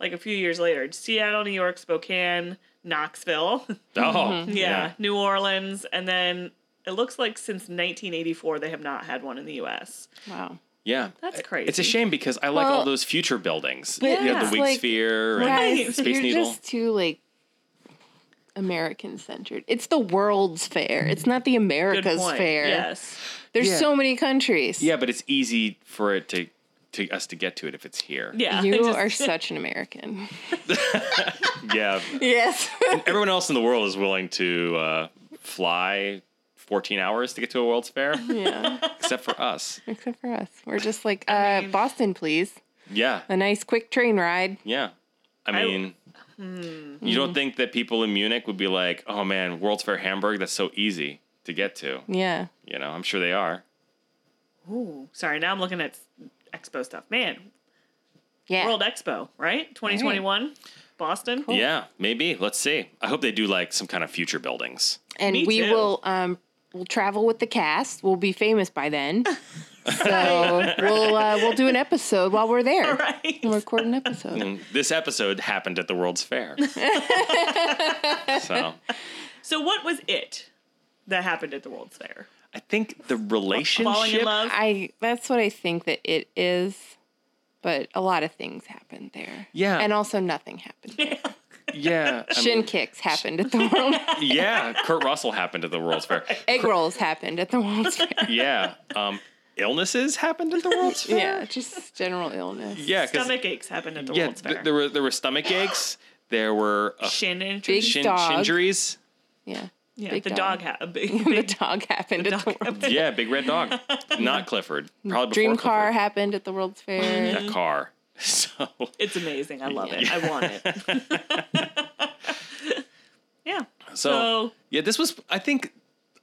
Speaker 2: like a few years later. Seattle, New York, Spokane, Knoxville.
Speaker 4: Oh,
Speaker 2: Yeah, New Orleans, and then it looks like since 1984 they have not had one in the U.S.
Speaker 3: Wow.
Speaker 4: Yeah.
Speaker 2: That's
Speaker 4: It's a
Speaker 2: crazy.
Speaker 4: shame because I like all
Speaker 3: Well-
Speaker 4: those future buildings.
Speaker 3: But
Speaker 4: You have
Speaker 2: it's
Speaker 4: the Weak
Speaker 3: like-
Speaker 4: Sphere and
Speaker 3: Guys,
Speaker 4: Space
Speaker 3: you're
Speaker 4: Needle.
Speaker 3: just too like American centered. It's the World's Fair. It's not the
Speaker 2: Good
Speaker 3: America's
Speaker 2: point.
Speaker 3: Fair.
Speaker 2: Yes.
Speaker 3: There's
Speaker 4: Yeah.
Speaker 3: so many countries.
Speaker 4: Yeah, but it's easy for it to to us to get to it if it's here.
Speaker 2: Yeah.
Speaker 3: You
Speaker 2: Just-
Speaker 3: are such an American.
Speaker 4: Yeah.
Speaker 3: yes.
Speaker 4: Everyone else in the world is willing to uh, fly 14 hours to get to a World's Fair,
Speaker 3: yeah.
Speaker 4: except for us.
Speaker 3: Except for us. We're just like, uh, Boston, please.
Speaker 4: Yeah.
Speaker 3: A nice quick train ride.
Speaker 4: Yeah. I Hmm. mean, you don't think that people in Munich would be like, oh man, World's Fair Hamburg, that's so easy to get to.
Speaker 3: Yeah.
Speaker 4: You know, I'm sure they are.
Speaker 2: Ooh, sorry. Now I'm looking at expo stuff. Man,
Speaker 3: Yeah.
Speaker 2: World Expo, right? 2021, Boston.
Speaker 4: Yeah, maybe. Let's see. I hope they do like some kind of future buildings.
Speaker 3: and
Speaker 2: Me
Speaker 3: we
Speaker 2: too.
Speaker 3: will um we'll travel with the cast. We'll be famous by then. so we'll uh, we'll do an episode while we're there.
Speaker 2: Right.
Speaker 3: We'll record an episode.
Speaker 4: And this episode happened at the World's Fair. so.
Speaker 2: So what was it that happened at the World's Fair?
Speaker 4: I think the
Speaker 2: Falling
Speaker 4: relationship.
Speaker 2: in love.
Speaker 3: I that's what I think that it is. But a lot of things happened there.
Speaker 4: Yeah.
Speaker 3: And also nothing happened.
Speaker 4: Yeah. I
Speaker 3: Shin
Speaker 4: mean,
Speaker 3: kicks happened at the World
Speaker 4: yeah. Kurt Russell happened at the World's Fair.
Speaker 3: Egg rolls happened at the World's Fair.
Speaker 4: Yeah. Um, illnesses happened at the World's Fair.
Speaker 3: Yeah, just general illness.
Speaker 4: Yeah. 'cause-
Speaker 2: Stomach aches happened at the
Speaker 4: yeah.
Speaker 2: World's Fair.
Speaker 4: th- there were there were stomach aches. There were uh,
Speaker 2: Shin injury.
Speaker 3: Big-
Speaker 4: shin
Speaker 3: dog.
Speaker 4: injuries.
Speaker 3: Yeah.
Speaker 2: yeah,
Speaker 3: big
Speaker 2: the dog,
Speaker 3: dog.
Speaker 2: had a big,
Speaker 3: The
Speaker 2: big
Speaker 3: dog happened at the
Speaker 2: dog.
Speaker 3: World's
Speaker 4: Yeah. Big red dog. Not Clifford. Probably before
Speaker 3: Dream car
Speaker 4: Clifford.
Speaker 3: happened at the World's Fair.
Speaker 4: A car. So
Speaker 2: It's amazing. I love it. I want it. yeah.
Speaker 4: so yeah. This was I think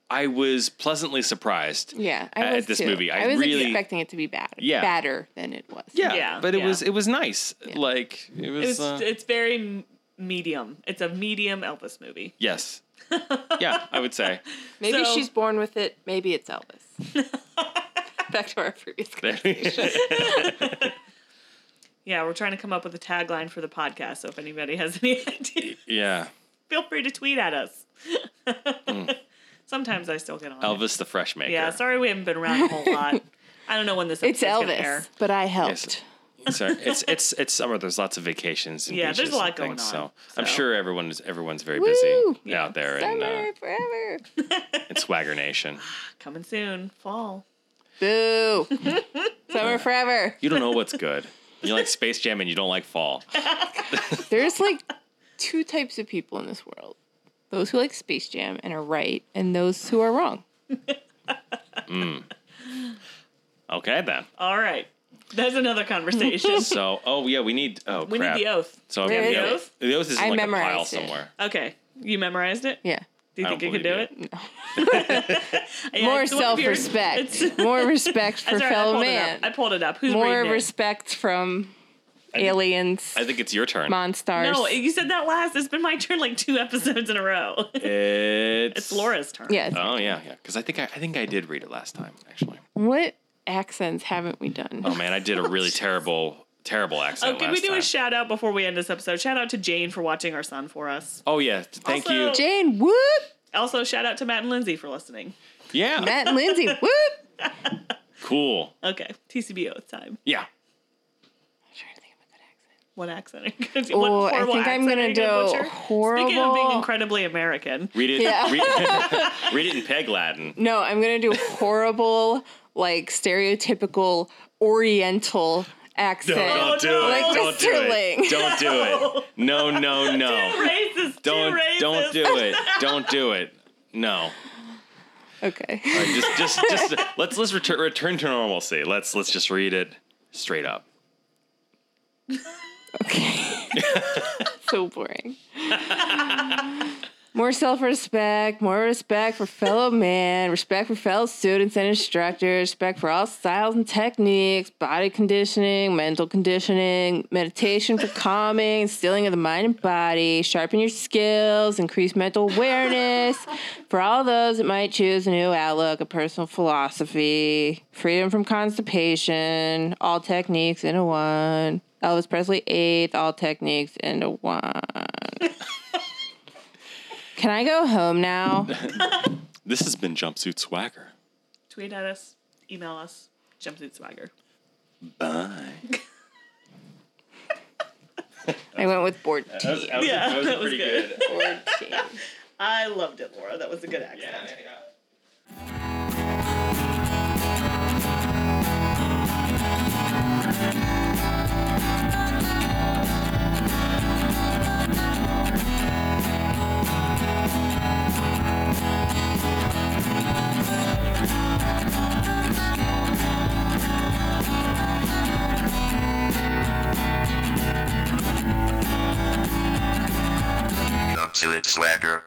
Speaker 4: I was pleasantly surprised.
Speaker 3: Yeah, I
Speaker 4: at
Speaker 3: was
Speaker 4: this
Speaker 3: too.
Speaker 4: movie. I
Speaker 3: was
Speaker 4: really-
Speaker 3: expecting it to be bad,
Speaker 4: Yeah.
Speaker 3: badder than it was.
Speaker 4: Yeah,
Speaker 2: Yeah,
Speaker 4: but it
Speaker 2: yeah.
Speaker 4: was it was nice. Like it was.
Speaker 2: It was,
Speaker 4: uh,
Speaker 2: it's very m- medium. It's a medium Elvis movie.
Speaker 4: yes. yeah, I would say.
Speaker 3: maybe
Speaker 2: So-
Speaker 3: she's born with it. Maybe it's Elvis. Back to our previous.
Speaker 2: Yeah, we're trying to come up with a tagline for the podcast. So if anybody has any ideas,
Speaker 4: yeah.
Speaker 2: feel free to tweet at us. Sometimes I still get on. it.
Speaker 4: Hmm. Elvis the Fresh Maker.
Speaker 2: Yeah, sorry we haven't been around a whole lot. I don't know when this
Speaker 3: It's
Speaker 2: episode's gonna air.
Speaker 3: Elvis, but I helped.
Speaker 4: Yes. Sorry. It's it's it's summer. There's lots of vacations. And
Speaker 2: Yeah, there's a
Speaker 4: beaches and
Speaker 2: lot going
Speaker 4: things,
Speaker 2: on,
Speaker 4: So I'm
Speaker 2: so.
Speaker 4: sure everyone is everyone's very
Speaker 3: Woo!
Speaker 4: busy
Speaker 2: Yeah.
Speaker 4: out there in,
Speaker 3: Summer
Speaker 4: uh,
Speaker 3: forever.
Speaker 4: in Swagger Nation.
Speaker 2: Coming soon, fall.
Speaker 3: Boo. Summer forever.
Speaker 4: You don't know what's good. You like Space Jam and you don't like fall.
Speaker 3: There's like two types of people in this world those who like Space Jam and are right, and those who are wrong.
Speaker 4: Okay then.
Speaker 2: All right. That's another conversation.
Speaker 4: So oh yeah, we need oh
Speaker 2: we
Speaker 4: crap.
Speaker 2: need the oath.
Speaker 4: So
Speaker 3: Where
Speaker 4: the
Speaker 3: is
Speaker 4: oath. The oath is in
Speaker 3: I
Speaker 4: like a pile
Speaker 3: memorized it.
Speaker 4: somewhere.
Speaker 2: Okay. You memorized it?
Speaker 3: Yeah.
Speaker 2: Do you
Speaker 4: I
Speaker 2: think you
Speaker 4: don't
Speaker 2: could do
Speaker 4: believe
Speaker 2: it? Yeah,
Speaker 3: More
Speaker 2: it's the one of
Speaker 3: self
Speaker 2: your- it's-
Speaker 3: respect, more respect for
Speaker 2: That's all right, I
Speaker 3: fellow
Speaker 2: pulled
Speaker 3: man,
Speaker 2: It up. I pulled it up. Who's
Speaker 3: more
Speaker 2: reading it?
Speaker 3: respect from aliens,
Speaker 4: I think it's your turn.
Speaker 3: monsters.
Speaker 2: No, you said that last. It's been my turn like two episodes in a row.
Speaker 4: It's,
Speaker 2: It's Laura's turn.
Speaker 3: yeah.
Speaker 4: Oh yeah, yeah. Because I think I, I think I did read it last time actually.
Speaker 3: What accents haven't we done?
Speaker 4: Oh man, I did a really terrible terrible
Speaker 2: Oh,
Speaker 4: accent.
Speaker 2: could we
Speaker 4: last
Speaker 2: do
Speaker 4: time.
Speaker 2: a shout out before we end this episode? Shout out to Jane for watching our son for us.
Speaker 4: Oh yeah, thank
Speaker 2: Also-
Speaker 4: you.
Speaker 3: Jane, whoop!
Speaker 2: Also, shout out to Matt and Lindsay for listening.
Speaker 4: Yeah,
Speaker 3: Matt and Lindsay, whoop!
Speaker 4: cool.
Speaker 2: Okay, TCB oath time.
Speaker 4: Yeah,
Speaker 3: I'm trying to think of a good accent.
Speaker 2: What accent are you going to do? What
Speaker 3: Oh, I
Speaker 2: horrible
Speaker 3: think I'm
Speaker 2: accent are
Speaker 3: gonna
Speaker 2: you
Speaker 3: do
Speaker 2: butcher? Speaking of being
Speaker 3: horrible.
Speaker 2: incredibly American,
Speaker 4: read it.
Speaker 3: Yeah.
Speaker 4: Read, read it in Peg Latin.
Speaker 3: no, I'm gonna do horrible, like stereotypical Oriental accent.
Speaker 4: Don't do
Speaker 2: no,
Speaker 4: it.
Speaker 2: like
Speaker 4: don't
Speaker 3: Mr.
Speaker 4: do
Speaker 3: Ling.
Speaker 4: it. Don't do it. No, no, no.
Speaker 2: racist,
Speaker 4: Don't
Speaker 2: too racist.
Speaker 4: don't do it. Don't do it. No.
Speaker 3: Okay.
Speaker 4: All right, just just just let's let's return return to normalcy. Let's let's just read it straight up.
Speaker 3: Okay. so boring. More self respect, more respect for fellow man, respect for fellow students and instructors, respect for all styles and techniques, body conditioning, mental conditioning, meditation for calming, stilling of the mind and body, sharpen your skills, increase mental awareness for all those that might choose a new outlook, a personal philosophy, freedom from constipation, all techniques into one. Elvis Presley, eighth, all techniques into one. Can I go home now?
Speaker 4: This has been jumpsuit swagger.
Speaker 2: Tweet at us, email us, jumpsuit swagger.
Speaker 4: Bye.
Speaker 3: I went with board T.
Speaker 2: Yeah, that was that was pretty good.
Speaker 3: Board T.
Speaker 2: I loved it, Laura. That was a good accent.
Speaker 5: Jumpsuit Swagger.